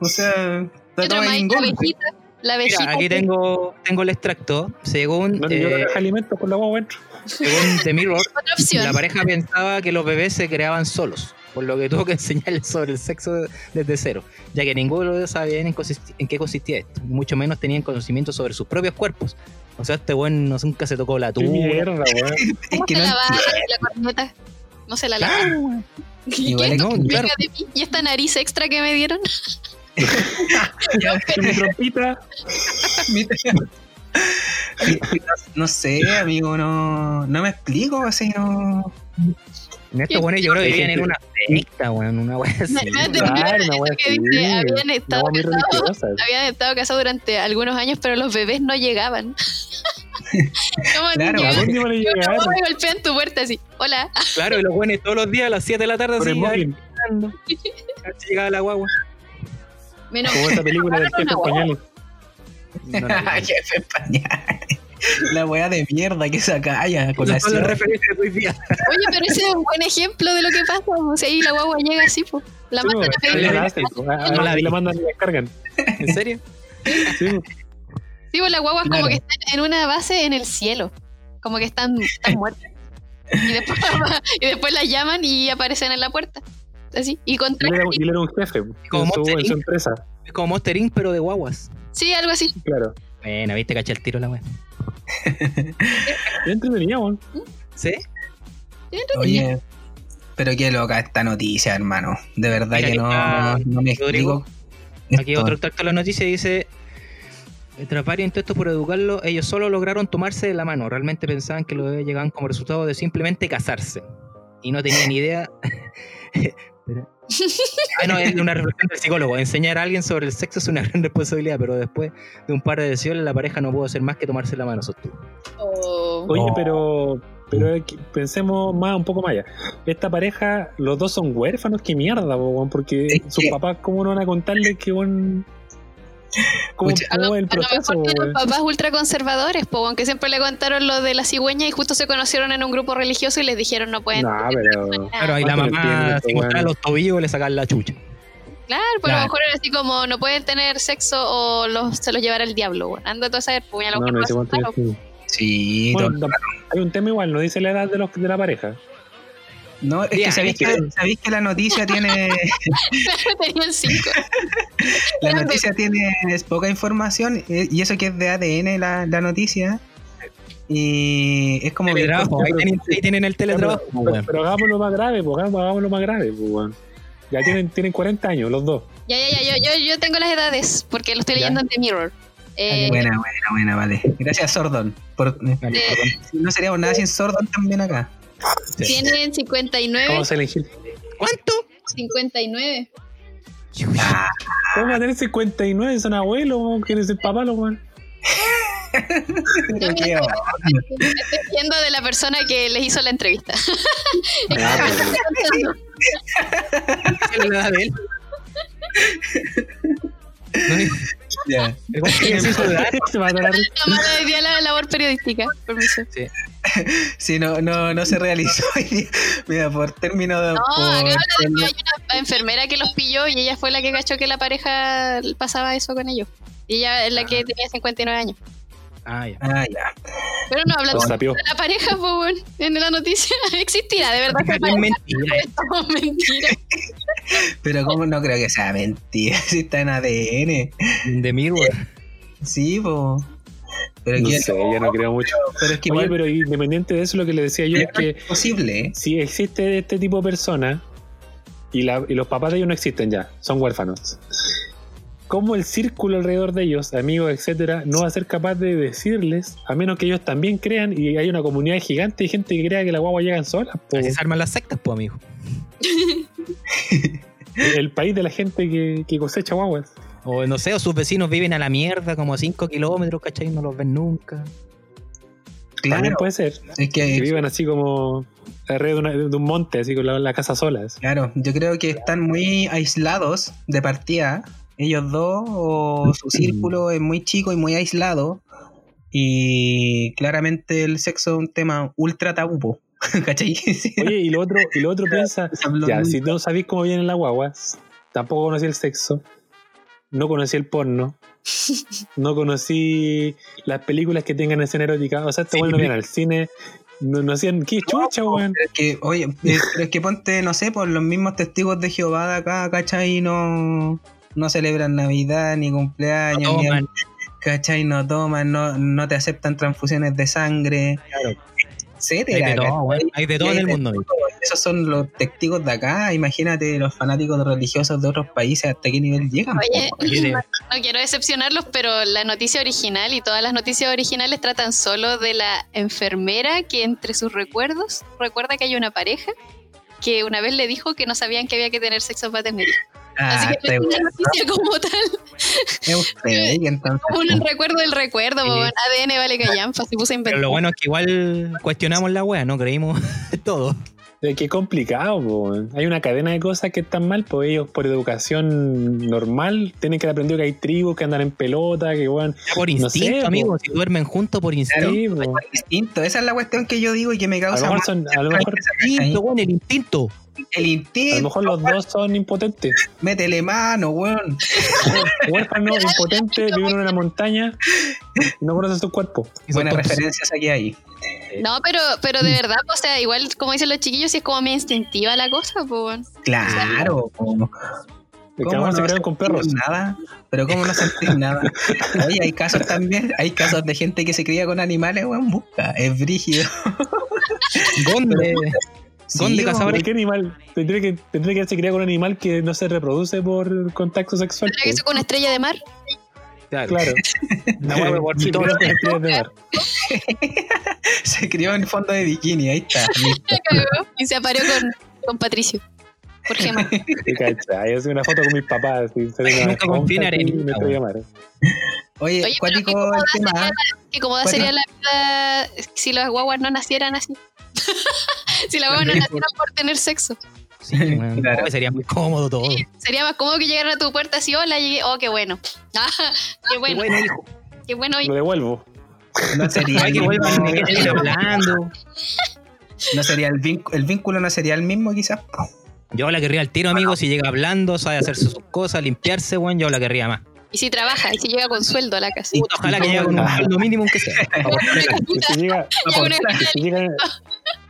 Speaker 7: o sea, está
Speaker 9: Yo
Speaker 7: todo
Speaker 9: trabajo
Speaker 7: ahí
Speaker 9: ahí
Speaker 7: en
Speaker 9: la
Speaker 7: gol.
Speaker 9: abejita. La abejita.
Speaker 6: Mira, aquí tengo, tengo el extracto. Según,
Speaker 8: No le dio
Speaker 6: eh,
Speaker 8: la caja de alimentos con la guagua dentro.
Speaker 6: según The Mirror,
Speaker 9: Otra opción.
Speaker 6: la pareja pensaba que los bebés se creaban solos, por lo que tuvo que *laughs* enseñarles sobre el sexo de- desde cero, ya que ninguno sabía bien en, consisti- en qué consistía esto, mucho menos tenían conocimiento sobre sus propios cuerpos. O sea, este buen no, nunca se tocó la
Speaker 8: Qué
Speaker 6: tuya. *laughs*
Speaker 8: mierda, weón.
Speaker 7: Es
Speaker 9: ¿Cómo
Speaker 7: que
Speaker 9: se
Speaker 7: no Ah,
Speaker 9: la va la corneta? No se la lava. ¿Y
Speaker 7: Igual
Speaker 9: qué esto
Speaker 6: no,
Speaker 9: que me
Speaker 7: *laughs*
Speaker 6: claro.
Speaker 9: llega de mí? ¿Y esta nariz extra que me dieron?
Speaker 8: Que mi trompita.
Speaker 7: entiendo. no sé, amigo, no, no me explico, así no.
Speaker 6: En estos buenos yo creo que
Speaker 8: Hay
Speaker 6: vivían en
Speaker 8: gente-
Speaker 6: una secta, weón, una wea
Speaker 9: *laughs*
Speaker 6: así.
Speaker 9: Me- me atendió
Speaker 8: Claro,
Speaker 9: eso
Speaker 8: una wea
Speaker 9: que
Speaker 8: así.
Speaker 9: dice, habían
Speaker 8: Una
Speaker 9: estado
Speaker 8: wea muy
Speaker 9: casados.
Speaker 8: religiosa.
Speaker 9: Habían estado casados durante algunos años, pero los bebés no llegaban. *laughs* Como
Speaker 7: Claro,
Speaker 9: llegan,
Speaker 8: ¿A dónde iban a
Speaker 9: llegan,
Speaker 8: llegar?
Speaker 9: y golpean tu puerta así. Hola. *laughs*
Speaker 6: Claro, y los buenos todos los días a las 7 de la tarde
Speaker 8: Por el
Speaker 6: así, ¿eh? a ver,
Speaker 8: móvil.
Speaker 6: a ver si llegaba la guagua.
Speaker 9: Menos
Speaker 8: Como esa película del jefe español.
Speaker 6: No, no,
Speaker 7: *laughs*
Speaker 6: no.
Speaker 7: Jefe español. La weá de mierda que saca allá con la
Speaker 6: Esas son las referencias de hoy día.
Speaker 9: Oye, pero ese es un buen ejemplo de lo que pasa. O sea, ahí la guagua llega así, pues. La matan a pedir.
Speaker 6: la- no la vi.
Speaker 8: Y la mandan y la descargan.
Speaker 6: ¿En serio?
Speaker 8: Sí,
Speaker 9: Sí, pues las guaguas
Speaker 7: Claro.
Speaker 9: como que están en una base en el cielo. Como que están, están muertas. Y después, y después las llaman y aparecen en la puerta. Así. Y
Speaker 8: y él
Speaker 9: contratan.
Speaker 8: era, y él era un jefe en
Speaker 6: Como
Speaker 8: su, en
Speaker 6: Monster
Speaker 8: su
Speaker 6: Inc.
Speaker 8: empresa,
Speaker 6: Es como Monster Inc, pero de guaguas.
Speaker 9: Sí, algo así.
Speaker 8: claro.
Speaker 6: Bueno, viste, caché el tiro la wea.
Speaker 8: Yo entretenía, weón.
Speaker 6: ¿Sí?
Speaker 7: Oye, pero qué loca esta noticia, hermano. De verdad
Speaker 6: Mira,
Speaker 7: que no,
Speaker 6: acá,
Speaker 7: no me
Speaker 6: Rodrigo,
Speaker 7: explico.
Speaker 6: Aquí
Speaker 7: esto.
Speaker 6: otro extracto de la noticia dice: Tras varios intentos por educarlo, ellos solo lograron tomarse de la mano. Realmente pensaban que los bebés llegaban como resultado de simplemente casarse. Y no tenían idea. *laughs* Espera. ah, no, es una reflexión del psicólogo. Enseñar a alguien sobre el sexo es una *laughs* gran responsabilidad, pero después de un par de decisiones, la pareja no pudo hacer más que tomarse la mano, sostuvo.
Speaker 9: O-
Speaker 8: Oye,
Speaker 7: No.
Speaker 8: pero, pero es que pensemos más, un poco más allá. Esta pareja, los dos son huérfanos, qué mierda, po, weón, porque
Speaker 7: Es
Speaker 8: sus
Speaker 7: que-
Speaker 8: papás, ¿cómo no van a contarle que weón. ¿Cómo,
Speaker 7: Pucha.
Speaker 9: a lo,
Speaker 8: cómo es el
Speaker 9: a lo
Speaker 8: proceso,
Speaker 9: mejor tienen
Speaker 8: weón?
Speaker 9: papás ultraconservadores, po, aunque siempre le contaron lo de la cigüeña y justo se conocieron en un grupo religioso y les dijeron no pueden.
Speaker 8: No, pero.
Speaker 9: nada".
Speaker 6: Claro, ahí la
Speaker 8: ¿Cuánto le
Speaker 6: mamá,
Speaker 8: tiene,
Speaker 6: si mostraba
Speaker 8: weón?
Speaker 6: los tobillos, le sacaban la chucha.
Speaker 9: Claro, pero a
Speaker 7: Claro.
Speaker 9: lo mejor era así como no pueden tener sexo o los, se los llevará el diablo. weón. Anda tú a saber, pues, a lo
Speaker 8: No,
Speaker 9: mejor
Speaker 8: no,
Speaker 9: no
Speaker 8: ese weón
Speaker 9: hacen nada,
Speaker 8: tiene-
Speaker 7: Sí,
Speaker 8: Bueno,
Speaker 7: to-
Speaker 8: tam- hay un tema igual, no dice la edad de, los, de la pareja.
Speaker 7: no, es que
Speaker 6: Mira,
Speaker 7: sabéis que, sabéis que la noticia tiene
Speaker 9: *laughs* po. Tenían cinco.
Speaker 7: la
Speaker 9: Grande.
Speaker 7: noticia tiene es poca información eh, y eso que es de ADN la, la noticia y es como bien
Speaker 6: Teletrabajo, ahí,
Speaker 7: corta,
Speaker 6: tienen, ahí tienen el teletrabajo.
Speaker 8: pero,
Speaker 6: weón.
Speaker 8: pero hagámoslo más grave, pues hagámoslo más grave, pues weón. Ya tienen, tienen 40 años los dos.
Speaker 9: Ya, ya, ya, yo, yo, yo tengo las edades porque lo estoy
Speaker 6: Ya.
Speaker 9: leyendo en The Mirror. Eh,
Speaker 7: pero- buena, buena, buena, vale. Gracias Sordon por
Speaker 6: Vale,
Speaker 9: eh,
Speaker 7: si no seríamos nada sin Sordon también acá.
Speaker 6: sí.
Speaker 9: tienen 59,
Speaker 8: Vamos a elegir.
Speaker 6: ¿Cuánto?
Speaker 8: *laughs*
Speaker 9: 59.
Speaker 8: ¿Cómo va a tener 59? Son abuelos, weón. ¿Quieres ser papá,
Speaker 7: *laughs*
Speaker 8: lo weón?
Speaker 9: Yo
Speaker 7: Qué horror.
Speaker 9: Estoy leyendo de la persona que les hizo la entrevista.
Speaker 8: Ah,
Speaker 9: *laughs*
Speaker 6: la edad de él. No, ni-
Speaker 7: Ya.
Speaker 6: el guapo que se hizo de edad.
Speaker 8: Se va a dar la-
Speaker 9: La mano de día la labor periodística. Permiso.
Speaker 7: *laughs* Sí, no, no, no se realizó. Mira, por término de.
Speaker 9: No,
Speaker 7: por-
Speaker 9: acá habla de que hay una enfermera que los pilló y ella fue la que cachó que la pareja pasaba eso con ellos. Y ella
Speaker 8: Ah.
Speaker 9: es la que tenía 59 años.
Speaker 6: Ah, ya.
Speaker 7: Ah, ya.
Speaker 9: Pero no habla
Speaker 8: Los
Speaker 9: de
Speaker 8: sapió.
Speaker 9: la pareja, po, weón. en la noticia. *laughs* Existirá, de verdad.
Speaker 6: Es
Speaker 9: *laughs*
Speaker 6: mentira.
Speaker 9: Estamos mentira.
Speaker 7: Pero como no creo que sea mentira, *laughs* si está en ADN.
Speaker 6: De mí, weón.
Speaker 7: Sí, po. Pero,
Speaker 8: No
Speaker 7: que-
Speaker 8: sé, ya no creo mucho.
Speaker 7: pero es que
Speaker 8: Oye,
Speaker 7: igual
Speaker 8: pero independiente de eso, lo que le decía yo es que
Speaker 7: es posible. ¿eh?
Speaker 8: si existe este tipo de personas y, la- y los papás de ellos no existen ya, son huérfanos. ¿Cómo el círculo alrededor de ellos, amigos, etcétera, no va a ser capaz de decirles, a menos que ellos también crean y hay una comunidad gigante de gente que crea que la guagua llegan sola? po?
Speaker 6: Así se arman las sectas, pues, amigo.
Speaker 8: El país de la gente que, que cosecha guaguas.
Speaker 6: O no sé, o sus vecinos viven a la mierda, como a 5 kilómetros, ¿cachai? No los ven nunca.
Speaker 8: También
Speaker 7: Claro,
Speaker 8: puede ser.
Speaker 7: es
Speaker 8: Que
Speaker 7: que,
Speaker 8: vivan así como alrededor de, una- de un monte, así con la, la casa solas.
Speaker 7: claro, yo creo que están muy aislados de partida. Ellos dos, o
Speaker 8: Mm.
Speaker 7: su círculo es muy chico y muy aislado. Y claramente el sexo es un tema ultra tabú, po. *laughs* ¿cachai? Sí.
Speaker 8: Oye, y lo otro, y *laughs* lo otro piensa,
Speaker 7: Se habló
Speaker 8: ya,
Speaker 7: nunca.
Speaker 8: si no sabéis cómo vienen las guaguas, tampoco conocí el sexo, no conocí el *laughs* porno, no conocí las películas que tengan escena erótica, o sea, este
Speaker 7: Sí.
Speaker 8: weón no viene al cine, no, no hacían qué chucha, weón.
Speaker 7: Pero es que, oye,
Speaker 8: *laughs*
Speaker 7: eh, pero es que ponte, no sé, por los mismos testigos de Jehová de acá, ¿cachai? No, no celebran Navidad, ni cumpleaños,
Speaker 6: No
Speaker 7: ni-
Speaker 6: toman.
Speaker 7: ¿cachai? No toman, no, no te aceptan transfusiones de sangre,
Speaker 6: Hay
Speaker 7: etcétera.
Speaker 6: de todo,
Speaker 7: ¿cachai?
Speaker 6: weón. Hay de todo en el
Speaker 7: Hay de
Speaker 6: mundo, amigo.
Speaker 7: todo. Esos son los testigos de acá, imagínate los fanáticos religiosos de otros países, hasta qué nivel llegan.
Speaker 9: Oye,
Speaker 7: po.
Speaker 6: Oye, de-
Speaker 9: No quiero decepcionarlos, pero la noticia original y todas las noticias originales tratan solo de la enfermera que entre sus recuerdos recuerda que hay una pareja que una vez le dijo que no sabían que había que tener sexo para tener hijos. Así
Speaker 7: Ah,
Speaker 9: que
Speaker 7: te-
Speaker 9: no es una noticia como tal, *laughs*
Speaker 7: es usted, y eh, entonces-
Speaker 9: como un recuerdo del recuerdo,
Speaker 6: Sí.
Speaker 9: po, weón. ADN vale callampa, se puso a
Speaker 6: Pero
Speaker 9: inventar.
Speaker 6: lo bueno es que igual cuestionamos la wea, no creímos *laughs* todo.
Speaker 8: Eh, Qué complicado, po, weón. Hay una cadena de cosas que están mal, pues ellos por educación normal tienen que aprender que hay tribus que andan en pelota, que weón.
Speaker 6: Ya por
Speaker 8: No
Speaker 6: instinto,
Speaker 8: sé,
Speaker 6: amigo.
Speaker 8: po.
Speaker 6: Si duermen juntos por instinto.
Speaker 8: Sí, po.
Speaker 7: Instinto, esa es la cuestión que yo digo y que me
Speaker 8: a lo
Speaker 7: causa
Speaker 8: mejor
Speaker 7: más-
Speaker 8: son,
Speaker 7: *laughs*
Speaker 8: a lo mejor,
Speaker 6: Instinto, weón, el instinto.
Speaker 7: el
Speaker 8: a
Speaker 7: instinto.
Speaker 8: lo mejor los dos son impotentes.
Speaker 7: Métele mano, weón.
Speaker 8: huérfano, impotente, viven en una montaña y no conocen su cuerpo.
Speaker 6: Y son
Speaker 7: Buenas
Speaker 6: tontos.
Speaker 7: referencias aquí ahí.
Speaker 9: No, pero, pero de verdad, o sea, igual como dicen los chiquillos, sí es como medio instintiva la cosa, po, weón.
Speaker 7: Claro. po.
Speaker 8: De que a lo mejor se crean con perros.
Speaker 7: nada? Pero cómo no sentir nada. Oye, hay casos también, hay casos de gente que se cría con animales, weón, busca, es brígido.
Speaker 6: ¿Dónde? ¿Dónde
Speaker 7: Sí,
Speaker 6: cazadores?
Speaker 8: ¿De qué animal? Tendría que, tendría que haberse criado con un animal que no se reproduce por contacto sexual. pues,
Speaker 9: ¿Será que soy con una estrella de mar?
Speaker 8: Claro.
Speaker 6: Una hueá por
Speaker 8: Se
Speaker 6: todo.
Speaker 8: criaron con estrellas de mar.
Speaker 7: Se crió en fondo de bikini, ahí está. listo.
Speaker 9: Cagó. Y se apareó con, con Patricio. Por ejemplo.
Speaker 8: Qué cacha, Yo hice una foto con mis papás. y salió una
Speaker 6: Nunca confío en
Speaker 8: esponja y
Speaker 6: arenita,
Speaker 8: me estrellé de mar.
Speaker 9: Oye,
Speaker 7: Ooye,
Speaker 9: pero
Speaker 7: cuático
Speaker 9: ¿qué cómo
Speaker 7: el
Speaker 9: va a
Speaker 7: tema.
Speaker 9: ser Que como
Speaker 7: Bueno.
Speaker 9: sería la vida si las guaguas no nacieran así. *laughs* si las guaguas no
Speaker 7: Sí,
Speaker 9: nacieran por tener sexo.
Speaker 6: Sí, weón.
Speaker 7: ¿eh? Claro.
Speaker 6: Oye, pues, Sería muy cómodo todo.
Speaker 9: Sería más cómodo que llegaran a tu puerta así, hola, llegué. Oh, qué bueno. *laughs* Ah, qué
Speaker 6: Qué
Speaker 9: bueno.
Speaker 6: bueno, hijo.
Speaker 9: Qué bueno.
Speaker 8: Lo devuelvo.
Speaker 7: No sería
Speaker 6: Ay,
Speaker 7: el
Speaker 6: que vuelvan
Speaker 7: mismo-
Speaker 6: me quedan hablando.
Speaker 7: no sería el vínculo, el vínculo no sería el mismo quizás.
Speaker 6: Yo la querría al tiro, amigo. Si llega hablando, sabe hacerse sus cosas, limpiarse, weón. Yo la querría más.
Speaker 9: Y si trabaja, y si llega con sueldo a la casa.
Speaker 6: Puta, ojalá que llegue con un sueldo mínimo que sea.
Speaker 9: *laughs*
Speaker 8: Y si
Speaker 9: Llega
Speaker 8: llega,
Speaker 9: con el-
Speaker 8: y si llega,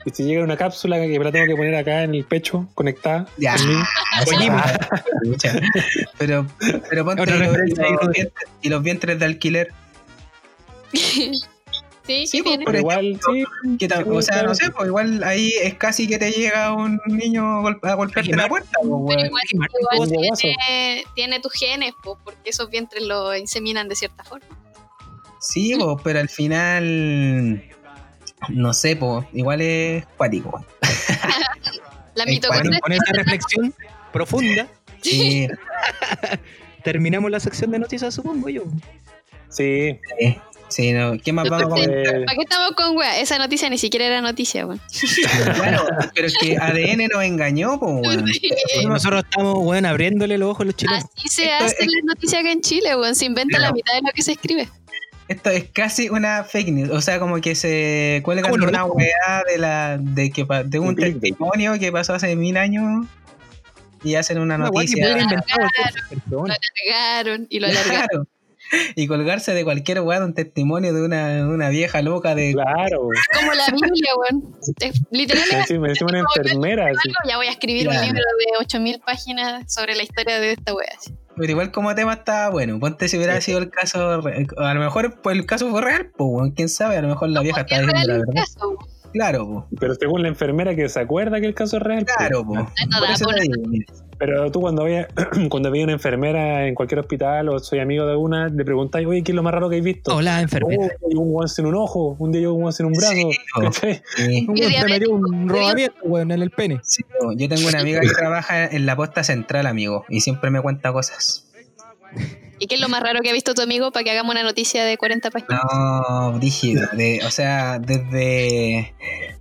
Speaker 8: y si llega una cápsula que me la tengo que poner acá en el pecho, conectada.
Speaker 7: Ya.
Speaker 6: Kojima.
Speaker 7: Chucha. pero, pero ponte
Speaker 6: Otra
Speaker 7: y los,
Speaker 6: referencia ahí,
Speaker 7: y los
Speaker 6: Rodri.
Speaker 7: vientres, y los vientres de alquiler.
Speaker 9: Sí,
Speaker 7: Sí,
Speaker 9: sí,
Speaker 7: pues,
Speaker 9: tiene.
Speaker 8: Pero igual, sí.
Speaker 7: que tal- o sea, no sé, pues igual ahí es casi que te llega un niño gol- a golpearte la puerta. pues,
Speaker 9: Pero
Speaker 7: weón.
Speaker 9: igual,
Speaker 6: Ricky Martin
Speaker 9: igual
Speaker 8: tuvo un guaguazo.
Speaker 9: tiene, tiene tus genes, po, porque esos vientres lo inseminan de cierta forma.
Speaker 7: Sí, pues, pero al final, no sé, pues igual es cuático.
Speaker 9: La
Speaker 7: Ey,
Speaker 9: mitocondria
Speaker 6: Con esa reflexión profunda,
Speaker 7: Sí,
Speaker 6: terminamos la sección de noticias, supongo yo.
Speaker 8: Sí.
Speaker 7: sí, sí, no. ¿Qué más vamos a comentar?
Speaker 8: eh,
Speaker 9: ¿Para qué estamos con wea? Esa noticia ni siquiera era noticia, weón.
Speaker 7: Claro, pero es que ADN nos engañó, pues, weón.
Speaker 6: Eh, Nosotros estamos, weón, abriéndole los ojos a los chilenos.
Speaker 9: Así se
Speaker 7: Esto
Speaker 9: hacen
Speaker 7: es-
Speaker 9: las noticias acá en Chile, weón. Se inventa la
Speaker 7: Claro.
Speaker 9: mitad de lo que se escribe.
Speaker 7: Esto es casi una fake news, o sea, como que se cuelgan
Speaker 6: ¿Cómo lo
Speaker 7: una
Speaker 6: dijo?
Speaker 7: weá de la de que pa- de un
Speaker 8: Un clickbait.
Speaker 7: testimonio que pasó hace mil años y hacen una
Speaker 6: Una weá que
Speaker 7: noticia.
Speaker 6: puede inventar cualquier
Speaker 7: pues,
Speaker 6: persona.
Speaker 9: Alargaron y lo alargaron.
Speaker 7: Claro. Y colgarse de cualquier weá de un testimonio de una, de una vieja loca de
Speaker 9: *laughs*
Speaker 8: Claro.
Speaker 9: Como
Speaker 7: *laughs*
Speaker 9: la Biblia, weón. Es-
Speaker 8: Me
Speaker 9: Literalmente,
Speaker 8: decimos una enfermera. así.
Speaker 9: ya voy a escribir un
Speaker 7: Claro.
Speaker 9: libro de 8000 páginas sobre la historia de esta wea.
Speaker 7: Pero igual como tema está bueno, ponte si hubiera sido el caso re- a lo mejor pues el caso fue real, pues weón, quién sabe, a lo mejor la vieja
Speaker 9: Porque
Speaker 7: está
Speaker 9: es
Speaker 7: diciendo
Speaker 9: real
Speaker 7: la
Speaker 9: el
Speaker 7: verdad.
Speaker 9: caso, weón.
Speaker 7: Claro, po.
Speaker 8: Pero según la enfermera que se acuerda que el caso es real. po.
Speaker 7: Claro, po.
Speaker 9: no,
Speaker 7: Por
Speaker 9: da,
Speaker 7: eso
Speaker 9: por
Speaker 7: te
Speaker 9: eso.
Speaker 7: digo,
Speaker 8: Pero tú cuando veas *clears throat* cuando veas una enfermera en cualquier hospital o soy amigo de una, le preguntáis, oye, ¿qué es lo más raro que has visto?
Speaker 6: Hola, enfermera. Oh.
Speaker 8: Oh, hay un guan sin un ojo, un día yo un guan sin un brazo.
Speaker 7: Sí, po.
Speaker 8: ¿cachai?
Speaker 7: sí.
Speaker 1: Un weón se metió un
Speaker 9: diabético.
Speaker 1: rodamiento, weón, en el pene.
Speaker 7: Sí, po. yo tengo una amiga que trabaja en la posta central, amigo, y siempre me cuenta cosas.
Speaker 9: ¿Y qué es lo más raro que ha visto tu amigo para que hagamos una noticia de 40 páginas?
Speaker 7: No, brígido. de- o sea, desde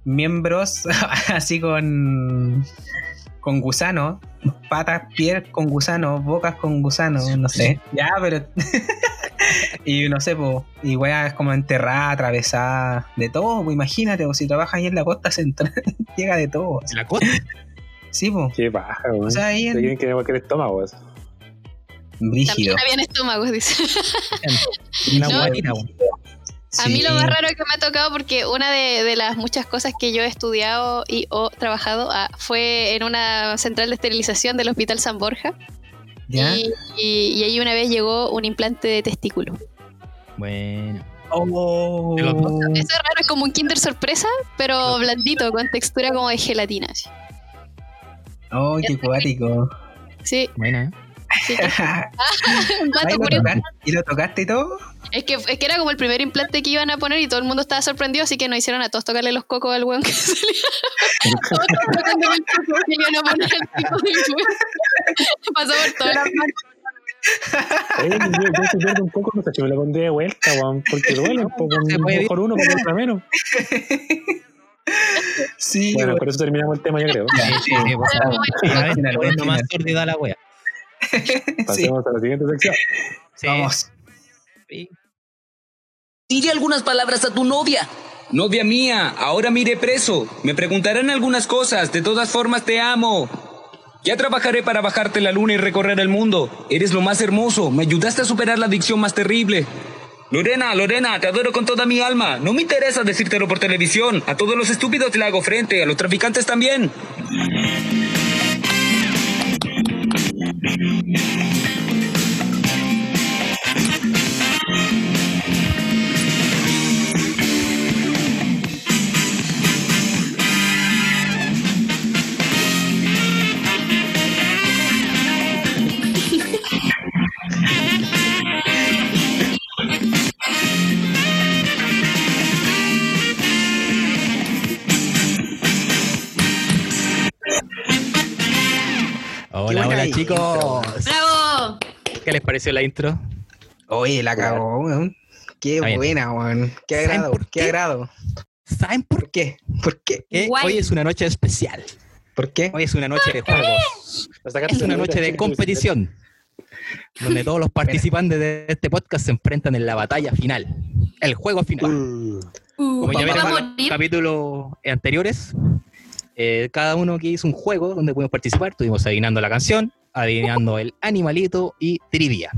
Speaker 7: miembros *laughs* así con con gusano, patas, pies con gusano, bocas con gusano, no sé. Ya, pero *laughs* y no sé, po, y weas como enterrada, atravesada, de todo, po, imagínate, po, si trabajas ahí en la costa central, *laughs* llega de todo.
Speaker 6: La costa.
Speaker 7: Sí, po.
Speaker 8: Qué baja, weón.
Speaker 7: O sea, ahí
Speaker 8: Te
Speaker 7: en
Speaker 8: quieren que cualquier estómago. eso.
Speaker 7: brígido.
Speaker 9: También había en estómagos, dice.
Speaker 6: Una
Speaker 9: No.
Speaker 6: guatita, weón.
Speaker 9: A mí lo
Speaker 7: Sí.
Speaker 9: más raro que me ha tocado, porque una de, de las muchas cosas que yo he estudiado y o trabajado ah, fue en una central de esterilización del Hospital San Borja.
Speaker 7: ¿Ya?
Speaker 9: Y, y- y ahí una vez llegó un implante de testículo.
Speaker 6: Bueno.
Speaker 7: Oh.
Speaker 6: De los dos
Speaker 9: Eso es raro, es como un Kinder sorpresa, pero blandito, con textura como de gelatina. así.
Speaker 7: Oh, qué cuático.
Speaker 9: Sí,
Speaker 6: Buena, ¿eh?
Speaker 7: *laughs*
Speaker 9: sí. que- *laughs* Un
Speaker 7: Ay,
Speaker 9: dato
Speaker 7: ¿lo
Speaker 9: curioso.
Speaker 7: tocaste? ¿Y lo tocaste y todo?
Speaker 9: Es que, es que era como el primer implante que iban a poner y todo el mundo estaba sorprendido, así que nos hicieron a todos tocarle los cocos al weón que *laughs*
Speaker 7: *laughs*
Speaker 9: salía. Todos tocándole el coco que le iban a poner al tipo del weón. *laughs* Pasó por todas las partes.
Speaker 8: Oye, yo, yo se pierdo un poco, no sé si me lo pondría de vuelta, weón, porque duele un poco.
Speaker 6: se puede
Speaker 8: Mejor uno, para otra menos.
Speaker 7: Sí,
Speaker 8: Bueno,
Speaker 7: bueno. pues,
Speaker 8: por eso terminamos el tema, yo *laughs* creo.
Speaker 7: Ya,
Speaker 6: Sí, sí, por favor. Cada vez está poniendo más sordida la wea.
Speaker 7: Sí,
Speaker 8: Pasemos a la siguiente sección.
Speaker 6: Sí.
Speaker 7: vamos.
Speaker 6: Sí.
Speaker 10: Dile algunas palabras a tu novia. Novia mía, ahora me iré preso. Me preguntarán algunas cosas. De todas formas, te amo. Ya trabajaré para bajarte la luna y recorrer el mundo. Eres lo más hermoso. Me ayudaste a superar la adicción más terrible. Lorena, Lorena, te adoro con toda mi alma. No me interesa decírtelo por televisión. A todos los estúpidos le hago frente, a los traficantes también.
Speaker 6: Hola,
Speaker 7: buena
Speaker 6: hola
Speaker 7: intro.
Speaker 6: chicos.
Speaker 5: ¡Bravo!
Speaker 6: ¿Qué les pareció la intro?
Speaker 7: Oye, la cagó, weón. Qué
Speaker 6: Está bien.
Speaker 7: buena, weón. Qué
Speaker 6: ¿Saben
Speaker 7: agrado,
Speaker 6: por
Speaker 7: qué
Speaker 6: qué?
Speaker 7: agrado.
Speaker 6: ¿Saben por
Speaker 7: ¿Por qué? ¿Por qué?
Speaker 6: qué?
Speaker 5: Guay.
Speaker 6: Hoy es una noche especial.
Speaker 7: ¿Por qué?
Speaker 6: Hoy es una noche de juegos.
Speaker 8: Nos sacaste
Speaker 6: Es una
Speaker 8: la
Speaker 6: noche de
Speaker 8: chica,
Speaker 6: competición. Donde todos los participantes de este podcast se enfrentan en la batalla final. El juego final.
Speaker 8: Uh,
Speaker 6: Como
Speaker 5: ¿Vamos
Speaker 6: ya vieron
Speaker 5: a
Speaker 6: en los
Speaker 5: morir?
Speaker 6: capítulos anteriores, eh, cada uno que hizo un juego donde pudimos participar, estuvimos adivinando la canción, adivinando el animalito y trivia.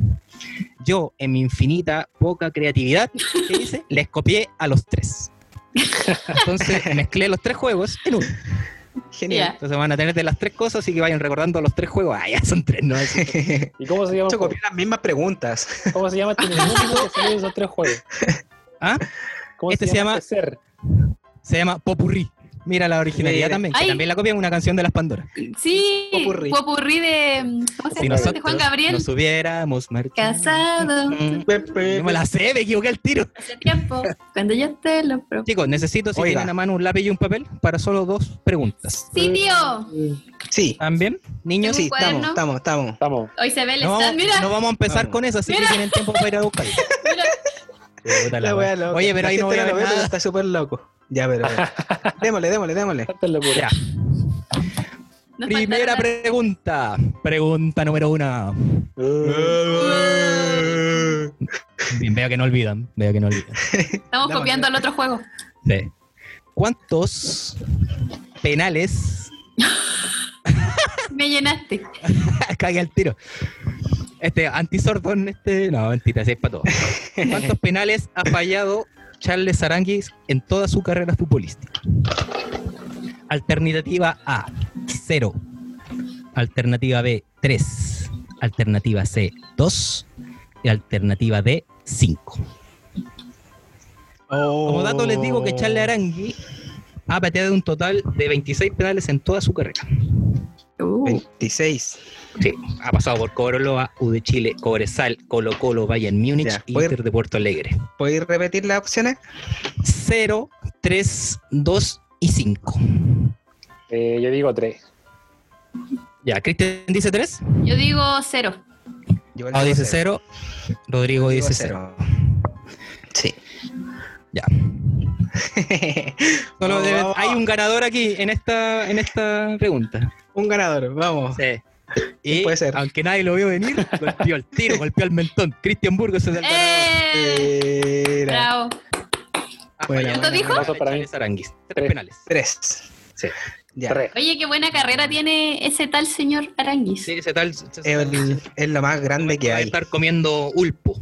Speaker 6: Yo, en mi infinita poca creatividad, ¿qué hice? Les copié a los tres. Entonces mezclé los tres juegos en uno.
Speaker 7: Genial. *laughs*
Speaker 6: Entonces van a tener de las tres cosas, así que vayan recordando los tres juegos. Ah, ya son tres, ¿no? Eso-
Speaker 8: ¿Y cómo se llama?
Speaker 7: Yo copié las mismas preguntas.
Speaker 8: ¿Cómo
Speaker 6: *laughs*
Speaker 8: se llama este músico que salió de esos tres juegos?
Speaker 6: ¿Ah?
Speaker 8: ¿Cómo
Speaker 6: Este se llama-
Speaker 8: este ser?
Speaker 6: *laughs* Se llama Popurrí. Mira la originalidad
Speaker 7: Mira.
Speaker 6: también, que
Speaker 5: Ay.
Speaker 6: también la copian una canción de las Pandoras.
Speaker 5: Sí,
Speaker 7: Popurrí.
Speaker 5: popurrí de,
Speaker 9: mm,
Speaker 5: ¿cómo se
Speaker 6: Si
Speaker 5: llama? de
Speaker 6: nosotros
Speaker 5: Juan Gabriel.
Speaker 6: nos hubiéramos marchado.
Speaker 5: Casado
Speaker 6: Mm, No me la sé, me equivoqué el tiro.
Speaker 5: hace tiempo, cuando yo te lo propuse.
Speaker 6: Chicos, necesito si
Speaker 7: Oiga.
Speaker 6: tienen a mano un lápiz y un papel para solo dos preguntas.
Speaker 5: Sí, tío.
Speaker 7: Sí,
Speaker 6: ¿También? Niños,
Speaker 7: sí,
Speaker 5: un cuaderno?
Speaker 7: estamos, estamos, estamos.
Speaker 8: Estamos.
Speaker 5: Hoy se ve el
Speaker 6: no
Speaker 5: stand.
Speaker 6: vamos,
Speaker 5: Mira,
Speaker 6: no vamos a empezar con eso, así que tienen tiempo para ir a buscar. Eh, Puta la
Speaker 7: La
Speaker 6: wea.
Speaker 7: wea loca.
Speaker 6: Oye, pero
Speaker 7: La
Speaker 6: ahí no voy
Speaker 7: gente
Speaker 6: a
Speaker 7: lo
Speaker 6: ver
Speaker 7: ve, pero
Speaker 6: nada.
Speaker 7: Está súper loco.
Speaker 6: *laughs*
Speaker 7: Ya, pero. démosle, démosle, démosle.
Speaker 8: Esta es locura.
Speaker 6: Ya.
Speaker 5: nos
Speaker 6: Primera
Speaker 5: faltaron
Speaker 6: pregunta. Pregunta número una. Bien, veo que no olvidan. Veo que no olvidan.
Speaker 5: las- Estamos
Speaker 7: Dame,
Speaker 5: copiando al otro juego.
Speaker 6: Sí. ¿Cuántos penales
Speaker 5: Me llenaste.
Speaker 6: *laughs* Cague al tiro. Este, antisordón, este. No, mentira, ese es para todos. ¿Cuántos penales ha fallado Charles Saranguis en toda su carrera futbolística? Alternativa A, 0. Alternativa B, 3. Alternativa C, 2. Y alternativa D, 5. Como dato les digo que Charles Arangui ha pateado un total de 26 penales en toda su carrera.
Speaker 7: Uh. 26.
Speaker 6: Sí, ha pasado por Cobreloa, U de Chile, Cobresal, Colo Colo, Bayern Múnich
Speaker 7: Ya,
Speaker 6: y
Speaker 7: voy-
Speaker 6: Inter de Puerto Alegre.
Speaker 7: ¿Podéis repetir las opciones?
Speaker 6: 0, 3, 2 y 5.
Speaker 8: eh, yo digo 3.
Speaker 6: Ya, Cristian dice 3.
Speaker 9: Yo digo cero.
Speaker 6: Pau dice 0. Rodrigo dice 0.
Speaker 7: Sí. *laughs*
Speaker 6: Ya.
Speaker 7: Vamos,
Speaker 6: Solo de-
Speaker 7: vamos.
Speaker 6: hay un ganador aquí en esta, en esta pregunta.
Speaker 7: Un ganador, vamos.
Speaker 6: Sí. Y
Speaker 7: Puede ser.
Speaker 6: aunque nadie lo vio venir, golpeó el tiro, golpeó el mentón. Cristian Burgos es el ganador. Eh,
Speaker 7: Era.
Speaker 9: Eh, Bravo.
Speaker 7: Buena,
Speaker 9: ¿Cuánto
Speaker 7: buena,
Speaker 9: dijo?
Speaker 7: buena.
Speaker 8: Paso para mí.
Speaker 6: Charles Aránguiz. Tres penales.
Speaker 7: Tres.
Speaker 6: Sí.
Speaker 7: Ya.
Speaker 8: Tres.
Speaker 9: Oye, qué buena carrera tiene ese tal señor Aranguis.
Speaker 6: Sí, ese tal se- se-
Speaker 7: El- es lo más grande que
Speaker 6: va a
Speaker 7: hay.
Speaker 6: estar comiendo ulpo.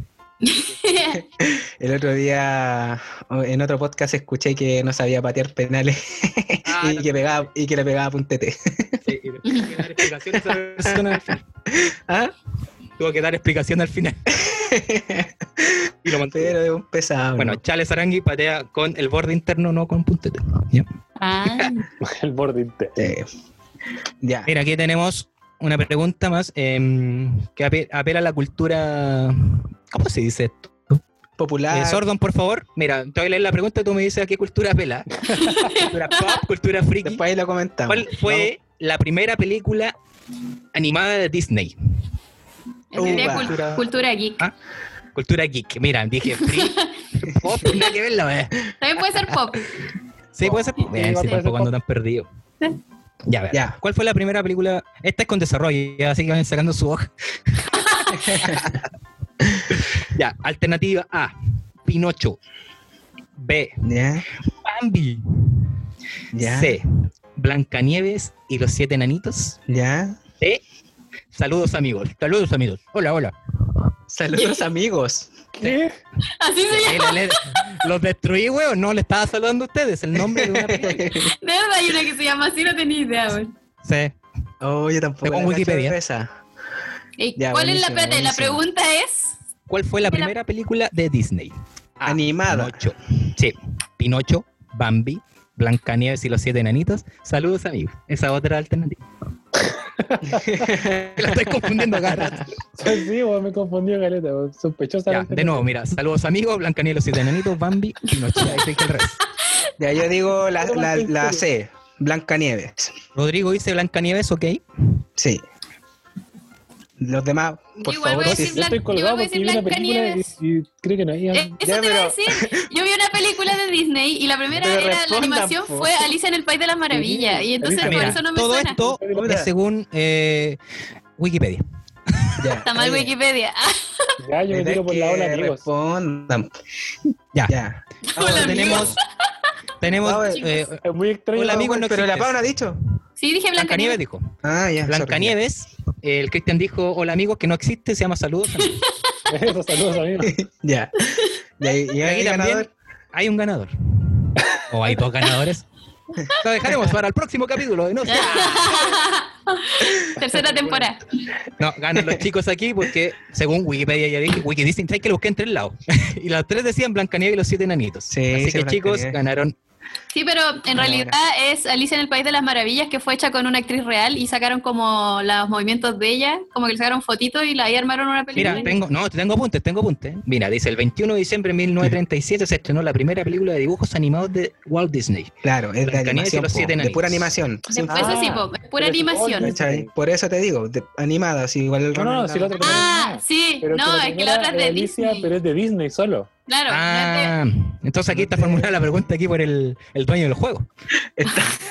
Speaker 7: El otro día, o- en otro podcast, escuché que no sabía patear penales *laughs*
Speaker 6: Ah,
Speaker 7: y, que pegaba, y que le pegaba puntete. *laughs*
Speaker 6: sí, y después tuvo que dar explicación a esa persona al final.
Speaker 7: ¿Ah?
Speaker 6: Tuvo que dar explicación al *laughs* final. y lo mantuvo.
Speaker 7: Pero es un pesado.
Speaker 6: bueno,
Speaker 7: ¿no?
Speaker 6: Charles Arangui patea con el borde interno, no con puntete. Ya.
Speaker 9: *laughs* Ah,
Speaker 8: *laughs* El borde interno.
Speaker 7: Sí. Ya.
Speaker 6: Mira, aquí tenemos una pregunta más em, que ape- apela a la cultura. ¿Cómo se dice esto?
Speaker 7: Popular.
Speaker 6: Eh, Sordon, por favor. Mira, te voy a leer la pregunta y tú me dices a qué cultura *laughs* apela. cultura pop, cultura friki.
Speaker 7: Después ahí lo comentamos.
Speaker 6: ¿Cuál fue la primera película animada de Disney?
Speaker 9: sería
Speaker 7: Uva.
Speaker 9: cul- cultura geek.
Speaker 6: Cultura geek. Mira, dije *laughs* free. pop, nada que ver la wea.
Speaker 9: También puede ser pop.
Speaker 6: Sí, puede ser. Bien, sí,
Speaker 8: puede ser
Speaker 6: tampoco ando
Speaker 8: pop.
Speaker 6: tan perdido. Ya, a ver.
Speaker 7: Ya.
Speaker 6: ¿Cuál fue la primera película? Esta es con desarrollo, ya, así que vayan sacando su *laughs* hoja. ya, alternativa A, Pinocho. B,
Speaker 7: Ya.
Speaker 6: Bambi.
Speaker 7: Ya.
Speaker 6: C, Blancanieves y los siete enanitos.
Speaker 7: Ya.
Speaker 6: D, saludos amigos. Saludos amigos. Hola, hola. *laughs*
Speaker 7: Saludos, amigos.
Speaker 9: Así se llama.
Speaker 6: Sí, la letra. Los destruí, weón. No, le estaba saludando a ustedes. El nombre *laughs* de una película.
Speaker 9: De verdad hay una que se llama así, no tenía idea, güey.
Speaker 6: Sí.
Speaker 7: Oh, yo tampoco.
Speaker 6: Según
Speaker 7: la cacho
Speaker 6: Wikipedia.
Speaker 7: de esa.
Speaker 9: Ey,
Speaker 7: Ya,
Speaker 9: ¿Cuál es la,
Speaker 7: buenísimo,
Speaker 9: espérate, la
Speaker 7: buenísimo.
Speaker 9: pregunta? es.
Speaker 6: ¿Cuál fue la primera película de Disney? A,
Speaker 7: Animada.
Speaker 6: Pinocho. Sí. Pinocho, Bambi, Blancanieves y los siete enanitos. Saludos, amigos. Esa otra alternativa. *laughs* la estoy confundiendo acá. rato.
Speaker 8: *laughs* Sí, weón, me confundió, Galeta. weón. Sospechosa.
Speaker 6: Ya, de nuevo, mira. Saludos, amigos. Blancanieves y los siete enanitos, Bambi, Pinocho. Ahí se dice el resto.
Speaker 7: *laughs* Ya, yo digo la, la, la C. Blanca Nieves.
Speaker 6: Rodrigo dice Blancanieves, ok.
Speaker 7: Sí. Los demás, por
Speaker 9: Yo igual
Speaker 7: favor,
Speaker 9: voy a
Speaker 7: sí,
Speaker 9: decir
Speaker 8: Yo estoy
Speaker 9: Blan-
Speaker 8: colgado
Speaker 9: yo iba a
Speaker 8: porque
Speaker 9: decir
Speaker 8: vi una película y,
Speaker 9: Blancanieves.
Speaker 8: y creo que no había.
Speaker 9: Eh, Eso
Speaker 7: Ya,
Speaker 9: te iba a
Speaker 7: pero-
Speaker 9: decir. Yo vi una película de Disney y la primera
Speaker 7: Pero
Speaker 9: era la
Speaker 7: respondan,
Speaker 9: animación
Speaker 7: po.
Speaker 9: fue Alicia en el País de las Maravillas. Y entonces
Speaker 6: Ah,
Speaker 9: por
Speaker 6: mira,
Speaker 9: eso no me
Speaker 6: todo
Speaker 9: suena.
Speaker 6: esto
Speaker 8: Mira.
Speaker 6: es según eh, Wikipedia.
Speaker 7: ya.
Speaker 9: Está mal
Speaker 6: eh,
Speaker 7: Oye,
Speaker 9: Wikipedia. *laughs* Ah,
Speaker 8: Ya, yo me
Speaker 7: tenés
Speaker 8: tiro por la
Speaker 7: que
Speaker 8: ola, amigos.
Speaker 7: Respondan.
Speaker 6: Ya.
Speaker 7: ya.
Speaker 9: Hola,
Speaker 7: Vamos,
Speaker 9: amigos.
Speaker 6: ah, tenemos tenemos
Speaker 7: Vamos,
Speaker 6: eh,
Speaker 8: Es muy extraño.
Speaker 6: Hola,
Speaker 8: la-
Speaker 6: amigos, no
Speaker 7: pero la
Speaker 6: existe.
Speaker 7: Pau no ha dicho.
Speaker 9: Sí, dije
Speaker 6: Blancanieves
Speaker 9: Blancanieves.
Speaker 6: dijo.
Speaker 7: Ah, ya.
Speaker 6: Blancanieves, el Cristian dijo, hola amigos, que no existe, se llama saludos. amigos".
Speaker 8: Esos *laughs* saludos,
Speaker 9: *laughs*
Speaker 8: amigos.
Speaker 7: sorry, *laughs* Ya. Ya, Y, y
Speaker 6: aquí
Speaker 7: ahí
Speaker 6: también
Speaker 7: ganador.
Speaker 6: hay un ganador. O hay dos ganadores. Lo dejaremos para el próximo capítulo. de No, sé.
Speaker 9: Tercera temporada.
Speaker 6: no ganan los chicos aquí porque, según Wikipedia, ya dije, Wikidicen, hay que lo busqué en tres lados. *laughs* y las tres decían Blancanieves y los siete enanitos.
Speaker 7: Sí,
Speaker 6: Así
Speaker 7: sí,
Speaker 6: que, chicos,
Speaker 7: Blancanieves.
Speaker 6: ganaron.
Speaker 9: Sí, pero en
Speaker 7: Ahora.
Speaker 9: realidad es Alicia en el País de las Maravillas que fue hecha con una actriz real y sacaron como los movimientos de ella, como que le sacaron fotitos y la- ahí armaron una película.
Speaker 6: Mira, tengo, no, tengo apuntes, tengo apuntes. Mira, dice, el 21 de diciembre de 1937 se estrenó la primera película de dibujos animados de Walt Disney.
Speaker 7: Claro, es de
Speaker 6: Blancanieves y
Speaker 7: animación.
Speaker 6: los
Speaker 7: po,
Speaker 6: siete
Speaker 7: de pura
Speaker 6: enanitos.
Speaker 7: animación. sin-
Speaker 9: Después
Speaker 8: Ah,
Speaker 9: eso sí, po, es pura
Speaker 8: pero sí,
Speaker 9: animación.
Speaker 8: oye.
Speaker 7: ¿cachai? Por eso te digo, de- animada, si igual el
Speaker 8: No, no,
Speaker 7: Ronald
Speaker 8: si la otra
Speaker 9: Ah, sí,
Speaker 8: Pero
Speaker 9: no, es que la otra es de
Speaker 8: Alicia,
Speaker 9: Disney.
Speaker 8: Pero es de Disney solo.
Speaker 9: Claro, no es de-
Speaker 6: Ah, entonces aquí está formulada la pregunta aquí por el, el dueño del juego.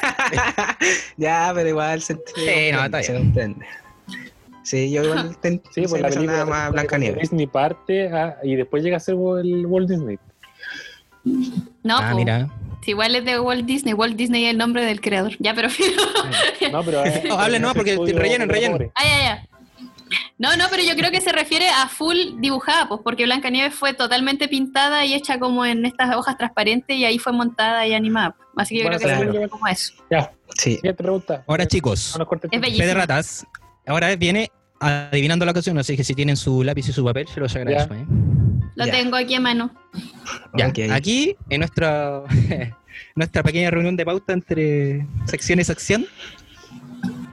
Speaker 7: Ah. *laughs* ya, pero igual se entiende.
Speaker 6: Sí, no, está
Speaker 7: se
Speaker 6: bien.
Speaker 7: entiende. Sí, yo *laughs* igual te,
Speaker 8: Sí, pues
Speaker 7: se
Speaker 8: la
Speaker 7: me hace
Speaker 8: película
Speaker 7: nada más Blanca Nieves.
Speaker 8: Disney parte ah, y después llega a ser el Walt Disney.
Speaker 9: no,
Speaker 6: ah,
Speaker 9: po.
Speaker 6: mira.
Speaker 9: Sí, igual es de Walt Disney. Walt Disney es el nombre del creador. Ya, pero *laughs*
Speaker 8: No, pero. eh,
Speaker 6: No, hable nomás, porque
Speaker 8: estudio
Speaker 6: rellenen,
Speaker 8: de la
Speaker 6: rellenen.
Speaker 8: pobre.
Speaker 9: Ah, ya, ya. No, no, pero yo creo que se refiere a full dibujada, pues, porque Blancanieves fue totalmente pintada y hecha como en estas hojas transparentes y ahí fue montada y animada. pues. Así que yo
Speaker 8: Bueno,
Speaker 9: creo que se
Speaker 7: claro.
Speaker 9: refiere como a eso.
Speaker 8: Ya,
Speaker 7: Sí.
Speaker 8: siguiente pregunta.
Speaker 6: Ahora,
Speaker 8: No
Speaker 6: chicos,
Speaker 8: nos cortes
Speaker 9: Es
Speaker 8: el-
Speaker 9: bellísimo.
Speaker 6: Fede Ratas, ahora viene adivinando la ocasión, así que si tienen su lápiz y su papel, se los agradezco. ¿eh?
Speaker 9: Lo
Speaker 7: Ya.
Speaker 9: tengo aquí a mano.
Speaker 6: Ya, ah.
Speaker 7: Ok.
Speaker 6: Aquí, en nuestra *laughs* nuestra pequeña reunión de pauta entre sección y sección.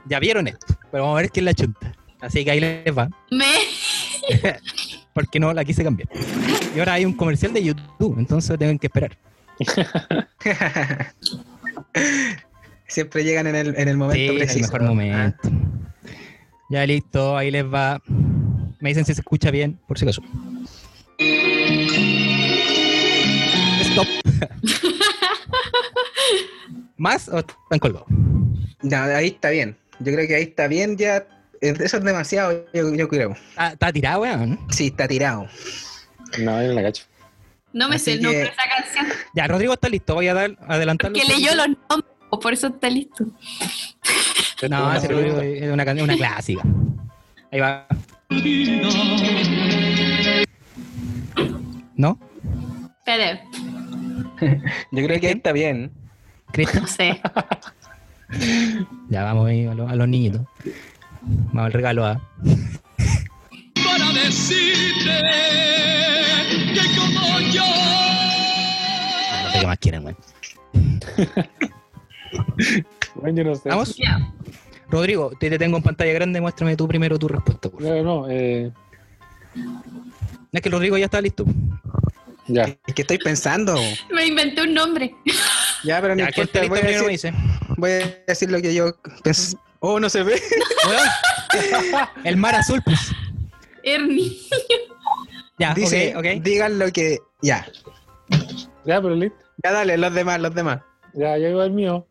Speaker 6: Ya vieron esto, pero vamos a ver quién la chunta. Así que ahí les va.
Speaker 9: Me.
Speaker 6: Porque no la quise cambiar. Y ahora hay un comercial de YouTube, entonces tienen que esperar.
Speaker 7: Siempre llegan en el, en el
Speaker 6: Sí,
Speaker 7: momento
Speaker 6: en el
Speaker 7: preciso. Ah.
Speaker 6: mejor momento. Ya listo, ahí les va. Me dicen si se escucha bien, por si acaso.
Speaker 7: *laughs*
Speaker 6: Stop. ¿Más o están colgados?
Speaker 7: No, Ah, ahí está bien. Yo creo que ahí está bien ya. Eh, Eso es demasiado, yo, yo creo.
Speaker 6: Ah, ¿Está tirado, weón?
Speaker 7: Sí, está tirado.
Speaker 8: No, yo no la cacho.
Speaker 9: No me
Speaker 7: Así
Speaker 9: sé el nombre
Speaker 7: que-
Speaker 9: de esa canción.
Speaker 6: Ya, Rodrigo está listo, voy a dar, adelantarlo.
Speaker 9: Que leyó los nombres, pues, por eso está listo.
Speaker 6: No, ese Rodrigo es eh, una, can- es una clásica. Ahí va. ¿No?
Speaker 9: Espera,
Speaker 7: Yo creo que ahí está bien.
Speaker 6: ¿Cristian?
Speaker 9: no sé.
Speaker 6: Ya vamos ahí a, los- a los niñitos. Vamos al regalo a.
Speaker 11: para decirte que como yo
Speaker 6: No sé qué más quieren, weón.
Speaker 8: Bueno, yo no sé.
Speaker 6: ¿Vamos?
Speaker 9: Ya.
Speaker 6: Rodrigo, te, te tengo en pantalla grande, muéstrame tú primero tu respuesta. por favor.
Speaker 8: No, no, eh,
Speaker 6: Es que Rodrigo ya está listo.
Speaker 8: ya.
Speaker 7: Es que estoy pensando.
Speaker 9: Me inventé un nombre.
Speaker 7: Ya, pero no
Speaker 6: Ya que está
Speaker 7: importa.
Speaker 6: listo
Speaker 7: Voy a,
Speaker 6: primero me
Speaker 7: decir,
Speaker 6: dice.
Speaker 7: voy a decir lo que yo pensé. Oh, no
Speaker 6: *laughs*
Speaker 7: se ve.
Speaker 6: Weón, El mar azul, pues.
Speaker 9: Ernie.
Speaker 6: Ya,
Speaker 7: Dice,
Speaker 6: Ah, ok, ok.
Speaker 7: digan lo que. Ya.
Speaker 8: Ya, pero listo.
Speaker 7: Ya, dale, los demás, los demás.
Speaker 8: Ya, ya iba el mío.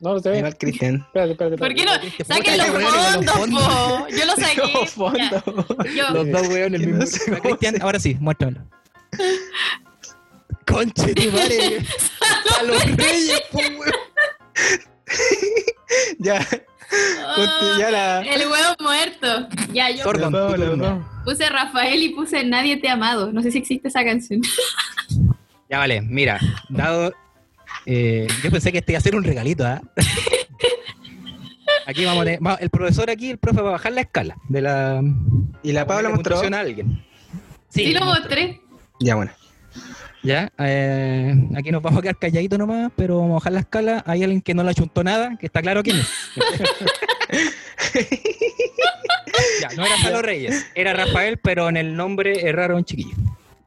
Speaker 8: No, no se ve.
Speaker 7: Ahí va el
Speaker 9: *laughs*
Speaker 7: Cristian.
Speaker 8: Espérate, espérate.
Speaker 9: ¿Por qué no?
Speaker 8: espérate.
Speaker 9: Saquen los
Speaker 6: Puta, weón, en los
Speaker 9: fondos, po. Yo los
Speaker 7: No,
Speaker 9: saqué. pues, Ya,
Speaker 7: fondo.
Speaker 9: Yo.
Speaker 8: dos
Speaker 7: Oh, weón, el mismo.
Speaker 6: Ya, Cristian, ahora sí,
Speaker 7: *laughs*
Speaker 6: muéstramelo. Conche
Speaker 9: *laughs*
Speaker 6: tu madre.
Speaker 7: A los reyes, po, weón. *laughs* Ya,
Speaker 9: Ah,
Speaker 7: ya la.
Speaker 9: el huevo muerto. Ya, yo
Speaker 6: Sordo.
Speaker 7: Los dos, los dos.
Speaker 9: puse Rafael y puse Nadie te ha amado. No sé si existe esa canción.
Speaker 6: Ya vale, mira, dado. eh, yo pensé que este iba a ser un regalito, ¿ah? Aquí vamos a tener- va- El profesor aquí, el profe va a bajar la escala de la.
Speaker 7: Y la Paula
Speaker 6: ponerle
Speaker 7: mostró.
Speaker 6: puntuación a alguien.
Speaker 9: Sí, lo
Speaker 6: mostró.
Speaker 9: mostré.
Speaker 7: Ya, bueno.
Speaker 6: Ya, eh, aquí nos vamos a quedar calladitos nomás, pero vamos a bajar la escala. Hay alguien que no la chuntó nada, que está claro quién es. *laughs* ya, no era Jalo Reyes, era Rafael, pero en el nombre erraron chiquillo.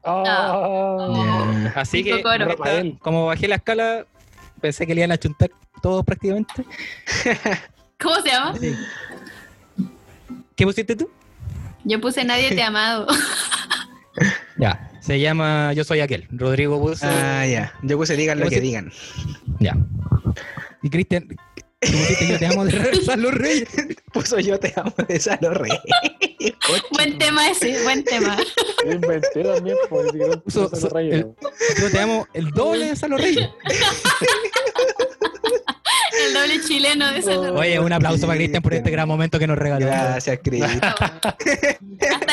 Speaker 9: Oh.
Speaker 8: Ah,
Speaker 7: Ya.
Speaker 6: Así
Speaker 9: Y
Speaker 6: que,
Speaker 9: Cocoro.
Speaker 6: esta-
Speaker 8: Rafael.
Speaker 6: como bajé la escala, pensé que le iban a chuntar todos prácticamente.
Speaker 9: ¿Cómo se llama?
Speaker 6: ¿Qué pusiste tú?
Speaker 9: Yo puse Nadie te ha amado.
Speaker 6: Ya, se llama Yo soy aquel, Rodrigo Buzo.
Speaker 7: Ah, ya. Yo puse digan lo
Speaker 6: Yo
Speaker 7: que
Speaker 6: puse-
Speaker 7: digan.
Speaker 6: Ya. Y Cristian, ¿tú pusiste yo te amo *laughs* de regreso a los Reyes?
Speaker 7: Puso yo te amo *laughs* de Salo Rey.
Speaker 9: Buen tema ese, buen tema.
Speaker 8: yo inventé también. Por si no,
Speaker 6: Puso-
Speaker 8: no se
Speaker 6: so-
Speaker 8: lo rayen,
Speaker 6: el-
Speaker 8: weón.
Speaker 6: Yo te amo el doble de Salo Reyes.
Speaker 9: El doble chileno de esa
Speaker 6: Oye, un aplauso para Cristian por este gran momento que nos regaló.
Speaker 7: Gracias, Cris.
Speaker 9: Hasta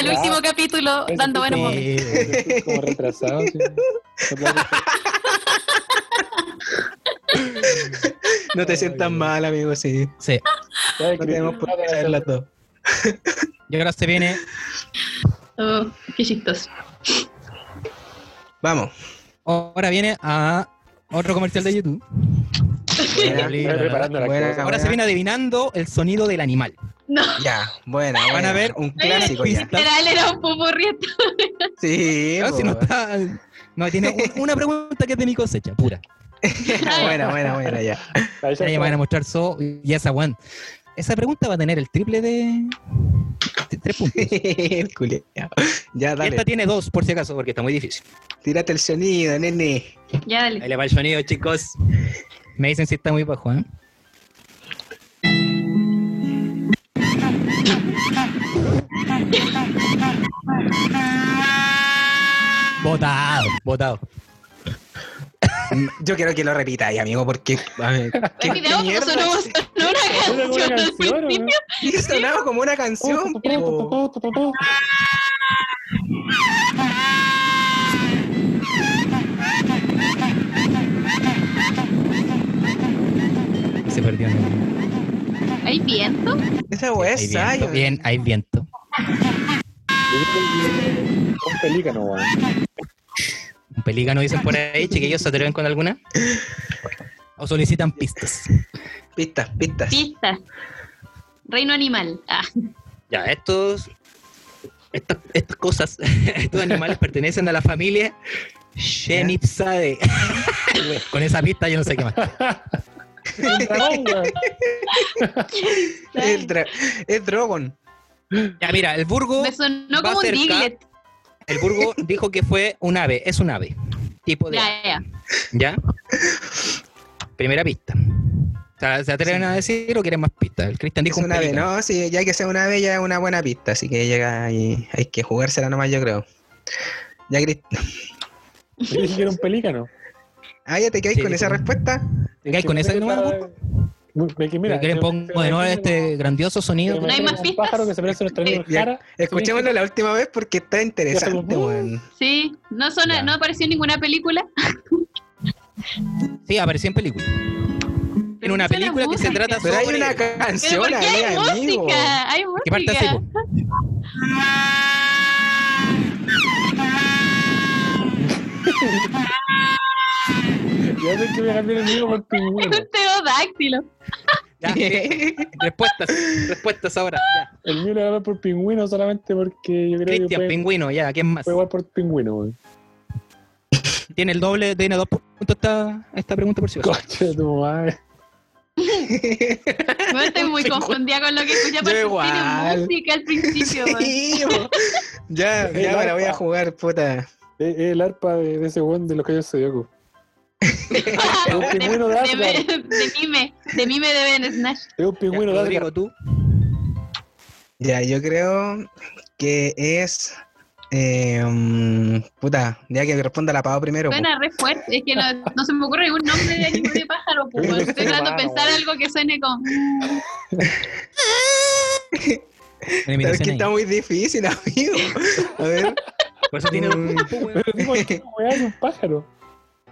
Speaker 9: el último capítulo,
Speaker 8: Ese
Speaker 9: dando buenos
Speaker 8: tipo-
Speaker 9: momentos.
Speaker 8: Estoy como retrasado. sí.
Speaker 7: No te sientas mal, amigo, sí.
Speaker 6: Sí.
Speaker 8: Ya,
Speaker 7: No
Speaker 8: Cristian,
Speaker 7: tenemos por qué
Speaker 8: nada,
Speaker 7: saber las dos.
Speaker 6: Y ahora se viene.
Speaker 9: Oh, qué chistoso.
Speaker 7: Vamos.
Speaker 6: Ahora viene a otro comercial de YouTube.
Speaker 8: Estoy preparando la
Speaker 7: Buena.
Speaker 8: cosa.
Speaker 6: Ahora se viene adivinando el sonido del animal.
Speaker 9: No,
Speaker 7: Ya, buena,
Speaker 6: Van a
Speaker 7: buena.
Speaker 6: ver
Speaker 7: *laughs* un clásico ya.
Speaker 9: literal era un popurrieto.
Speaker 7: Sí,
Speaker 6: Ah, si no
Speaker 7: po.
Speaker 6: está. No, tiene un-
Speaker 7: *laughs*
Speaker 6: una pregunta que es de mi cosecha, pura.
Speaker 7: buena, buena,
Speaker 6: *laughs*
Speaker 7: buena, ya. *laughs*
Speaker 6: Ya
Speaker 8: Ahí ya
Speaker 6: me
Speaker 8: está.
Speaker 6: van a mostrar So y esa one. Esa pregunta va a tener el triple de. de tres puntos.
Speaker 7: El culiao. Ya,
Speaker 6: Y Esta
Speaker 7: *laughs* dale.
Speaker 6: tiene dos, por si acaso, porque está muy difícil.
Speaker 7: Tírate el sonido, nene.
Speaker 9: Ya
Speaker 6: Ahí
Speaker 9: dale.
Speaker 6: le va el sonido, chicos. Me dicen si está muy bajo, ¿eh? Votado, votado.
Speaker 7: Mm, Yo quiero que lo repitáis, amigo, porque. A
Speaker 6: *laughs*
Speaker 7: ver, ¿qué,
Speaker 9: El
Speaker 7: qué
Speaker 9: video como
Speaker 7: mierda?
Speaker 9: sonó, sonó
Speaker 8: Suena como
Speaker 9: una
Speaker 8: una
Speaker 9: canción al
Speaker 8: canción, Oh.
Speaker 9: principio.
Speaker 7: Y sonaba como una canción. po.
Speaker 6: Se perdió. ¿no?
Speaker 9: ¿Hay viento?
Speaker 7: Esa weá
Speaker 6: Hay
Speaker 7: es
Speaker 6: viento.
Speaker 7: Zion.
Speaker 6: Bien, hay viento.
Speaker 8: Un pelícano, weón.
Speaker 6: Un pelícano dicen por ahí, chiquillos, ¿se atreven con alguna? ¿O solicitan pistas?
Speaker 7: Pistas, pistas.
Speaker 9: Pista. Reino animal. Ah.
Speaker 6: Ya, estos. Estas, estas cosas, *laughs* estos animales pertenecen a la familia Shenipsade. Güey, *laughs* con esa pista yo no sé qué más.
Speaker 7: El, dra- el Dragon.
Speaker 6: Ya, mira, el burgo.
Speaker 9: Me sonó
Speaker 6: va
Speaker 9: como un
Speaker 6: cerca.
Speaker 9: diglet.
Speaker 6: El
Speaker 9: *laughs*
Speaker 6: burgo dijo que fue un ave, es un ave. Tipo de.
Speaker 9: Ya, ya.
Speaker 6: ¿Ya? Primera pista. O sea, ¿Se atreven a decir o quieren más pistas? El Cristian
Speaker 7: Es
Speaker 6: dijo un
Speaker 7: una ave,
Speaker 6: pelícano.
Speaker 7: ¿no? Sí, ya que sea una ave ya es una buena pista, así que llega ahí. Hay que jugársela nomás, yo creo. Ya, Cris. *laughs*
Speaker 8: Yo dije que era un pelícano.
Speaker 7: Ah, ya te quedáis
Speaker 6: Sí,
Speaker 7: con
Speaker 6: sí,
Speaker 7: esa
Speaker 6: sí.
Speaker 7: respuesta.
Speaker 6: ¿Te quedas con esa de nuevo? Burgo?
Speaker 8: Es que mira.
Speaker 6: ¿Quieren
Speaker 8: se-
Speaker 6: pongo
Speaker 8: se
Speaker 6: de nuevo
Speaker 8: me-
Speaker 6: este grandioso
Speaker 8: se
Speaker 6: sonido?
Speaker 8: me-
Speaker 9: ¿No hay
Speaker 8: se me-
Speaker 9: más
Speaker 8: un
Speaker 9: pistas?
Speaker 8: pájaro que se parece a nuestro amigo
Speaker 7: Ya,
Speaker 8: Jara.
Speaker 7: Escuchémoslo la última vez porque está interesante,
Speaker 8: Uh.
Speaker 7: weón.
Speaker 9: Sí, no, son,
Speaker 6: Ya.
Speaker 9: no apareció en ninguna película.
Speaker 6: Sí, apareció en película. En
Speaker 9: Pero
Speaker 6: una
Speaker 9: no suena
Speaker 6: película que se
Speaker 9: música.
Speaker 6: trata
Speaker 7: Pero hay
Speaker 6: pues, sobre...
Speaker 7: una
Speaker 9: Pero
Speaker 7: canción
Speaker 9: ¿por qué
Speaker 7: ahí,
Speaker 9: hay
Speaker 7: amigo.
Speaker 9: música? Hay
Speaker 6: Que parte así,
Speaker 9: *laughs* música.
Speaker 6: po.
Speaker 8: Yo sé que voy a cambiar el mío por
Speaker 9: Es
Speaker 8: pingüino.
Speaker 9: un pterodáctilo.
Speaker 7: *laughs*
Speaker 6: Ya, respuestas, respuestas ahora. ya.
Speaker 8: El mío lo voy a cambiar por pingüino solamente porque yo creo que
Speaker 7: pues,
Speaker 6: Cristian,
Speaker 8: fue,
Speaker 6: pingüino, ya, ¿quién más?
Speaker 8: fue igual por pingüino, weón.
Speaker 6: Tiene el doble, tiene dos puntos esta, esta pregunta por si acaso.
Speaker 8: Coche de tu madre.
Speaker 9: Yo estoy
Speaker 6: *laughs*
Speaker 9: muy confundida con lo que escuché porque tiene
Speaker 7: igual.
Speaker 9: música al principio.
Speaker 6: *laughs*
Speaker 9: weón. *laughs*
Speaker 7: Sí, *laughs* po. ya,
Speaker 8: El
Speaker 7: ya me la voy a
Speaker 8: arpa.
Speaker 7: jugar, puta.
Speaker 8: Es es el arpa de, de ese weón de los callos Zodíaco. Es un
Speaker 9: Ah, De,
Speaker 8: pingüino de Asgard.
Speaker 9: de- de mime, de mime de Ben Snatch.
Speaker 8: Es un
Speaker 6: Ya,
Speaker 8: pingüino de
Speaker 6: Rodrigo,
Speaker 8: Asgard.
Speaker 6: tú.
Speaker 7: Ya, yo creo que es. eh, mm, puta, ya que responda la pavo primero. po.
Speaker 9: Suena re fuerte, es que no, no se me ocurre ningún nombre de animal de pájaro. po, weón. Estoy tratando de pensar algo que suene con.
Speaker 6: Una
Speaker 7: *laughs* Pero es
Speaker 6: imitación
Speaker 7: que
Speaker 6: ahí.
Speaker 7: está muy difícil, *laughs* amigo.
Speaker 9: *laughs*
Speaker 7: A ver.
Speaker 6: Por eso
Speaker 7: *laughs*
Speaker 6: tiene dos
Speaker 7: Mm.
Speaker 6: puntos, pues, weón.
Speaker 8: Pero digo, ¿qué weá es un pájaro?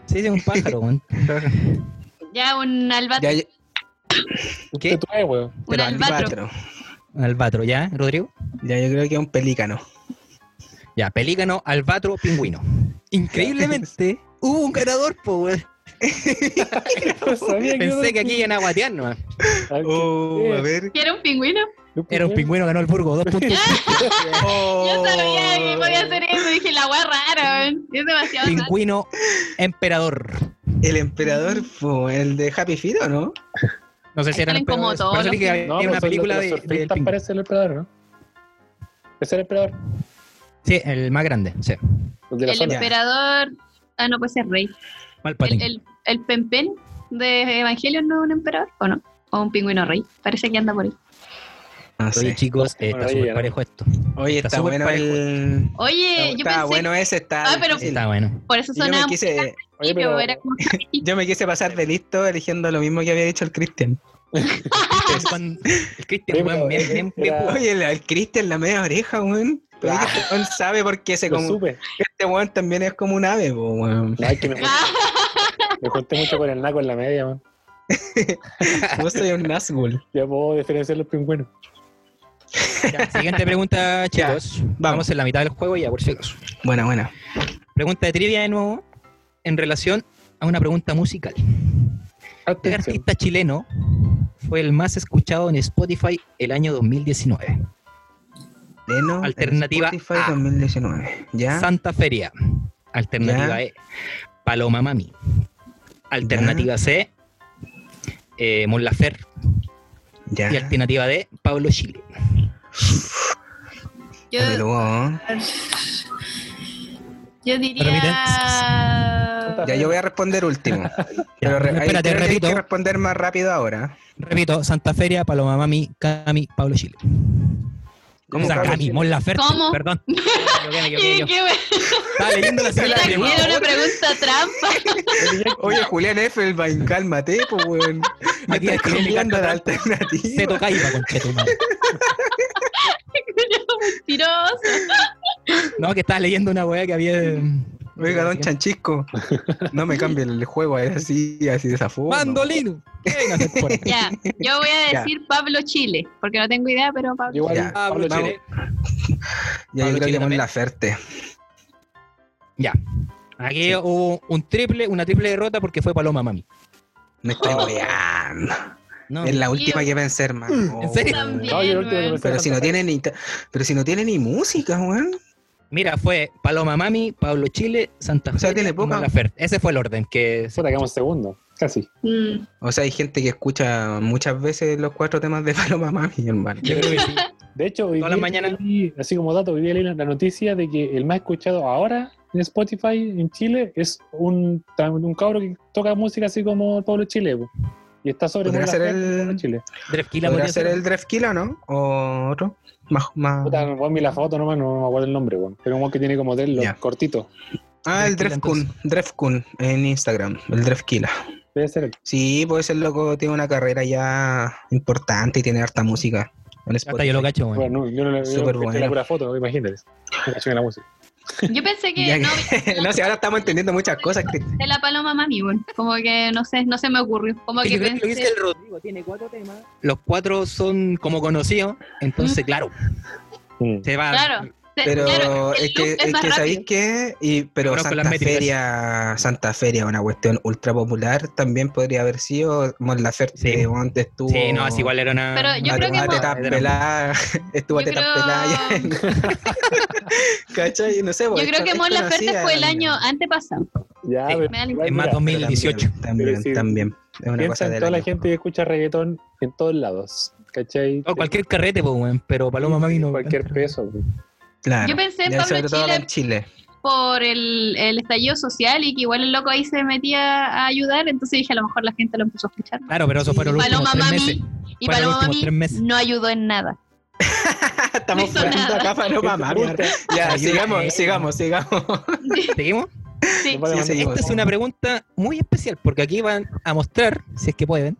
Speaker 6: Sí, es un pájaro, weón.
Speaker 9: Ya un albatro.
Speaker 7: Ya, ya-
Speaker 6: ¿Qué?
Speaker 8: ¿Qué? Tú, eh, weón.
Speaker 9: Un
Speaker 7: pero
Speaker 9: albatro.
Speaker 7: albatro.
Speaker 6: Albatro, ¿ya, Rodrigo?
Speaker 7: Ya, yo creo que es un pelícano.
Speaker 6: Ya, pelícano, albatro, pingüino.
Speaker 8: *laughs*
Speaker 6: Increíblemente, hubo un ganador, po, weón.
Speaker 8: *laughs* Yo sabía que
Speaker 6: Pensé que aquí iban a guatear, ¿no?
Speaker 8: era un-
Speaker 7: Oh, a ver.
Speaker 9: ¿Que era un pingüino?
Speaker 6: *laughs* Era un pingüino, ganó el Burgo, dos
Speaker 8: *laughs*
Speaker 6: puntos.
Speaker 9: Yo
Speaker 7: Oh.
Speaker 9: sabía que podía hacer
Speaker 6: Oh.
Speaker 9: eso. Dije, la weá rara, weón. Es demasiado raro.
Speaker 6: Pingüino emperador.
Speaker 7: El emperador, po, el de Happy Feet, ¿o no?
Speaker 6: No sé si
Speaker 9: Ahí
Speaker 6: era el
Speaker 9: salen como
Speaker 6: emperador.
Speaker 9: todos
Speaker 6: Por eso
Speaker 9: los
Speaker 6: dije que había
Speaker 9: pingüinos.
Speaker 8: No, pues
Speaker 6: una película de,
Speaker 8: los
Speaker 6: del
Speaker 8: surfistas
Speaker 6: pingüino.
Speaker 8: parece el emperador, ¿no? Es el emperador.
Speaker 6: Sí, el más grande, sí.
Speaker 8: El de la
Speaker 9: El
Speaker 8: zona.
Speaker 9: emperador. Ah, no, pues es rey.
Speaker 6: Mal patín.
Speaker 9: El, el, el Pempen de Evangelion no es un emperador, ¿o no? O un pingüino rey. Parece que anda por ahí.
Speaker 7: No
Speaker 6: Oye,
Speaker 7: sé.
Speaker 6: chicos, eh, está
Speaker 8: Bueno, ahí ya
Speaker 6: súper
Speaker 8: no.
Speaker 6: parejo esto.
Speaker 7: Oye,
Speaker 6: Está
Speaker 7: está,
Speaker 6: súper
Speaker 7: bueno el.
Speaker 9: Oye, yo
Speaker 7: está
Speaker 9: pensé.
Speaker 7: bueno ese, está.
Speaker 9: Ah, pero-
Speaker 7: difícil.
Speaker 6: Está
Speaker 9: *laughs*
Speaker 6: bueno.
Speaker 9: Por eso
Speaker 7: Y yo, me
Speaker 9: sonaba un
Speaker 7: quise,
Speaker 8: Oye,
Speaker 9: poquillo,
Speaker 8: pero
Speaker 9: era como-
Speaker 7: yo me quise pasar de listo eligiendo lo mismo que había dicho el Cristian.
Speaker 6: Con- El
Speaker 8: Sí,
Speaker 6: Cristian,
Speaker 8: pero
Speaker 6: weón, bien, bien, bien.
Speaker 8: eh, era-
Speaker 7: Oye, el, el Cristian, la media oreja, weón. Pero es que este weón sabe porque se
Speaker 8: lo
Speaker 7: como-
Speaker 8: supe.
Speaker 7: este weón también es como un ave, po, weón.
Speaker 8: No, es que me,
Speaker 9: *laughs*
Speaker 8: me junté mucho con el naco en la media, man.
Speaker 7: Vos soy un Nazgul.
Speaker 8: Ya puedo diferenciar los pingüinos.
Speaker 6: Ya, Siguiente
Speaker 9: *laughs*
Speaker 6: pregunta,
Speaker 7: Ya,
Speaker 6: chicos. vamos. en la mitad del juego ya, por si acaso.
Speaker 7: Buena, buena.
Speaker 6: Pregunta de trivia de nuevo en relación a una pregunta musical. ¿Qué
Speaker 7: Este
Speaker 8: Atención.
Speaker 6: Este artista chileno fue el más escuchado en Spotify el año 2019?
Speaker 7: Leno,
Speaker 6: Alternativa
Speaker 7: Spotify
Speaker 6: A.
Speaker 7: 2019. ¿Ya?
Speaker 6: Santa Feria. Alternativa
Speaker 7: Ya.
Speaker 6: E. Paloma Mami. Alternativa C. Eh, Mon Laferte.
Speaker 7: ya.
Speaker 6: Y alternativa D. Pablo Chile.
Speaker 9: Yo,
Speaker 7: Averiguó.
Speaker 9: yo *laughs* diría.
Speaker 7: Ya, yo voy a
Speaker 6: *laughs*
Speaker 7: responder último. Pero re- ahí
Speaker 6: espérate,
Speaker 7: creo que hay que
Speaker 6: repito.
Speaker 7: responder más rápido ahora.
Speaker 6: Repito, Santa Feria, Paloma Mami, Cami, Pablo Chile.
Speaker 7: ¿Cómo
Speaker 6: o sea,
Speaker 7: Pablo
Speaker 6: Cami,
Speaker 7: Chile?
Speaker 6: Mon Laferte.
Speaker 9: ¿Cómo? *laughs*
Speaker 6: Perdón.
Speaker 9: ¿Qué, qué bueno.
Speaker 6: Estaba leyendo la
Speaker 9: Mira,
Speaker 6: siguiente
Speaker 9: que
Speaker 6: pregunta.
Speaker 9: Era una pregunta trampa. *laughs*
Speaker 7: Oye, Julián Effelbein, cálmate, pues, weón. Me
Speaker 6: Aquí
Speaker 7: estás
Speaker 6: escribí mi
Speaker 7: cambiando
Speaker 6: carta
Speaker 7: la
Speaker 6: trampa.
Speaker 7: alternativa.
Speaker 6: Se toca iba con
Speaker 9: Mentiroso.
Speaker 6: No, que estaba leyendo una weá que había.
Speaker 7: Oiga, don Chanchisco, no me cambie el juego así, así de esa forma.
Speaker 6: Mandolino. ¿Qué hay que hacer por acá?
Speaker 9: Ya, yo voy a
Speaker 7: Ya.
Speaker 9: decir Pablo Chile, porque no tengo idea, pero Pablo.
Speaker 8: Igual,
Speaker 7: Ya.
Speaker 8: *laughs* Pablo
Speaker 7: Vamos.
Speaker 8: Chile.
Speaker 7: Ya,
Speaker 6: Pablo
Speaker 7: yo creo
Speaker 6: Chile
Speaker 7: que Mon
Speaker 6: también.
Speaker 7: Laferte.
Speaker 6: Ya. Aquí hubo un triple, una triple derrota porque fue Paloma Mami.
Speaker 7: Me estoy
Speaker 6: Oh.
Speaker 7: weando. Es la última que pensé, hermano.
Speaker 6: ¿En serio?
Speaker 7: También,
Speaker 6: No, yo la última que pensé
Speaker 7: pero si no
Speaker 6: también.
Speaker 7: tiene ni ta- pero si no tiene ni música, weón.
Speaker 6: Mira, fue Paloma Mami, Pablo Chile, Santa Fe. O sea, tiene poca. Ese fue el orden que. Se...
Speaker 8: Sacamos segundo, casi.
Speaker 9: Mm.
Speaker 7: O sea, hay gente que escucha muchas veces los cuatro temas de Paloma Mami, hermano.
Speaker 8: *laughs* De hecho, hoy día vi- así como dato, hoy día leí la la noticia de que el más escuchado ahora en Spotify en Chile es un, tam- un cabro que toca música así como Pablo Chile. po. Y está sobre
Speaker 7: ¿Podría
Speaker 8: Mola
Speaker 7: ser
Speaker 8: Fe,
Speaker 7: el-
Speaker 8: Pablo Chile.
Speaker 6: Ah. Drefkila
Speaker 7: Podría ser el Drefkila, ¿no? O otro. Más, más...
Speaker 8: Puta, weón, vi la foto nomás, no me acuerdo el nombre, weón. Pero un weón que tiene como tres los cortitos.
Speaker 7: Ah, el Drefkun, Drefkun en Instagram, el Drefkila.
Speaker 8: Puede ser.
Speaker 7: Sí, puede ser loco, tiene una carrera ya importante y tiene harta música. En
Speaker 6: Hasta yo lo cacho, weón.
Speaker 8: Bueno, no, yo no le yo
Speaker 7: Súper
Speaker 8: caché
Speaker 7: bueno.
Speaker 8: la pura foto, imagínate. Me caché en la música.
Speaker 9: Yo pensé
Speaker 7: Ya
Speaker 9: que
Speaker 7: que-
Speaker 9: no,
Speaker 7: *laughs* no sé, ahora estamos entendiendo muchas cosas. que-
Speaker 9: de la paloma mami, bueno, como que no sé, no se me ocurrió. Como
Speaker 6: Es
Speaker 9: que,
Speaker 6: que yo creo que lo
Speaker 9: pensé-
Speaker 6: dice el Rodrigo, tiene cuatro temas. Los cuatro son como conocidos, entonces, claro.
Speaker 8: Mm.
Speaker 6: Se va.
Speaker 9: Claro, se-
Speaker 7: Pero
Speaker 9: claro, el
Speaker 7: es que,
Speaker 9: loop es
Speaker 7: es
Speaker 9: más
Speaker 7: que sabéis
Speaker 9: rápido.
Speaker 7: que, y, pero
Speaker 6: Conozco
Speaker 7: Santa
Speaker 6: las métricas.
Speaker 7: Feria, Santa Feria, una cuestión ultra popular, también podría haber sido Mon Laferte, weón, antes estuvo.
Speaker 6: Sí, no, es igual era una.
Speaker 9: Pero yo creo que
Speaker 7: a
Speaker 9: Mon-
Speaker 7: tetas peladas, *laughs* estuvo a
Speaker 9: Yo
Speaker 7: tetas
Speaker 9: creo-
Speaker 7: peladas. *laughs* ya. ¿Cachai? No sé, pues,
Speaker 9: Yo creo que Mon Laferte fue el año antepasado.
Speaker 8: Ya, pero-
Speaker 9: me da la
Speaker 8: igual,
Speaker 9: impresión.
Speaker 6: más
Speaker 8: mira,
Speaker 6: 2018.
Speaker 7: También,
Speaker 8: Pero sí.
Speaker 7: también. Es una
Speaker 8: Piensa
Speaker 7: cosa
Speaker 8: en
Speaker 7: de
Speaker 8: toda la gente que escucha reggaetón en todos lados. ¿Cachai?
Speaker 6: O cualquier carrete, pues, weón. Pero Paloma Mami no.
Speaker 8: Cualquier peso. weón.
Speaker 7: Claro.
Speaker 9: Yo pensé en
Speaker 7: Ya,
Speaker 9: Pablo
Speaker 7: sobre todo acá
Speaker 9: Chile.
Speaker 7: en
Speaker 9: *laughs*
Speaker 7: Chile.
Speaker 9: Por el, el estallido social y que igual el loco ahí se metía a ayudar, entonces dije a lo mejor la gente lo empezó a escuchar.
Speaker 6: Claro, pero eso fueron los últimos
Speaker 9: Paloma
Speaker 6: tres
Speaker 9: Mami
Speaker 6: meses.
Speaker 9: y
Speaker 6: Fueron los
Speaker 9: Paloma
Speaker 6: últimos
Speaker 9: Mami
Speaker 6: tres meses.
Speaker 9: no ayudó en
Speaker 6: *laughs*
Speaker 9: nada.
Speaker 7: Estamos
Speaker 9: hizo
Speaker 7: jugando
Speaker 9: nada.
Speaker 7: acá
Speaker 8: *laughs*
Speaker 7: Paloma Mami. ahora. Ya,
Speaker 6: Ayuda, eh.
Speaker 7: sigamos, sigamos, sigamos. *laughs*
Speaker 6: ¿Seguimos?
Speaker 9: Sí.
Speaker 8: Vale,
Speaker 7: Sí,
Speaker 8: mami.
Speaker 7: seguimos.
Speaker 6: Esta es una pregunta muy especial porque aquí van a mostrar, si es que pueden,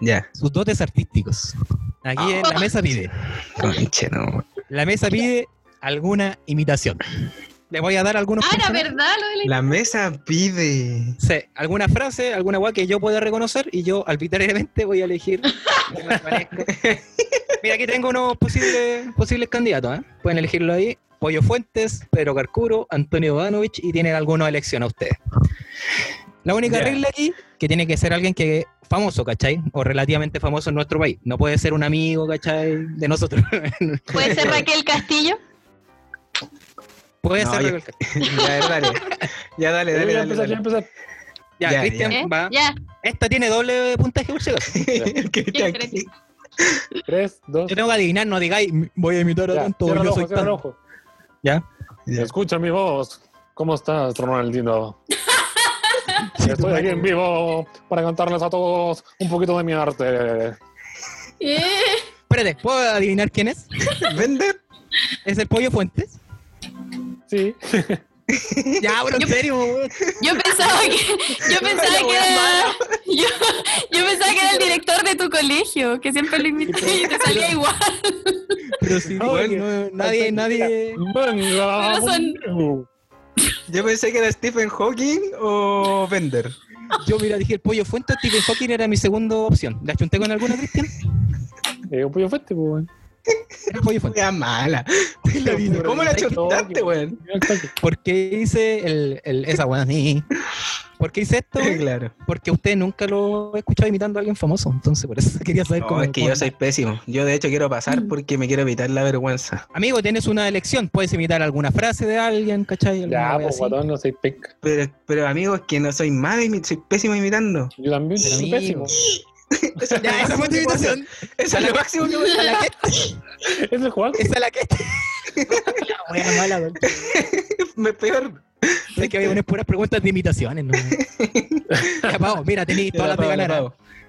Speaker 7: Ya.
Speaker 6: sus dotes artísticos. Aquí
Speaker 9: Ah.
Speaker 6: en la mesa pide.
Speaker 7: Conche, no.
Speaker 6: La mesa pide alguna imitación. Le voy a dar algunos.
Speaker 9: Ah, la
Speaker 6: personajes.
Speaker 9: verdad, lo de la-
Speaker 7: La mesa pide.
Speaker 6: Sí, alguna frase, alguna guay que yo pueda reconocer y yo arbitrariamente voy a
Speaker 8: *laughs*
Speaker 6: elegir. la que me parezca. *laughs* Mira, aquí tengo unos posibles, posibles candidatos. ¿eh? Pueden elegirlo ahí. Pollo Fuentes, Pedro Carcuro, Antonio Bodanovich y tienen alguna elección a ustedes. La única
Speaker 8: Ya.
Speaker 6: regla aquí que tiene que ser alguien que famoso, ¿cachai? O relativamente famoso en nuestro país. No puede ser un amigo, ¿cachai? De nosotros. *laughs*
Speaker 9: ¿Puede ser Raquel Castillo?
Speaker 6: puede
Speaker 7: No,
Speaker 6: ser.
Speaker 7: yo-
Speaker 6: Raquel Castillo.
Speaker 7: *laughs* ya, dale. Ya, dale,
Speaker 8: Ya,
Speaker 7: dale,
Speaker 8: ya
Speaker 7: dale.
Speaker 8: empezar, ya
Speaker 7: dale.
Speaker 8: empezar.
Speaker 6: Ya,
Speaker 7: Ya,
Speaker 6: Cristian
Speaker 9: ¿Eh?
Speaker 6: va.
Speaker 9: Ya,
Speaker 6: Esta tiene doble puntaje por si acaso.
Speaker 7: *laughs* El Cristian,
Speaker 9: qué crees?
Speaker 8: Tres, dos.
Speaker 6: *laughs* Yo tengo que adivinar, no digáis, voy a imitar a
Speaker 8: Ya,
Speaker 6: tanto,
Speaker 8: cierra el
Speaker 6: yo
Speaker 8: ojo,
Speaker 6: soy
Speaker 8: cierra el
Speaker 6: tanto.
Speaker 8: ojo.
Speaker 6: Ya.
Speaker 8: Escucha mi voz. ¿Cómo estás, Ronaldinho? Estoy aquí en vivo para cantarles a todos un poquito de mi arte.
Speaker 6: Espérate, ¿puedo adivinar quién es?
Speaker 7: vende.
Speaker 6: ¿Es el Pollo
Speaker 8: *laughs*
Speaker 6: Fuentes?
Speaker 8: Sí.
Speaker 6: Ya, bro, en serio, weón.
Speaker 9: Yo pensaba que, yo pensaba que era, yo, *laughs* yo pensaba que era el director de tu colegio, que siempre lo imitaba y te salía igual.
Speaker 6: Pero
Speaker 8: *laughs*
Speaker 6: sí,
Speaker 8: No,
Speaker 6: weón,
Speaker 8: que-
Speaker 6: no, nadie, nadie.
Speaker 8: Venga.
Speaker 9: Pero son-
Speaker 7: Yo pensé que era Stephen Hawking o Bender.
Speaker 6: Yo, mira, dije el Pollo Fuentes, Stephen Hawking era mi segunda opción. ¿La chunté con alguna, Cristian?
Speaker 8: Eh, un pollo fuerte, pues. weón.
Speaker 6: Era el Pollo Fuentes.
Speaker 7: Wea
Speaker 8: *laughs*
Speaker 7: mala. *laughs* ¿Cómo la chuntaste, weón?
Speaker 8: Mira el toque.
Speaker 6: ¿Por qué hice el, el- esa weón? ¿Por qué hice
Speaker 7: *laughs*
Speaker 6: esto? weón?
Speaker 7: Claro.
Speaker 6: Porque usted nunca lo he escuchado imitando a alguien famoso. Entonces, por eso quería saber cómo.
Speaker 7: No, es que
Speaker 6: cómo-
Speaker 7: yo soy pésimo. Yo de hecho quiero pasar porque me quiero evitar la vergüenza.
Speaker 6: Amigo, tienes una elección. Puedes imitar alguna frase de alguien, ¿cachai? Alguna
Speaker 8: Ya,
Speaker 6: wea
Speaker 8: pues,
Speaker 6: así.
Speaker 8: guatón, no soy penca.
Speaker 7: Pero, pero amigos, que no soy malo, imi- soy pésimo imitando.
Speaker 8: Yo también
Speaker 6: Pero
Speaker 8: soy
Speaker 6: amigo.
Speaker 8: pésimo.
Speaker 7: Eso
Speaker 6: Ya, esa fue tu invitación.
Speaker 7: Eso es lo máximo que
Speaker 6: Esa la que,
Speaker 8: Es el Juan.
Speaker 6: esa la que. La wea mala, weón.
Speaker 7: *laughs* me peor.
Speaker 6: Es que voy a poner puras preguntas de
Speaker 7: *laughs*
Speaker 6: imitaciones, ¿no? ya, Pavo, mira, tenéis todas las de ganar.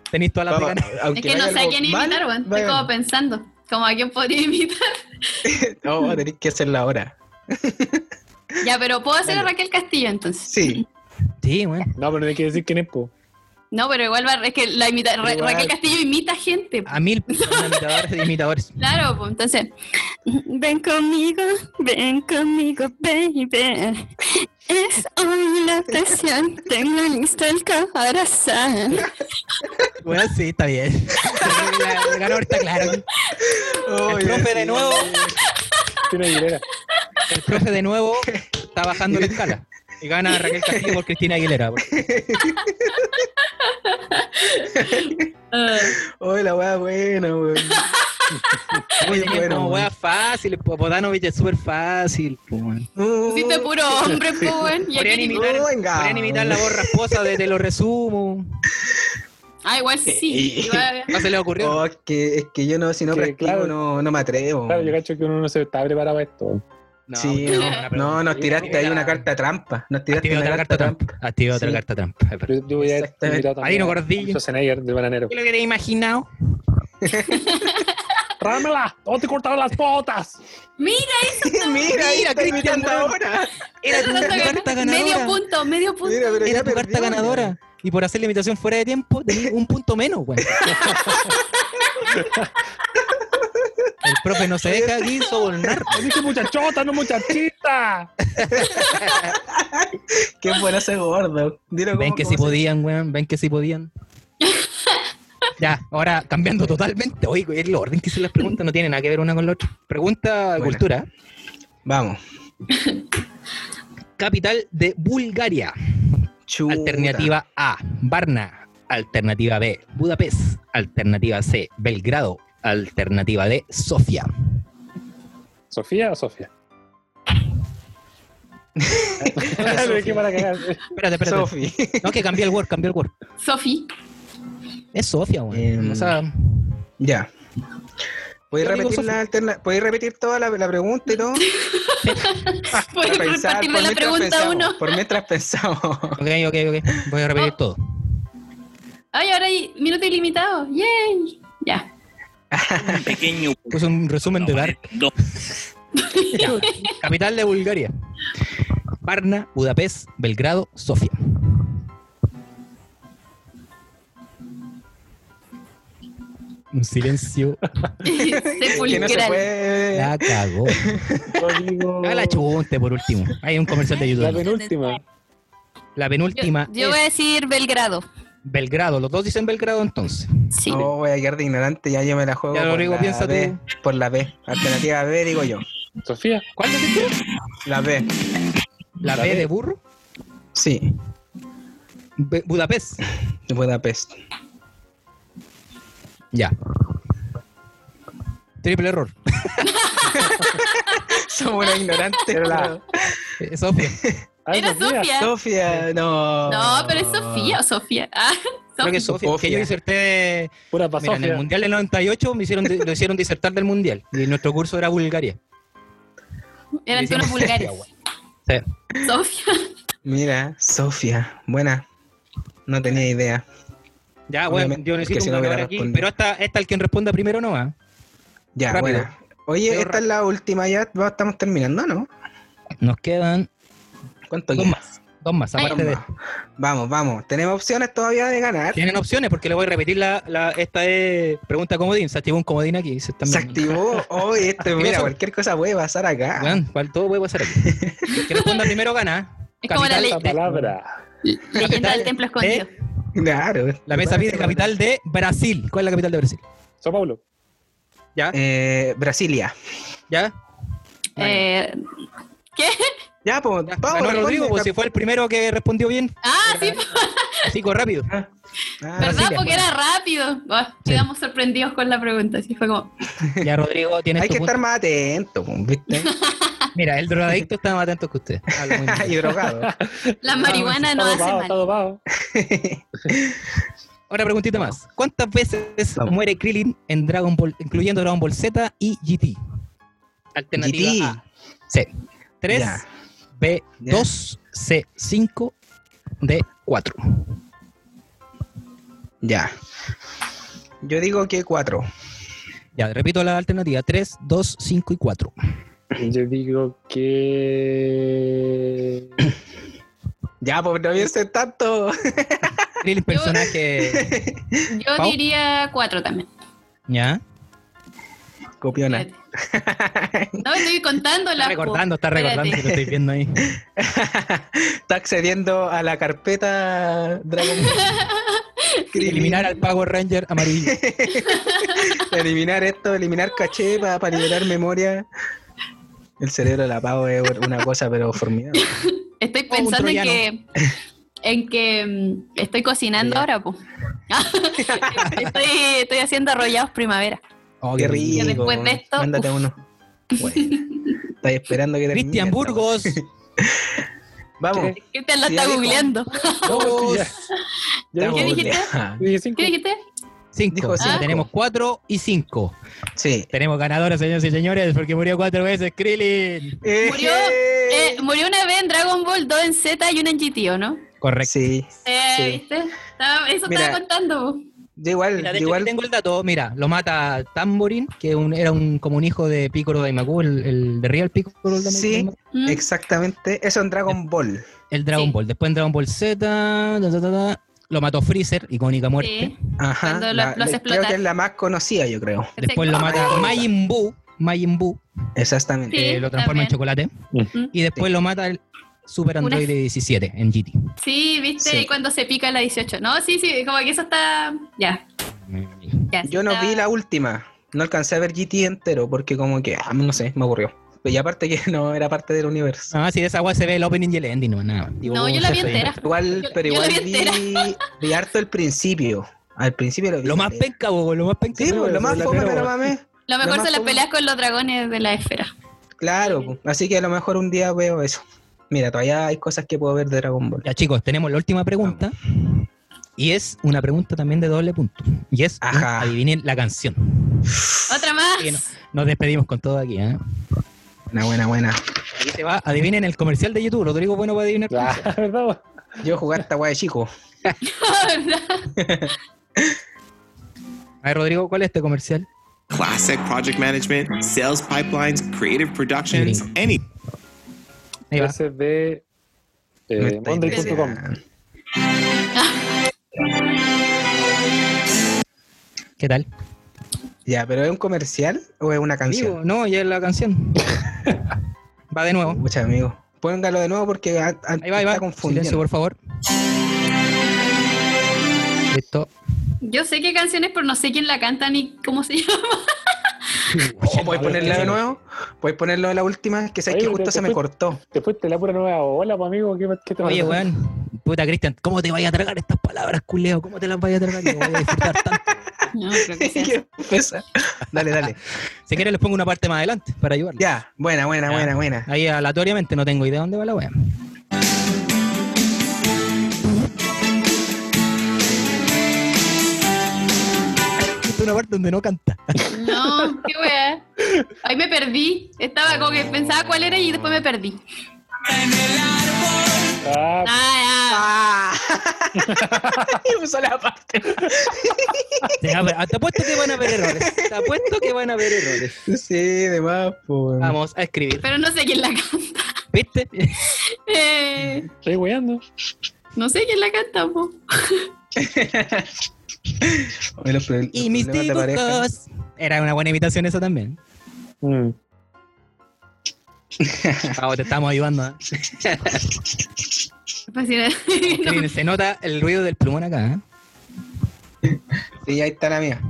Speaker 6: Tenéis todas las de ganar.
Speaker 9: Es que no sé a quién imitar, weón. Estoy como pensando, como a quién podría *laughs* imitar.
Speaker 7: No, tenéis que hacerla ahora.
Speaker 9: Ya, pero puedo hacer a Raquel Castillo entonces.
Speaker 7: Sí.
Speaker 6: Sí, weón.
Speaker 8: No, pero no hay que decir quién es, po.
Speaker 9: No, pero igual va- es que la imita, Ra-
Speaker 7: Igual.
Speaker 9: Raquel Castillo imita gente. po.
Speaker 6: A mil personas imitadores de imitadores.
Speaker 9: Claro, pues entonces, ven conmigo, ven conmigo, baby. Es hoy la ocasión, tengo listo el corazón.
Speaker 6: Bueno, sí, está bien. *laughs* La- la Ganó ahorita, claro.
Speaker 7: Oh,
Speaker 6: El profe de nuevo,
Speaker 8: Tiene Aguilera.
Speaker 7: *laughs*
Speaker 6: el profe de nuevo está bajando la escala. Y gana Raquel Castillo por Cristina Aguilera. por-
Speaker 9: Ah.
Speaker 7: Hoy Oh, la weá buena, weón.
Speaker 6: Oye,
Speaker 7: bueno,
Speaker 6: es como
Speaker 7: weón.
Speaker 6: weá fácil, po, Bodanovich es súper fácil. po, weón.
Speaker 9: Pusiste puro hombre, po, weón. Y
Speaker 6: Podrían
Speaker 9: aquí
Speaker 6: imitar,
Speaker 7: Oh, venga.
Speaker 6: podrían imitar la voz rasposa de Te lo resumo.
Speaker 9: Ah, igual sí. Igual-
Speaker 6: No se le ocurrió.
Speaker 7: Oh, es, que, es que yo no, si no
Speaker 8: Que,
Speaker 7: practico,
Speaker 8: claro.
Speaker 7: no, no me atrevo.
Speaker 8: Claro, yo cacho que uno no se está preparado para esto.
Speaker 6: No,
Speaker 7: sí,
Speaker 6: weón,
Speaker 7: no,
Speaker 6: una pregunta.
Speaker 7: no, nos tiraste ahí una carta trampa. Nos tiraste
Speaker 6: Activé
Speaker 7: una
Speaker 6: otra carta trampa. Activé otra
Speaker 7: Sí.
Speaker 6: carta trampa. es verdad.
Speaker 8: Yo, yo voy a
Speaker 7: Exactamente.
Speaker 8: invitado también
Speaker 6: Marino
Speaker 8: a
Speaker 6: Gordillo.
Speaker 8: Schwarzenegger del bananero.
Speaker 6: ¿Qué lo hubiera imaginado?
Speaker 8: ¡Tráemela! ¡O "Oh, te cortaron las botas!
Speaker 9: Mira,
Speaker 7: *laughs* Mira,
Speaker 6: Mira,
Speaker 7: mira,
Speaker 6: Cristian
Speaker 7: Cristian
Speaker 6: Bravo.
Speaker 7: ahora.
Speaker 6: *laughs* Era tu
Speaker 9: medio
Speaker 6: carta ganadora.
Speaker 9: punto, medio punto.
Speaker 7: Mira, pero
Speaker 6: Era
Speaker 7: ya
Speaker 6: tu
Speaker 7: perdió,
Speaker 6: carta ganadora. Y por hacer la imitación fuera de tiempo,
Speaker 7: *laughs*
Speaker 6: tenía un punto menos, weón. El profe no se deja aquí sobornar.
Speaker 8: ¡Dice muchachota, no muchachita!
Speaker 7: ya. Qué bueno ese gordo. Dilo
Speaker 6: Ven
Speaker 7: cómo-
Speaker 6: que
Speaker 7: cómo
Speaker 6: sí
Speaker 7: se-
Speaker 6: podían, weón. Ven que sí podían. Ya, ahora cambiando totalmente. Oye, el orden que se las preguntas no tiene nada que ver una con la otra. Pregunta
Speaker 7: Buena.
Speaker 6: cultura.
Speaker 7: Vamos.
Speaker 6: Capital de Bulgaria.
Speaker 7: Chuta.
Speaker 6: Alternativa A, Varna. Alternativa B, Budapest. Alternativa C, Belgrado. Alternativa D, Sofía.
Speaker 8: ¿Sofía o *laughs* Sofía? Claro, ¿qué para cagar?
Speaker 6: Espérate, espérate.
Speaker 7: Sofi. *laughs*
Speaker 6: No, que cambié el Word, cambié el Word.
Speaker 9: Sofi. *laughs*
Speaker 6: Es Sofía, weón.
Speaker 7: Em,
Speaker 6: o sea,
Speaker 7: ya. ¿Podéis
Speaker 6: Yo digo
Speaker 7: repetir, la alterna- ¿Podéis repetir toda la, la
Speaker 6: *laughs*
Speaker 7: pregunta y todo?
Speaker 9: Voy a
Speaker 7: Para pensar,
Speaker 9: repetirme la
Speaker 7: mientras
Speaker 9: pregunta
Speaker 7: pensamos,
Speaker 9: uno.
Speaker 7: Por mientras
Speaker 6: *laughs*
Speaker 7: pensamos.
Speaker 6: ok, ok, ok. Voy a repetir
Speaker 9: Oh.
Speaker 6: todo.
Speaker 9: Ay, ahora hay minuto ilimitado. Yay. Ya. *laughs*
Speaker 10: Un pequeño
Speaker 6: Puse Pues un resumen de Dark.
Speaker 10: No.
Speaker 6: *laughs* Ya. Capital de Bulgaria. Varna, Budapest, Belgrado, Sofía. Un silencio.
Speaker 7: *laughs* que no se
Speaker 9: Sepulcral.
Speaker 7: puede.
Speaker 6: La cagó.
Speaker 8: Yo digo-
Speaker 6: A la chunte por último. Hay un comercial de
Speaker 8: La
Speaker 6: YouTube.
Speaker 8: penúltima.
Speaker 6: La
Speaker 9: Yo,
Speaker 6: penúltima
Speaker 9: yo voy a
Speaker 6: es
Speaker 9: decir Belgrado.
Speaker 6: Belgrado. Los dos dicen Belgrado entonces.
Speaker 9: Sí.
Speaker 7: No, voy a quedar de ignorante, ya yo me la juego.
Speaker 6: Ya,
Speaker 7: por
Speaker 6: Rodrigo,
Speaker 7: la
Speaker 6: piensa
Speaker 7: B,
Speaker 6: tú.
Speaker 7: Por la B. Alternativa B, digo yo.
Speaker 8: ¿Sofía?
Speaker 6: ¿Cuál decís tú?
Speaker 7: La B.
Speaker 6: La
Speaker 8: La
Speaker 6: B
Speaker 8: B.
Speaker 6: de burro.
Speaker 7: Sí.
Speaker 6: Be- Budapest.
Speaker 7: Budapest.
Speaker 6: *laughs* Ya. Triple error.
Speaker 7: Somos unos ignorantes.
Speaker 8: Pero la-
Speaker 6: Eh, Sofía.
Speaker 8: Ah,
Speaker 9: Era Sofía.
Speaker 7: Sofía, no.
Speaker 9: ¿Eh? No, pero es Sofía o Sofía. *laughs* Ah,
Speaker 6: Creo
Speaker 9: Sofía.
Speaker 6: que es Sofía.
Speaker 7: Sofía.
Speaker 6: Que yo diserté.
Speaker 8: Pura pa'
Speaker 6: Mira, en el
Speaker 8: Sofía.
Speaker 6: Mundial del 98 me hicieron, di- lo hicieron disertar del Mundial. Y nuestro curso era Bulgaria.
Speaker 9: Eran
Speaker 6: Hicimos
Speaker 9: tonos vulgares.
Speaker 6: Sofía, weón. Sí.
Speaker 9: Sofía.
Speaker 7: Mira, Sofía. Buena. No tenía idea.
Speaker 6: Ya, bueno,
Speaker 7: Obviamente,
Speaker 6: yo necesito
Speaker 7: porque si
Speaker 6: un
Speaker 7: no hubiera
Speaker 6: ganador aquí.
Speaker 7: respondido.
Speaker 6: Pero hasta, hasta el quien responda primero no va.
Speaker 7: Ya,
Speaker 6: Rápido.
Speaker 7: buena. Oye,
Speaker 6: Pero
Speaker 7: esta
Speaker 6: rápido.
Speaker 7: es la última ya. va- Estamos terminando, ¿no?
Speaker 6: Nos quedan
Speaker 7: ¿Cuánto
Speaker 6: dos
Speaker 7: queda?
Speaker 6: más. Dos más,
Speaker 9: Ay.
Speaker 6: aparte de
Speaker 7: Vamos, Vamos, vamos. Tenemos opciones todavía de ganar.
Speaker 6: Tienen opciones porque le voy a repetir la, la- esta es pregunta comodín. Se activó un comodín aquí. Se, están-
Speaker 7: Se activó hoy
Speaker 6: *laughs*
Speaker 7: esto. Mira,
Speaker 6: Eso.
Speaker 7: cualquier cosa puede pasar acá.
Speaker 6: Weón, cual- todo puede pasar aquí. El que responda primero gana.
Speaker 9: Es como la
Speaker 6: Capital-
Speaker 9: ley.
Speaker 8: Esta palabra.
Speaker 9: Leyenda del templo escondido.
Speaker 7: Claro.
Speaker 6: La mesa pide capital de Brasil. ¿Cuál es la capital de Brasil?
Speaker 8: Sao Paulo.
Speaker 6: ¿Ya?
Speaker 7: Eh, Brasilia.
Speaker 6: ¿Ya?
Speaker 9: Eh, ¿Qué?
Speaker 7: Ya, pues,
Speaker 6: ¿Ya?
Speaker 7: vamos,
Speaker 6: Ganó Rodrigo,
Speaker 7: responde,
Speaker 6: pues si
Speaker 7: cap-
Speaker 6: fue el primero que respondió bien.
Speaker 9: Ah, sí,
Speaker 6: Así, con rápido.
Speaker 7: Ah,
Speaker 9: ¿verdad?
Speaker 6: Brasilia,
Speaker 9: Porque era rápido. Ah, quedamos sorprendidos con la pregunta. Así fue como.
Speaker 6: *laughs* Ya, Rodrigo, tienes
Speaker 7: Hay
Speaker 6: tu
Speaker 7: que
Speaker 6: punto.
Speaker 7: estar más atento, pues,
Speaker 6: *laughs*
Speaker 7: ¿viste? *laughs*
Speaker 6: Mira, el *laughs* drogadicto está más atento que usted. Habla muy bien.
Speaker 7: y drogado.
Speaker 6: *laughs*
Speaker 9: La marihuana no hace
Speaker 8: Está
Speaker 9: mal.
Speaker 8: dopado.
Speaker 6: Ahora preguntita más. ¿Cuántas veces
Speaker 7: Vamos.
Speaker 6: muere Krillin en Dragon Ball, incluyendo Dragon Ball Z y GT? Alternativa
Speaker 7: GT.
Speaker 6: A. C. 3,
Speaker 7: Ya.
Speaker 6: B.
Speaker 7: Ya.
Speaker 6: 2, C. 5, D. 4.
Speaker 7: ya. Yo digo que cuatro.
Speaker 6: Ya, repito la alternativa. 3, 2, 5 y 4.
Speaker 8: Yo digo que.
Speaker 7: Ya, pues no piensen tanto. *laughs*
Speaker 6: Krillin, *laughs* personaje.
Speaker 9: Yo
Speaker 6: Pau.
Speaker 9: diría cuatro también.
Speaker 6: ¿Ya?
Speaker 7: Copiona.
Speaker 9: No, estoy contando la.
Speaker 6: Está recordando, está
Speaker 9: Espérate.
Speaker 6: recordando, si lo estoy viendo *laughs* ahí.
Speaker 7: Está accediendo a la carpeta Dragon Ball.
Speaker 9: *laughs*
Speaker 6: Eliminar al Power Ranger
Speaker 7: *laughs*
Speaker 6: amarillo.
Speaker 7: eliminar esto, eliminar caché para
Speaker 9: *laughs*
Speaker 7: liberar memoria. El cerebro de la pavo es una cosa, pero formidable.
Speaker 9: Estoy
Speaker 2: un
Speaker 9: pensando en
Speaker 2: troyano.
Speaker 9: que, en que mm, estoy cocinando ahora,
Speaker 7: *laughs*
Speaker 9: pues. estoy, estoy haciendo arrollados primavera.
Speaker 7: Oh, qué rico.
Speaker 9: Ya después de esto,
Speaker 7: Mándate uno. Bueno, estoy esperando que te
Speaker 1: Cristian Burgos.
Speaker 7: *laughs* Vamos.
Speaker 9: Cristian lo
Speaker 7: Sí,
Speaker 9: está
Speaker 7: dale,
Speaker 9: googleando.
Speaker 7: Estamos
Speaker 9: ¿Qué dijiste?
Speaker 7: googleando.
Speaker 9: ¿Qué dijiste?
Speaker 6: Cinco.
Speaker 7: Dijo
Speaker 6: Ah,
Speaker 7: cinco.
Speaker 6: Tenemos cuatro y cinco.
Speaker 7: Sí.
Speaker 6: Tenemos ganadoras, señores y señores, porque murió cuatro veces Krillin.
Speaker 9: Murió, eh, murió una vez en Dragon Ball 2 en Z y una en GT, ¿o no?
Speaker 6: Correcto.
Speaker 7: Sí.
Speaker 9: Eh,
Speaker 7: Sí.
Speaker 9: ¿Viste? Estaba- eso
Speaker 7: Mira.
Speaker 9: estaba contando. po.
Speaker 7: Yo igual,
Speaker 6: Mira,
Speaker 7: yo
Speaker 6: de hecho,
Speaker 7: igual.
Speaker 6: aquí tengo el dato. Mira, lo mata Tamborin, que un- era un, como un hijo de Piccolo Daimaku, el, el de Real Piccolo Daimaku.
Speaker 7: Sí,
Speaker 9: Mm.
Speaker 7: exactamente. Eso en Dragon Ball.
Speaker 6: El Dragon
Speaker 9: Sí.
Speaker 6: Ball. Después en Dragon Ball Z, ta, ta, ta, ta, lo mató Freezer, icónica muerte.
Speaker 9: Sí.
Speaker 7: Ajá.
Speaker 9: Cuando lo-
Speaker 7: la-
Speaker 9: los
Speaker 7: la- creo
Speaker 9: explotan.
Speaker 7: que es la más conocida, yo creo.
Speaker 6: Después lo mata
Speaker 7: Ah.
Speaker 6: Majin Buu, Majin Buu,
Speaker 7: Exactamente.
Speaker 9: Sí,
Speaker 6: que eh, lo transforma en
Speaker 9: también.
Speaker 6: chocolate.
Speaker 9: Mm.
Speaker 6: Y después lo mata el Super
Speaker 9: Una-
Speaker 6: Android 17 en GT.
Speaker 9: Sí, viste
Speaker 7: Sí.
Speaker 9: cuando se pica la 18. No, sí, sí, como que eso está. Ya, ya.
Speaker 7: Yo no vi la última. No alcancé a ver GT entero porque como que, ah, no sé, me aburrió. Y aparte que *laughs* no era parte del universo.
Speaker 6: Ah, sí, de esa agua se ve el opening y el ending, no, nada. más.
Speaker 9: No, yo la vi entera.
Speaker 7: Igual,
Speaker 9: Yo-
Speaker 7: pero
Speaker 9: yo la
Speaker 7: igual
Speaker 9: vi
Speaker 7: vi, vi harto el principio. Al principio lo vi.
Speaker 6: Lo más
Speaker 7: entero.
Speaker 6: penca, bobo, lo más penca.
Speaker 7: Sí, pues, lo más
Speaker 8: la
Speaker 7: fome,
Speaker 8: primera,
Speaker 7: pero
Speaker 8: bueno.
Speaker 7: mames.
Speaker 9: Lo mejor
Speaker 7: Lo más
Speaker 9: son las
Speaker 7: como-
Speaker 9: peleas con los dragones de la esfera.
Speaker 7: Claro, pues. así que a lo mejor un día veo eso. Mira, todavía hay cosas que puedo ver de Dragon Ball.
Speaker 6: Ya chicos, tenemos la última pregunta. Y es una pregunta también de doble punto. Y es, ¿no?
Speaker 7: Ajá.
Speaker 6: adivinen la canción.
Speaker 9: Otra más.
Speaker 6: Así que no- nos despedimos con todo aquí. ¿eh?
Speaker 7: Buena, buena, buena.
Speaker 6: Aquí se va, adivinen el comercial de YouTube. Rodrigo Bueno puede adivinar.
Speaker 8: Ah, ¿verdad?
Speaker 7: Yo jugar esta guay de chico.
Speaker 6: A ver, Rodrigo, ¿cuál es este comercial?
Speaker 12: Classic project management, sales pipelines, creative
Speaker 6: productions,
Speaker 12: any.
Speaker 6: Ahí va.
Speaker 8: Ese es de
Speaker 7: Me
Speaker 8: eh,
Speaker 7: estáis
Speaker 8: Monday.com.
Speaker 7: peleando.
Speaker 6: ¿Qué tal?
Speaker 7: Ya, pero ¿es un comercial o es una canción?
Speaker 6: Digo, no, ya es la *laughs* canción. va de nuevo.
Speaker 7: Muchas amigos. Póngalo de nuevo porque a- a-
Speaker 6: Ahí va, ahí va.
Speaker 7: está
Speaker 6: Silencio,
Speaker 7: confundiendo.
Speaker 6: por favor. Listo.
Speaker 9: *laughs* Yo sé qué canciones, pero no sé quién la canta ni cómo se llama. *laughs*
Speaker 7: Oh, ¿Puedes ponerlo de nuevo? ¿Puedes ponerlo de la última? Que sé
Speaker 8: Oye,
Speaker 7: que
Speaker 8: pero
Speaker 7: justo se me
Speaker 8: después-
Speaker 7: cortó. *laughs*
Speaker 8: Te fuiste la pura nueva ola, pues, amigo. ¿Qué, qué te
Speaker 6: Oye,
Speaker 8: pasa?
Speaker 6: weón. Puta, Cristian, ¿cómo te vaya a tragar estas palabras, culeo? ¿Cómo te las vaya a tragar?
Speaker 8: *laughs*
Speaker 6: Yo voy a disfrutar tanto.
Speaker 9: No, creo
Speaker 6: *laughs*
Speaker 9: que sea esa.
Speaker 7: Qué pesa. Dale, dale.
Speaker 6: Si quieres les pongo una parte más adelante para ayudarlos.
Speaker 7: Ya, buena, buena,
Speaker 6: Ya.
Speaker 10: *laughs*
Speaker 7: buena, buena.
Speaker 6: Ahí aleatoriamente no tengo idea dónde va la wea. Esta es una parte donde no canta.
Speaker 9: No, qué wea. Ahí me perdí. Estaba como que pensaba cuál era y después me perdí.
Speaker 8: Ah,
Speaker 9: Ah,
Speaker 7: ¡Ah! y usó la parte.
Speaker 6: Te ha- te apuesto que van a haber errores. Te apuesto que van a haber errores.
Speaker 7: Sí, de más, po.
Speaker 6: Vamos a escribir.
Speaker 9: pero no sé quién la canta. *laughs*
Speaker 6: *laughs* ¿Viste?
Speaker 9: Eh,
Speaker 8: estoy weando.
Speaker 9: no sé quién la canta, po.
Speaker 7: Oye, los pro-
Speaker 6: Y
Speaker 7: los
Speaker 6: mis
Speaker 7: problemas de pareja.
Speaker 6: dibujos. Era una buena imitación esa *laughs* también.
Speaker 8: Mm.
Speaker 6: Vamos, te estamos ayudando. *laughs* ¿eh?
Speaker 9: Pues era- no.
Speaker 6: Miren, Se nota el ruido del plumón acá. ¿eh?
Speaker 7: Sí, ahí está la mía.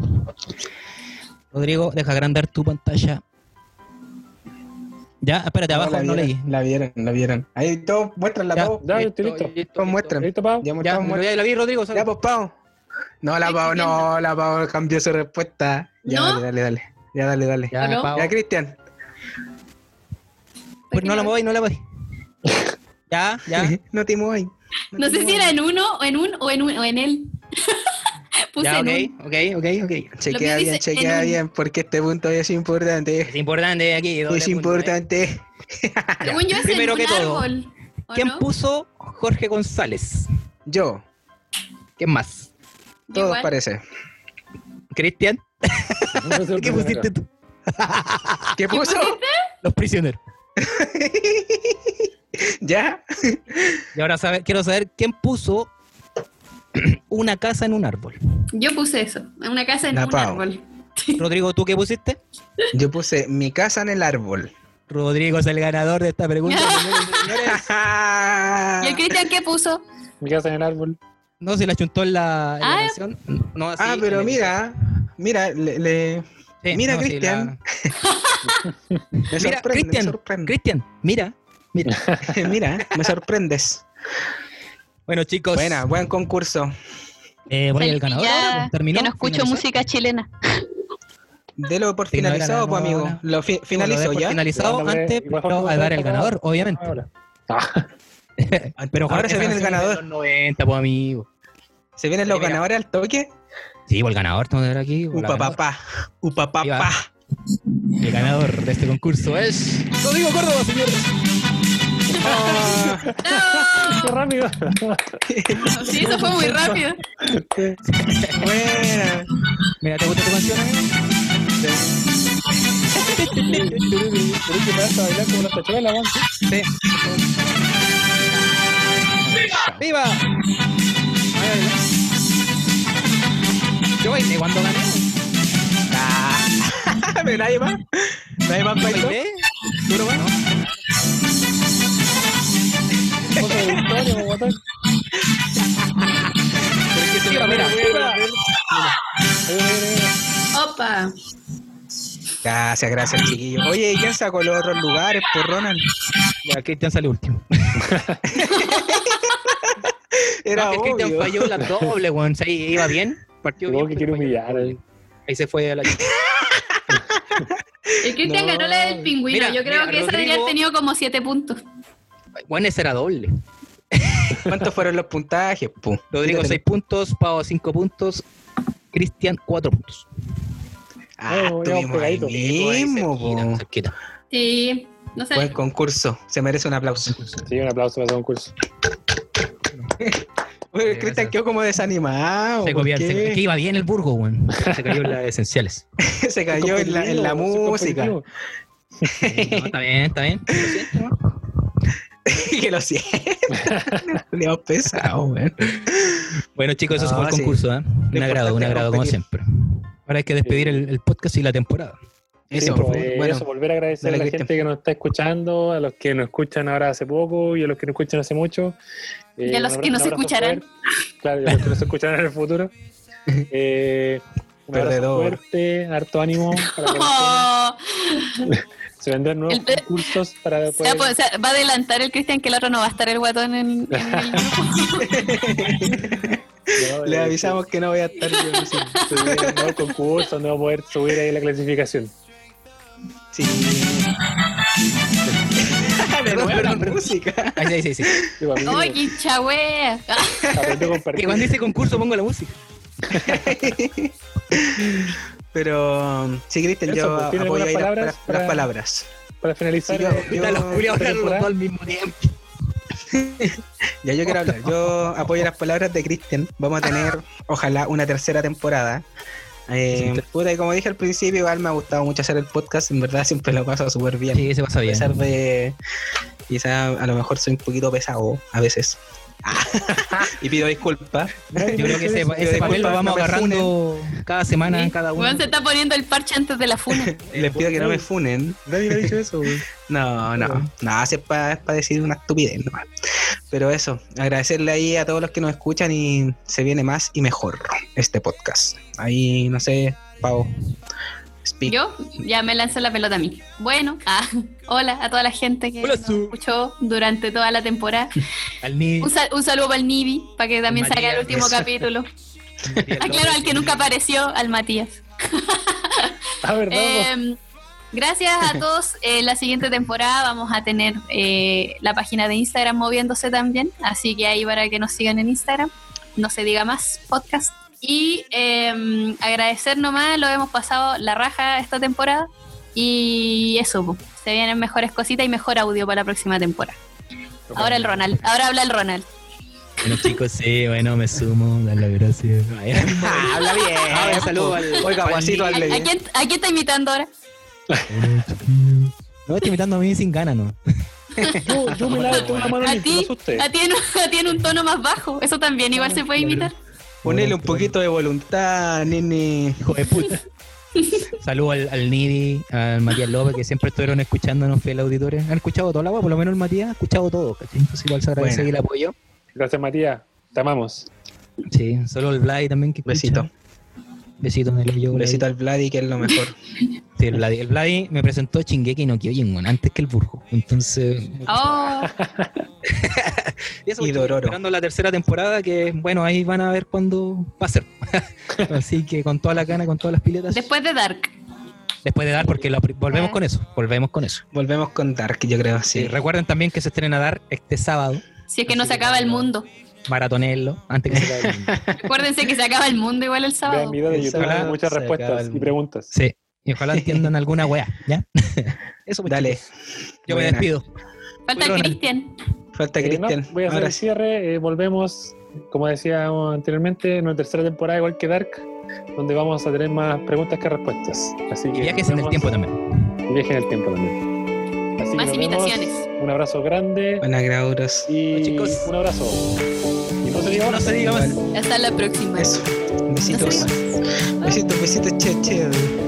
Speaker 6: Rodrigo, deja agrandar tu pantalla. Ya, espérate, abajo
Speaker 7: la
Speaker 6: no
Speaker 7: vieron,
Speaker 6: leí.
Speaker 7: La vieron, la vieron. Ahí todos, muéstranla
Speaker 6: Ya.
Speaker 7: todos.
Speaker 8: Ya, yo estoy listo.
Speaker 7: Todos muestran.
Speaker 8: ¿Listo, Pau?
Speaker 7: Ya,
Speaker 6: Ya,
Speaker 7: mostramos,
Speaker 6: pero
Speaker 7: muestran.
Speaker 6: ya la vi, Rodrigo. saca.
Speaker 7: Ya, pues, Pau. No, la
Speaker 9: Estoy
Speaker 7: Pau, no, la Pau cambió su respuesta. Ya,
Speaker 9: ¿No?
Speaker 7: dale, dale, dale. Ya, dale, dale. Ya,
Speaker 6: Ya,
Speaker 9: ¿No?
Speaker 6: Pau.
Speaker 7: Cristian.
Speaker 6: Pues no la mováis, no la mováis. ya, ya.
Speaker 7: *laughs* No te muevas.
Speaker 9: *laughs* No sé si era en uno, o en un, o en un, o en él. *laughs* Puse
Speaker 6: ya,
Speaker 9: en
Speaker 6: ok,
Speaker 9: un.
Speaker 6: ok, ok, ok.
Speaker 9: que
Speaker 7: Chequea bien,
Speaker 9: dice
Speaker 7: chequea
Speaker 9: en un-
Speaker 7: bien, porque este punto es
Speaker 6: Es
Speaker 7: importante.
Speaker 6: importante aquí. doble
Speaker 7: Es
Speaker 6: punto, ¿eh?
Speaker 7: importante.
Speaker 6: *laughs* Ya,
Speaker 9: Según yo es
Speaker 6: Primero
Speaker 9: en
Speaker 6: que
Speaker 9: un
Speaker 6: todo,
Speaker 9: árbol. ¿o
Speaker 6: ¿quién
Speaker 9: no?
Speaker 6: puso Jorge González?
Speaker 7: Yo,
Speaker 6: ¿Quién más?
Speaker 7: todos
Speaker 9: Igual.
Speaker 7: parece.
Speaker 6: ¿Cristian?
Speaker 8: No sé
Speaker 6: ¿Qué pusiste tú?
Speaker 9: Ah,
Speaker 7: ¿Qué puso?
Speaker 6: Los prisioneros.
Speaker 7: *laughs* ¿Ya?
Speaker 6: Y ahora saber, quiero saber quién puso *clears throat* una casa en
Speaker 9: *laughs*
Speaker 6: un árbol.
Speaker 9: Yo puse eso, en una casa en
Speaker 7: La
Speaker 9: un
Speaker 7: Pau.
Speaker 9: árbol.
Speaker 6: Rodrigo, ¿tú qué pusiste?
Speaker 7: Yo puse mi casa en el árbol.
Speaker 9: *laughs*
Speaker 6: Rodrigo es el ganador de esta pregunta. señores y señores.
Speaker 7: ¿Y Ah.
Speaker 9: ¿Y el Cristian qué puso?
Speaker 8: Mi casa en el árbol.
Speaker 6: No, se la chuntó en la, en la
Speaker 9: Ah.
Speaker 6: canción. No, así,
Speaker 7: Ah, pero
Speaker 6: en el-
Speaker 7: mira, mira, le, le-
Speaker 6: Sí,
Speaker 7: mira,
Speaker 6: sí,
Speaker 7: Cristian.
Speaker 6: la-
Speaker 7: me
Speaker 6: Mira,
Speaker 7: sorprende, me
Speaker 6: Cristian,
Speaker 7: sorprende.
Speaker 6: Cristian, mira.
Speaker 7: Mira, *laughs* mira, me sorprendes.
Speaker 6: Bueno, chicos.
Speaker 7: Buena, buen concurso.
Speaker 6: Eh, bueno, y
Speaker 9: Felipe,
Speaker 6: el ganador
Speaker 9: ya
Speaker 6: ahora, pues, terminó.
Speaker 9: Que no escucho
Speaker 6: finalizó.
Speaker 9: música chilena.
Speaker 7: Delo por
Speaker 6: Sí, no era
Speaker 7: finalizado, pues,
Speaker 6: nada, no,
Speaker 7: amigo.
Speaker 6: ahora.
Speaker 7: Lo fi-
Speaker 6: Sí, bueno, lo
Speaker 7: finalizo
Speaker 6: dejo
Speaker 7: ya.
Speaker 6: Finalizado
Speaker 8: Igual fue-
Speaker 6: antes
Speaker 8: igual fue
Speaker 6: pero
Speaker 8: como
Speaker 6: a dar el
Speaker 8: fue-
Speaker 6: ganador, obviamente.
Speaker 8: Ahora.
Speaker 6: Pero
Speaker 7: Ahora
Speaker 6: Jorge
Speaker 7: se viene el
Speaker 6: Canción de
Speaker 7: ganador.
Speaker 6: los 90, pues, amigo.
Speaker 7: ¿Se vienen los
Speaker 6: Mira.
Speaker 7: ganadores al toque?
Speaker 6: Sí, pues, el ganador, tengo que ver aquí. pues, la
Speaker 7: Upa
Speaker 6: ganadora.
Speaker 7: papá, upa
Speaker 6: Ahí va.
Speaker 7: papá.
Speaker 6: *laughs* El ganador de este concurso es. Rodrigo Córdoba, señores.
Speaker 8: Qué rápido. *laughs*
Speaker 9: Sí, eso fue muy rápido.
Speaker 7: Buena.
Speaker 6: Mira, ¿te gusta tu canción, amigo?
Speaker 8: Pero es que me vas a bailar como una tachuela, man.
Speaker 6: Sí. ¡Viva! Yo bailé cuando gané.
Speaker 7: Pero nadie más. Nadie más bailó.
Speaker 6: ¿Bailé? ¿Duro más?
Speaker 8: Cosa de victoria, como guatón.
Speaker 7: Pero es que se me- mira.
Speaker 9: Opa.
Speaker 7: Gracias, gracias, chiquillos. Oye, ¿y quién sacó los otros lugares por Ronald?
Speaker 6: Ya, Cristian sale último.
Speaker 7: Era
Speaker 6: No, que Cristian
Speaker 7: obvio.
Speaker 6: falló la doble, weón. Sí, iba
Speaker 8: *laughs*
Speaker 6: bien. Partió
Speaker 8: Luego
Speaker 6: bien.
Speaker 8: que
Speaker 6: pero
Speaker 8: quiere
Speaker 6: falló la
Speaker 8: humillar. eh.
Speaker 6: doble. Ahí se fue a la.
Speaker 9: El Cristian
Speaker 7: No.
Speaker 9: ganó la del pingüino.
Speaker 6: Mira,
Speaker 9: Yo creo
Speaker 6: mira,
Speaker 9: que esa debería haber
Speaker 6: Rodrigo-
Speaker 9: tenido como siete puntos.
Speaker 6: Bueno, ese era doble.
Speaker 7: ¿Cuántos fueron los puntajes? Pum.
Speaker 6: Rodrigo 6 puntos, Pavo 5 puntos, Cristian 4 puntos.
Speaker 7: Ah,
Speaker 8: No, ya,
Speaker 7: tuvimos ahí
Speaker 8: pegadito.
Speaker 7: mismo, po.
Speaker 6: cerquita.
Speaker 9: Sí. No sé. *laughs*
Speaker 7: Buen concurso. Se merece un aplauso.
Speaker 8: Sí, un aplauso para ese concurso.
Speaker 7: Uy, el Cristian quedó como desanimado.
Speaker 6: Se
Speaker 7: ¿por
Speaker 6: copió,
Speaker 7: qué?
Speaker 6: se- que iba bien el Burgo, weón. Se cayó en las *laughs* esenciales.
Speaker 7: Se cayó en la, en la
Speaker 8: Soy
Speaker 7: música. *laughs*
Speaker 8: competitivo.
Speaker 6: Sí, no, está bien, está bien.
Speaker 7: que lo siento. *laughs* Le ha pesado, weón.
Speaker 6: Bueno, chicos, eso
Speaker 7: No,
Speaker 6: fue el
Speaker 7: sí.
Speaker 6: concurso, ¿eh? Un
Speaker 7: Lo
Speaker 6: agrado, un
Speaker 7: importante es
Speaker 6: agrado, como
Speaker 7: competir.
Speaker 6: siempre. Ahora hay que despedir el, el podcast y la temporada.
Speaker 7: Eso,
Speaker 8: Sí,
Speaker 7: por favor.
Speaker 8: pues,
Speaker 7: Bueno,
Speaker 8: eso, volver a agradecer
Speaker 7: dale,
Speaker 8: a la
Speaker 7: Cristian.
Speaker 8: gente que nos está escuchando, a los que nos escuchan ahora hace poco y a los que nos escuchan hace mucho. Eh,
Speaker 9: Y a los
Speaker 8: un
Speaker 9: que
Speaker 8: abra-
Speaker 9: nos
Speaker 8: un abrazo
Speaker 9: escucharán.
Speaker 8: fuerte. Claro, y a los que nos escucharán en el futuro. Eh, un abrazo
Speaker 7: Perdedor.
Speaker 8: fuerte, harto ánimo.
Speaker 9: *laughs*
Speaker 8: para que
Speaker 9: Oh,
Speaker 8: se vendrán nuevos
Speaker 9: El-
Speaker 8: concursos para
Speaker 9: se va,
Speaker 8: después.
Speaker 9: a po- se pues, va a adelantar el Cristian que el otro no va a estar el guatón en, en
Speaker 6: *laughs*
Speaker 9: el grupo.
Speaker 8: ¿no?
Speaker 7: *laughs* le
Speaker 8: Eh,
Speaker 7: avisamos que no voy a estar yo. sí.
Speaker 8: subir un nuevo concurso, no va a poder subir ahí la clasificación. *laughs*
Speaker 7: Sí. De *laughs* nuevo la música.
Speaker 6: Ahí sí, ahí sí, ahí sí.
Speaker 8: Sí, para mí,
Speaker 9: ¡Ay, qué chawea!
Speaker 8: aprendo a
Speaker 6: Que *laughs*
Speaker 8: compartir.
Speaker 6: cuando dice concurso pongo la música.
Speaker 7: Pero sí, Cristian,
Speaker 8: Eso,
Speaker 7: yo
Speaker 8: pues, ¿tiene
Speaker 7: apoyo
Speaker 8: algunas
Speaker 7: ahí las
Speaker 8: palabras
Speaker 7: palabras.
Speaker 8: para-
Speaker 7: Las palabras.
Speaker 8: Para finalizar,
Speaker 7: Sí, yo-
Speaker 8: eh,
Speaker 6: Puta, los
Speaker 8: esta
Speaker 6: culiados hablaron los
Speaker 8: temporada.
Speaker 6: dos al mismo tiempo.
Speaker 7: Ya yo quiero hablar. Yo apoyo las palabras de Cristian. Vamos a tener, ojalá, una tercera temporada. Eh, puta, y como dije al principio, igual me ha gustado mucho hacer el podcast. En verdad siempre lo paso súper bien.
Speaker 6: Sí, se pasa
Speaker 7: A
Speaker 6: bien.
Speaker 7: pesar de. Quizá a lo mejor soy un poquito pesado a veces. *laughs* y pido disculpas.
Speaker 6: Yo creo que ese,
Speaker 7: Yo
Speaker 6: ese papel
Speaker 7: disculpa,
Speaker 6: lo vamos
Speaker 7: no me
Speaker 6: agarrando cada semana,
Speaker 9: Sí.
Speaker 6: cada
Speaker 9: *laughs*
Speaker 6: uno.
Speaker 9: Weón, se está poniendo el parche antes de la funa.
Speaker 7: Les pido que no me funen.
Speaker 8: Nadie me
Speaker 7: *laughs*
Speaker 8: ha dicho eso, güey.
Speaker 7: No, no, no, si es para decir una estupidez nomás. Pero eso, agradecerle ahí a todos los que nos escuchan y se viene más y mejor este podcast. Ahí, no sé, Pau. Speak.
Speaker 9: Yo ya me lanzo la pelota a mí. Bueno, ah, hola a toda la gente que
Speaker 6: Hola,
Speaker 9: nos
Speaker 6: su.
Speaker 9: escuchó durante toda la temporada.
Speaker 6: Al ni-
Speaker 9: Un, sal- un saludo para el Nibi, para que también
Speaker 6: Matías,
Speaker 9: salga el
Speaker 6: *laughs*
Speaker 9: último
Speaker 7: eso.
Speaker 9: capítulo.
Speaker 6: Matías
Speaker 9: Ah,
Speaker 6: López.
Speaker 9: claro, al que nunca apareció, al Matías. *laughs*
Speaker 8: Ah, verdad.
Speaker 9: Eh, gracias a todos. Eh, la siguiente temporada vamos a tener eh, la página de Instagram moviéndose también. Así que ahí para que nos sigan en Instagram. No se diga más podcast. Y eh, agradecer nomás, lo hemos pasado la raja esta temporada. Y eso, po. se vienen mejores cositas y mejor audio para la próxima temporada. Ahora el Ronald, ahora habla el Ronald.
Speaker 6: Bueno, chicos, sí, bueno, me sumo. Dar las *laughs* gracias.
Speaker 7: Ah, habla bien.
Speaker 6: Ah, un saludo al-
Speaker 7: Oiga,
Speaker 6: al
Speaker 7: guasito,
Speaker 9: ¿A,
Speaker 7: hable
Speaker 9: a
Speaker 7: bien.
Speaker 9: quién, a quién está imitando ahora?
Speaker 6: No, estoy invitando a mí sin ganas, ¿no?
Speaker 8: Yo, yo me lavo con una mano
Speaker 9: ¿A
Speaker 8: limpia, no
Speaker 9: ti?
Speaker 8: sé usted.
Speaker 9: A ti, en, a ti en un tono más bajo. Eso también, igual se puede imitar.
Speaker 7: Ponele un poquito de voluntad, nene.
Speaker 6: Hijo de
Speaker 7: *laughs*
Speaker 6: puta. Saludo al, al Nidi, al Matías López, que siempre estuvieron escuchándonos, fieles auditores. Han escuchado toda la agua, por lo menos el Matías ha escuchado todo, ¿cachai? Entonces igual se agradece
Speaker 7: Buena.
Speaker 6: el apoyo.
Speaker 8: Gracias, Matías. Te amamos.
Speaker 6: Sí, solo el Vlad también que escucha.
Speaker 7: Besito.
Speaker 6: Besito en el hoyo.
Speaker 7: Besito al Vladi, que es lo mejor.
Speaker 6: Sí, el Vladi. El Vladi me presentó Shingeki no Kyojin, weón, antes que el Burgo. Entonces,
Speaker 9: Oh,
Speaker 6: Y eso porque estoy
Speaker 7: Y Dororo.
Speaker 6: esperando la tercera temporada, que bueno, ahí van a ver cuándo va a
Speaker 7: *laughs*
Speaker 6: ser. Así que con toda la gana, con todas las piletas.
Speaker 9: después de Dark.
Speaker 6: Después de dar, porque la pri- volvemos
Speaker 9: Eh.
Speaker 6: con eso. Volvemos con eso.
Speaker 7: Volvemos con Dark, yo creo, Ah. sí.
Speaker 6: Y recuerden también que se estrena dar este sábado.
Speaker 9: Si es que no se acaba el mundo.
Speaker 6: Maratonello, antes que se acabe el mundo.
Speaker 9: Acuérdense que se acaba el mundo igual el sábado.
Speaker 8: Vean video de
Speaker 6: El
Speaker 8: YouTube,
Speaker 6: sábado
Speaker 8: hay muchas
Speaker 6: se acaba el
Speaker 8: respuestas y
Speaker 6: mundo.
Speaker 8: preguntas.
Speaker 6: Sí. Y ojalá entiendan alguna weá, ¿ya? Eso pues,
Speaker 7: Dale.
Speaker 6: chicos. Yo me
Speaker 7: Buena.
Speaker 6: despido.
Speaker 9: Falta
Speaker 6: Fueron al-
Speaker 9: Cristian.
Speaker 7: Falta
Speaker 8: Eh, no,
Speaker 7: Cristian.
Speaker 8: voy a hacer
Speaker 7: Ahora
Speaker 8: el
Speaker 7: sí.
Speaker 8: cierre. eh, volvemos, como decíamos anteriormente, en una tercera temporada, igual que Dark, donde vamos a tener más preguntas que respuestas. Así que
Speaker 6: Y viajes
Speaker 8: nos
Speaker 6: en el
Speaker 8: vemos.
Speaker 6: tiempo también.
Speaker 8: Y viajes en el tiempo también. Así que
Speaker 9: Más
Speaker 8: nos vemos.
Speaker 9: imitaciones.
Speaker 8: Un abrazo grande
Speaker 7: Buenas, Grauros.
Speaker 8: y
Speaker 6: chicos.
Speaker 8: un abrazo. Y no se diga
Speaker 6: No se diga más.
Speaker 9: Hasta la próxima.
Speaker 7: Eso.
Speaker 9: No
Speaker 7: Besitos.
Speaker 9: sé.
Speaker 7: Besitos, besitos, che, che.